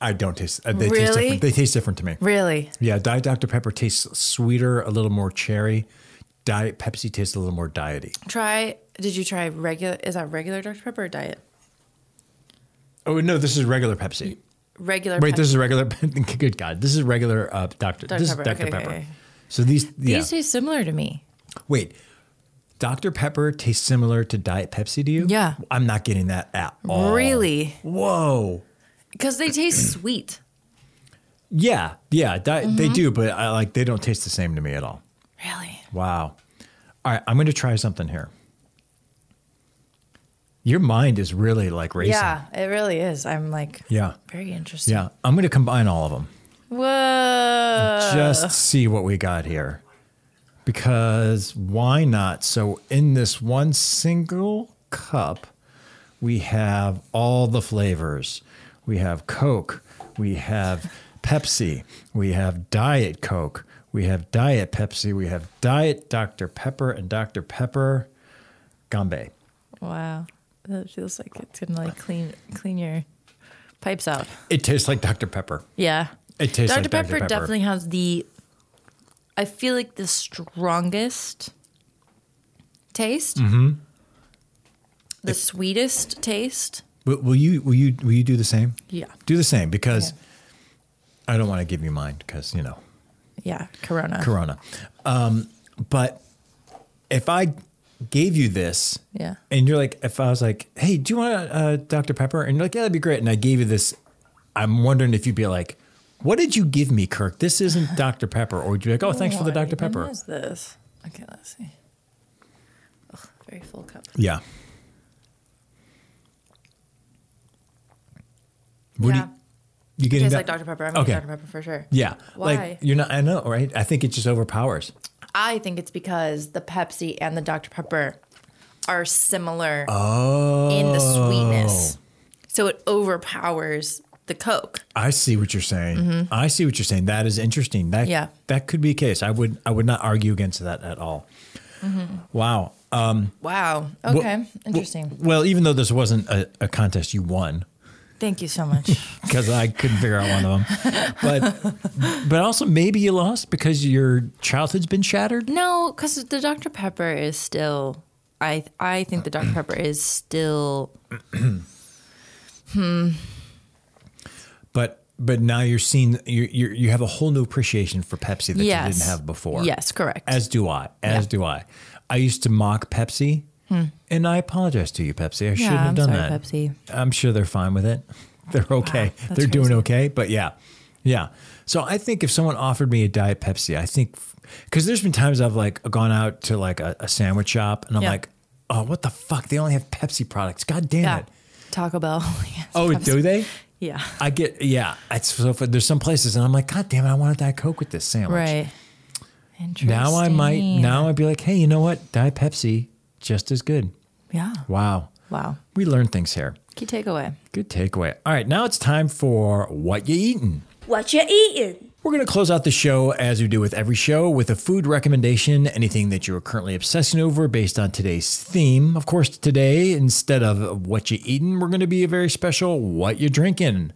[SPEAKER 1] I don't taste. Uh, they taste
[SPEAKER 2] Really?
[SPEAKER 1] different. They taste different to me.
[SPEAKER 2] Really?
[SPEAKER 1] Yeah, Diet Dr. Pepper tastes sweeter, a little more cherry. Diet Pepsi tastes a little more diety.
[SPEAKER 2] Try, did you try regular, is that regular Dr. Pepper or Diet?
[SPEAKER 1] Oh no, this is regular Pepsi.
[SPEAKER 2] Regular
[SPEAKER 1] Wait,
[SPEAKER 2] Pep-
[SPEAKER 1] this is regular. [LAUGHS] Good God, this is regular uh, Doctor.
[SPEAKER 2] Dr.
[SPEAKER 1] This is
[SPEAKER 2] Pepper,
[SPEAKER 1] Dr.
[SPEAKER 2] okay,
[SPEAKER 1] Pepper.
[SPEAKER 2] okay, okay.
[SPEAKER 1] So these, yeah.
[SPEAKER 2] These taste similar to me.
[SPEAKER 1] Wait, Dr. Pepper tastes similar to Diet Pepsi to you?
[SPEAKER 2] Yeah.
[SPEAKER 1] I'm not getting that at all.
[SPEAKER 2] Really?
[SPEAKER 1] Whoa.
[SPEAKER 2] Because
[SPEAKER 1] [CLEARS THROAT]
[SPEAKER 2] they taste sweet.
[SPEAKER 1] Yeah, yeah, di- they
[SPEAKER 2] Mm-hmm.
[SPEAKER 1] do, but I, like they don't taste the same to me at all.
[SPEAKER 2] Really?
[SPEAKER 1] Wow. All right, I'm going to try something here. Your mind is really like racing.
[SPEAKER 2] Yeah, it really is. I'm like,
[SPEAKER 1] Yeah.
[SPEAKER 2] very interesting.
[SPEAKER 1] Yeah. I'm going to combine all of them.
[SPEAKER 2] Whoa.
[SPEAKER 1] just see what we got here. Because why not? So, in this one single cup, we have all the flavors. We have Coke, we have Pepsi, we have Diet Coke, we have Diet Pepsi, we have Diet Dr. Pepper, and Dr. Pepper Gombe.
[SPEAKER 2] Wow. That feels like it's gonna like clean clean your pipes out.
[SPEAKER 1] It tastes like Dr. Pepper.
[SPEAKER 2] Yeah.
[SPEAKER 1] It tastes
[SPEAKER 2] Dr.
[SPEAKER 1] like
[SPEAKER 2] Pepper,
[SPEAKER 1] Dr. Pepper.
[SPEAKER 2] definitely has the I feel like the strongest taste. Mm-hmm. The sweetest taste.
[SPEAKER 1] Will, will you will you will you do the same?
[SPEAKER 2] Yeah.
[SPEAKER 1] Do the same because
[SPEAKER 2] Okay.
[SPEAKER 1] I don't want to give you mine because you know
[SPEAKER 2] Yeah. Corona.
[SPEAKER 1] Corona. Um, but if I gave you this,
[SPEAKER 2] Yeah.
[SPEAKER 1] and you're like, if I was like, hey, do you want a, uh Dr. Pepper? And you're like, yeah, that'd be great. And I gave you this, I'm wondering if you'd be like, what did you give me, Kirk? This
[SPEAKER 2] [LAUGHS]
[SPEAKER 1] isn't Dr. Pepper. Or would you be like, oh, thanks for the
[SPEAKER 2] What
[SPEAKER 1] Dr.
[SPEAKER 2] even
[SPEAKER 1] Pepper?
[SPEAKER 2] is this? Okay, let's see. Ugh, very full cup.
[SPEAKER 1] Yeah. What do
[SPEAKER 2] yeah.
[SPEAKER 1] you, you getting
[SPEAKER 2] tastes
[SPEAKER 1] that?
[SPEAKER 2] like Dr. Pepper. I'm
[SPEAKER 1] Okay.
[SPEAKER 2] Dr. Pepper for sure.
[SPEAKER 1] Yeah.
[SPEAKER 2] Why?
[SPEAKER 1] Like you're not, I know, right? I think it just overpowers.
[SPEAKER 2] I think it's because the Pepsi and the Dr. Pepper are similar
[SPEAKER 1] Oh.
[SPEAKER 2] in the sweetness. So it overpowers the Coke.
[SPEAKER 1] I see what you're saying. I see what you're saying. That is interesting. That
[SPEAKER 2] Mm-hmm. Yeah.
[SPEAKER 1] that could be a case. I would I would not argue against that at all.
[SPEAKER 2] Mm-hmm.
[SPEAKER 1] Wow. Uh,
[SPEAKER 2] Wow. Okay. Interesting.
[SPEAKER 1] well, even though this wasn't a, a contest you won,
[SPEAKER 2] Thank you so much.
[SPEAKER 1] because I couldn't figure out one of them. But but also maybe you lost because your childhood's been shattered.
[SPEAKER 2] [LAUGHS] no, because the Dr. Pepper is still. I I think the Dr. Pepper is still.
[SPEAKER 1] But but now you're seeing you you you have a whole new appreciation for Pepsi that you
[SPEAKER 2] yes.
[SPEAKER 1] didn't have before.
[SPEAKER 2] Yes, correct.
[SPEAKER 1] As do I. As do I. I used to mock Pepsi, and I apologize to you, Pepsi. I shouldn't have
[SPEAKER 2] Hmm. I'm
[SPEAKER 1] done
[SPEAKER 2] sorry,
[SPEAKER 1] that.
[SPEAKER 2] Pepsi.
[SPEAKER 1] I'm sure they're fine with it. [LAUGHS] They're okay.
[SPEAKER 2] that's
[SPEAKER 1] they're doing
[SPEAKER 2] crazy.
[SPEAKER 1] okay. But yeah, yeah. So I think if someone offered me a diet Pepsi, I think because there's been times I've like gone out to like a, a sandwich shop and I'm
[SPEAKER 2] Yeah.
[SPEAKER 1] like, oh, what the fuck? They only have Pepsi products. God damn
[SPEAKER 2] yeah.
[SPEAKER 1] it.
[SPEAKER 2] Taco Bell. [LAUGHS] Yes,
[SPEAKER 1] Oh,
[SPEAKER 2] Pepsi.
[SPEAKER 1] do they?
[SPEAKER 2] Yeah.
[SPEAKER 1] I get yeah. It's so fu- there's some places and I'm like, God damn it, I want a diet coke with this sandwich.
[SPEAKER 2] Right. Interesting.
[SPEAKER 1] Now I might now I'd be like, hey, you know what? Diet Pepsi just as good.
[SPEAKER 2] Yeah.
[SPEAKER 1] Wow.
[SPEAKER 2] Wow.
[SPEAKER 1] We learn things here.
[SPEAKER 2] Key takeaway.
[SPEAKER 1] Good takeaway. All right, now it's time for what you eating.
[SPEAKER 4] What you eating?
[SPEAKER 1] We're going to close out the show as we do with every show with a food recommendation, anything that you are currently obsessing over based on today's theme. Of course, today, instead of what you eating, we're going to be a very special what you drinking.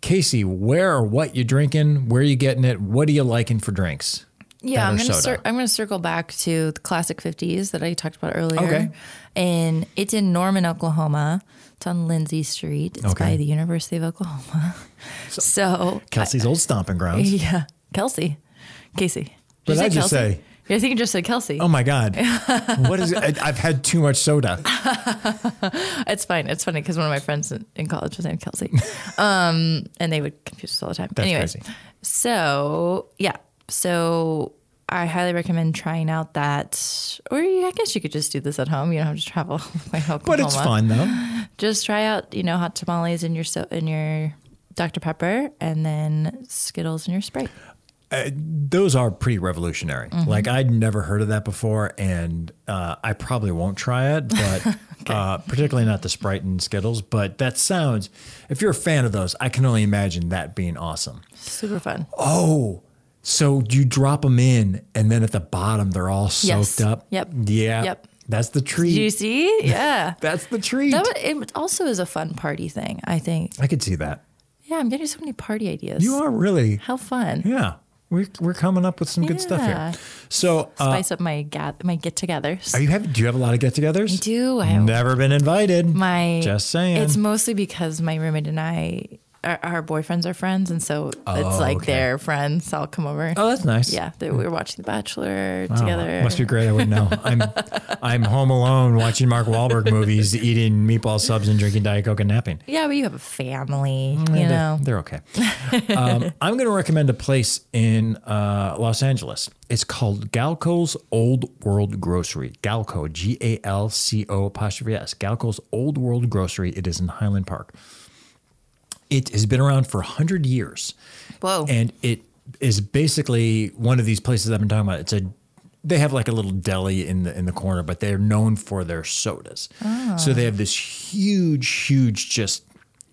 [SPEAKER 1] Casey, where or what you drinking? Where you getting it? What are you liking for drinks?
[SPEAKER 2] Yeah, I'm
[SPEAKER 1] Better
[SPEAKER 2] gonna
[SPEAKER 1] soda.
[SPEAKER 2] cir- I'm gonna circle back to the classic 50s that I talked about earlier.
[SPEAKER 1] Okay.
[SPEAKER 2] and it's in Norman, Oklahoma. It's on Lindsay Street. It's
[SPEAKER 1] Okay.
[SPEAKER 2] by the University of Oklahoma. [LAUGHS] So,
[SPEAKER 1] Kelsey's old stomping grounds.
[SPEAKER 2] yeah, Kelsey, Casey. Did
[SPEAKER 1] What
[SPEAKER 2] you
[SPEAKER 1] did I just
[SPEAKER 2] Kelsey?
[SPEAKER 1] say?
[SPEAKER 2] Yeah, I think you just said Kelsey.
[SPEAKER 1] Oh my
[SPEAKER 2] [LAUGHS]
[SPEAKER 1] God. what is it? I, I've had too much soda.
[SPEAKER 2] It's fine. It's funny because one of my friends in, in college was
[SPEAKER 1] [LAUGHS]
[SPEAKER 2] named Kelsey, um, and they would confuse us all the time.
[SPEAKER 1] That's
[SPEAKER 2] Anyways,
[SPEAKER 1] crazy.
[SPEAKER 2] so yeah, so I highly recommend trying out that, or you, I guess you could just do this at home. You don't have to travel [LAUGHS] by Oklahoma.
[SPEAKER 1] But it's fun though.
[SPEAKER 2] Just try out, you know, hot tamales in your so in your Dr Pepper, and then Skittles in your Sprite.
[SPEAKER 1] those are pretty revolutionary.
[SPEAKER 2] Mm-hmm.
[SPEAKER 1] Like I'd never heard of that before, and uh, I probably won't try it,
[SPEAKER 2] [LAUGHS]
[SPEAKER 1] but uh, particularly not the Sprite and Skittles. But that sounds, if you're a fan of those, I can only imagine that being awesome.
[SPEAKER 2] Super fun.
[SPEAKER 1] Oh, so you drop them in, and then at the bottom they're all
[SPEAKER 2] Yes.
[SPEAKER 1] soaked up.
[SPEAKER 2] Yep.
[SPEAKER 1] Yeah.
[SPEAKER 2] Yep.
[SPEAKER 1] That's the treat.
[SPEAKER 2] Do you see? Yeah.
[SPEAKER 1] That's the treat.
[SPEAKER 2] That wa- it also is a fun party thing, I think.
[SPEAKER 1] I could see that.
[SPEAKER 2] Yeah, I'm getting so many party ideas.
[SPEAKER 1] You are really,
[SPEAKER 2] How fun.
[SPEAKER 1] yeah. We're, we're coming up with some good stuff
[SPEAKER 2] Yeah.
[SPEAKER 1] here. So, uh,
[SPEAKER 2] spice up my gat- my get-togethers.
[SPEAKER 1] are you have? Do you have a lot of get-togethers?
[SPEAKER 2] I do. I have
[SPEAKER 1] Never been invited.
[SPEAKER 2] my
[SPEAKER 1] Just saying.
[SPEAKER 2] It's mostly because my roommate and I, our, our boyfriends are friends, and so it's like
[SPEAKER 1] Oh, okay.
[SPEAKER 2] their friends. all come over.
[SPEAKER 1] oh, that's nice.
[SPEAKER 2] Yeah, they, we were watching The Bachelor
[SPEAKER 1] Oh,
[SPEAKER 2] together.
[SPEAKER 1] must be great. I wouldn't know.
[SPEAKER 2] [LAUGHS]
[SPEAKER 1] I'm I'm home alone watching Mark Wahlberg movies, eating meatball subs, and drinking diet coke and napping.
[SPEAKER 2] yeah, but you have a family, you
[SPEAKER 1] They're-
[SPEAKER 2] know.
[SPEAKER 1] they're
[SPEAKER 2] [LAUGHS]
[SPEAKER 1] okay. um, I'm going to recommend a place in uh, Los Angeles. It's called Galco's Old World Grocery. Galco, G A L C O apostrophe S. Galco's Old World Grocery. It is in Highland Park. It has been around for 100 years.
[SPEAKER 2] Whoa.
[SPEAKER 1] And it is basically one of these places I've been talking about. It's a they have like a little deli in the in the corner, but they're known for their sodas.
[SPEAKER 2] Ah.
[SPEAKER 1] So they have this huge, huge just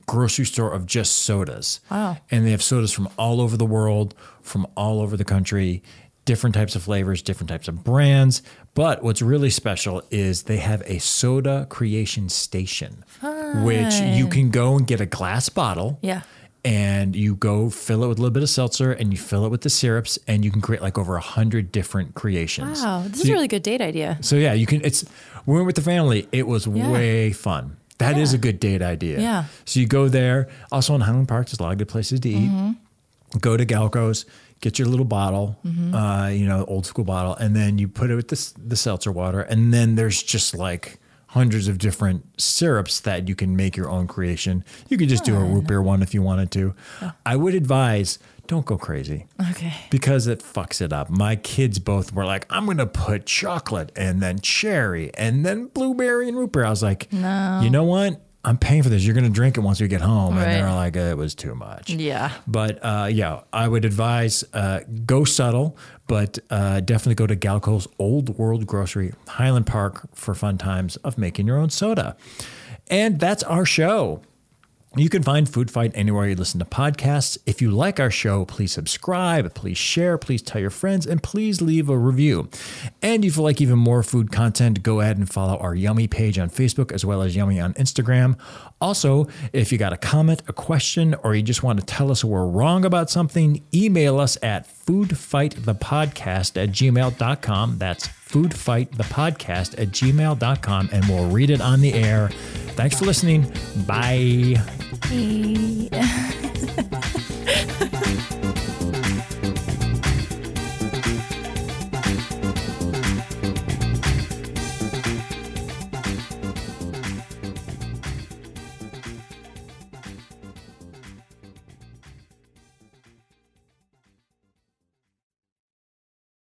[SPEAKER 1] grocery store of just sodas.
[SPEAKER 2] Wow.
[SPEAKER 1] And they have sodas from all over the world, from all over the country, different types of flavors, different types of brands. But what's really special is they have a soda creation station, which you can go and get a glass bottle
[SPEAKER 2] Yeah.
[SPEAKER 1] and you go fill it with a little bit of seltzer and you fill it with the syrups and you can create like over a hundred different creations.
[SPEAKER 2] Wow, this
[SPEAKER 1] so
[SPEAKER 2] is a
[SPEAKER 1] you-
[SPEAKER 2] really good date idea.
[SPEAKER 1] So yeah, you can, it's, we went with the family. It was
[SPEAKER 2] Yeah.
[SPEAKER 1] way fun. That is a good date idea.
[SPEAKER 2] Yeah.
[SPEAKER 1] So you go there. Also in Highland Park, there's a lot of good places to eat.
[SPEAKER 2] Mm-hmm.
[SPEAKER 1] Go to Galco's, get your little bottle, uh, you know, old school bottle, and then you put it with this, the seltzer water. And then there's just like hundreds of different syrups that you can make your own creation. You could just do a root beer one if you wanted to. I would advise don't go crazy
[SPEAKER 2] Okay.
[SPEAKER 1] because it fucks it up. My kids both were like, I'm gonna put chocolate and then cherry and then blueberry and root beer. I was like, No, you know what? I'm paying for this. You're gonna drink it once we get home. And they're
[SPEAKER 2] Right.
[SPEAKER 1] like, it was too much.
[SPEAKER 2] Yeah.
[SPEAKER 1] But uh, yeah, I would advise uh, go subtle, but uh, definitely go to Galco's Old World Grocery, Highland Park, for fun times of making your own soda. And that's our show. You can find Food Fight anywhere you listen to podcasts. If you like our show, please subscribe, please share, please tell your friends, and please leave a review. And if you like even more food content, go ahead and follow our Yummy page on Facebook as well as Yummy on Instagram. Also, if you got a comment, a question, or you just want to tell us we're wrong about something, email us at foodfightthepodcast at gmail.com. That's foodfightthepodcast at gmail.com, and we'll read it on the air. Thanks for listening. Bye.
[SPEAKER 2] Hey.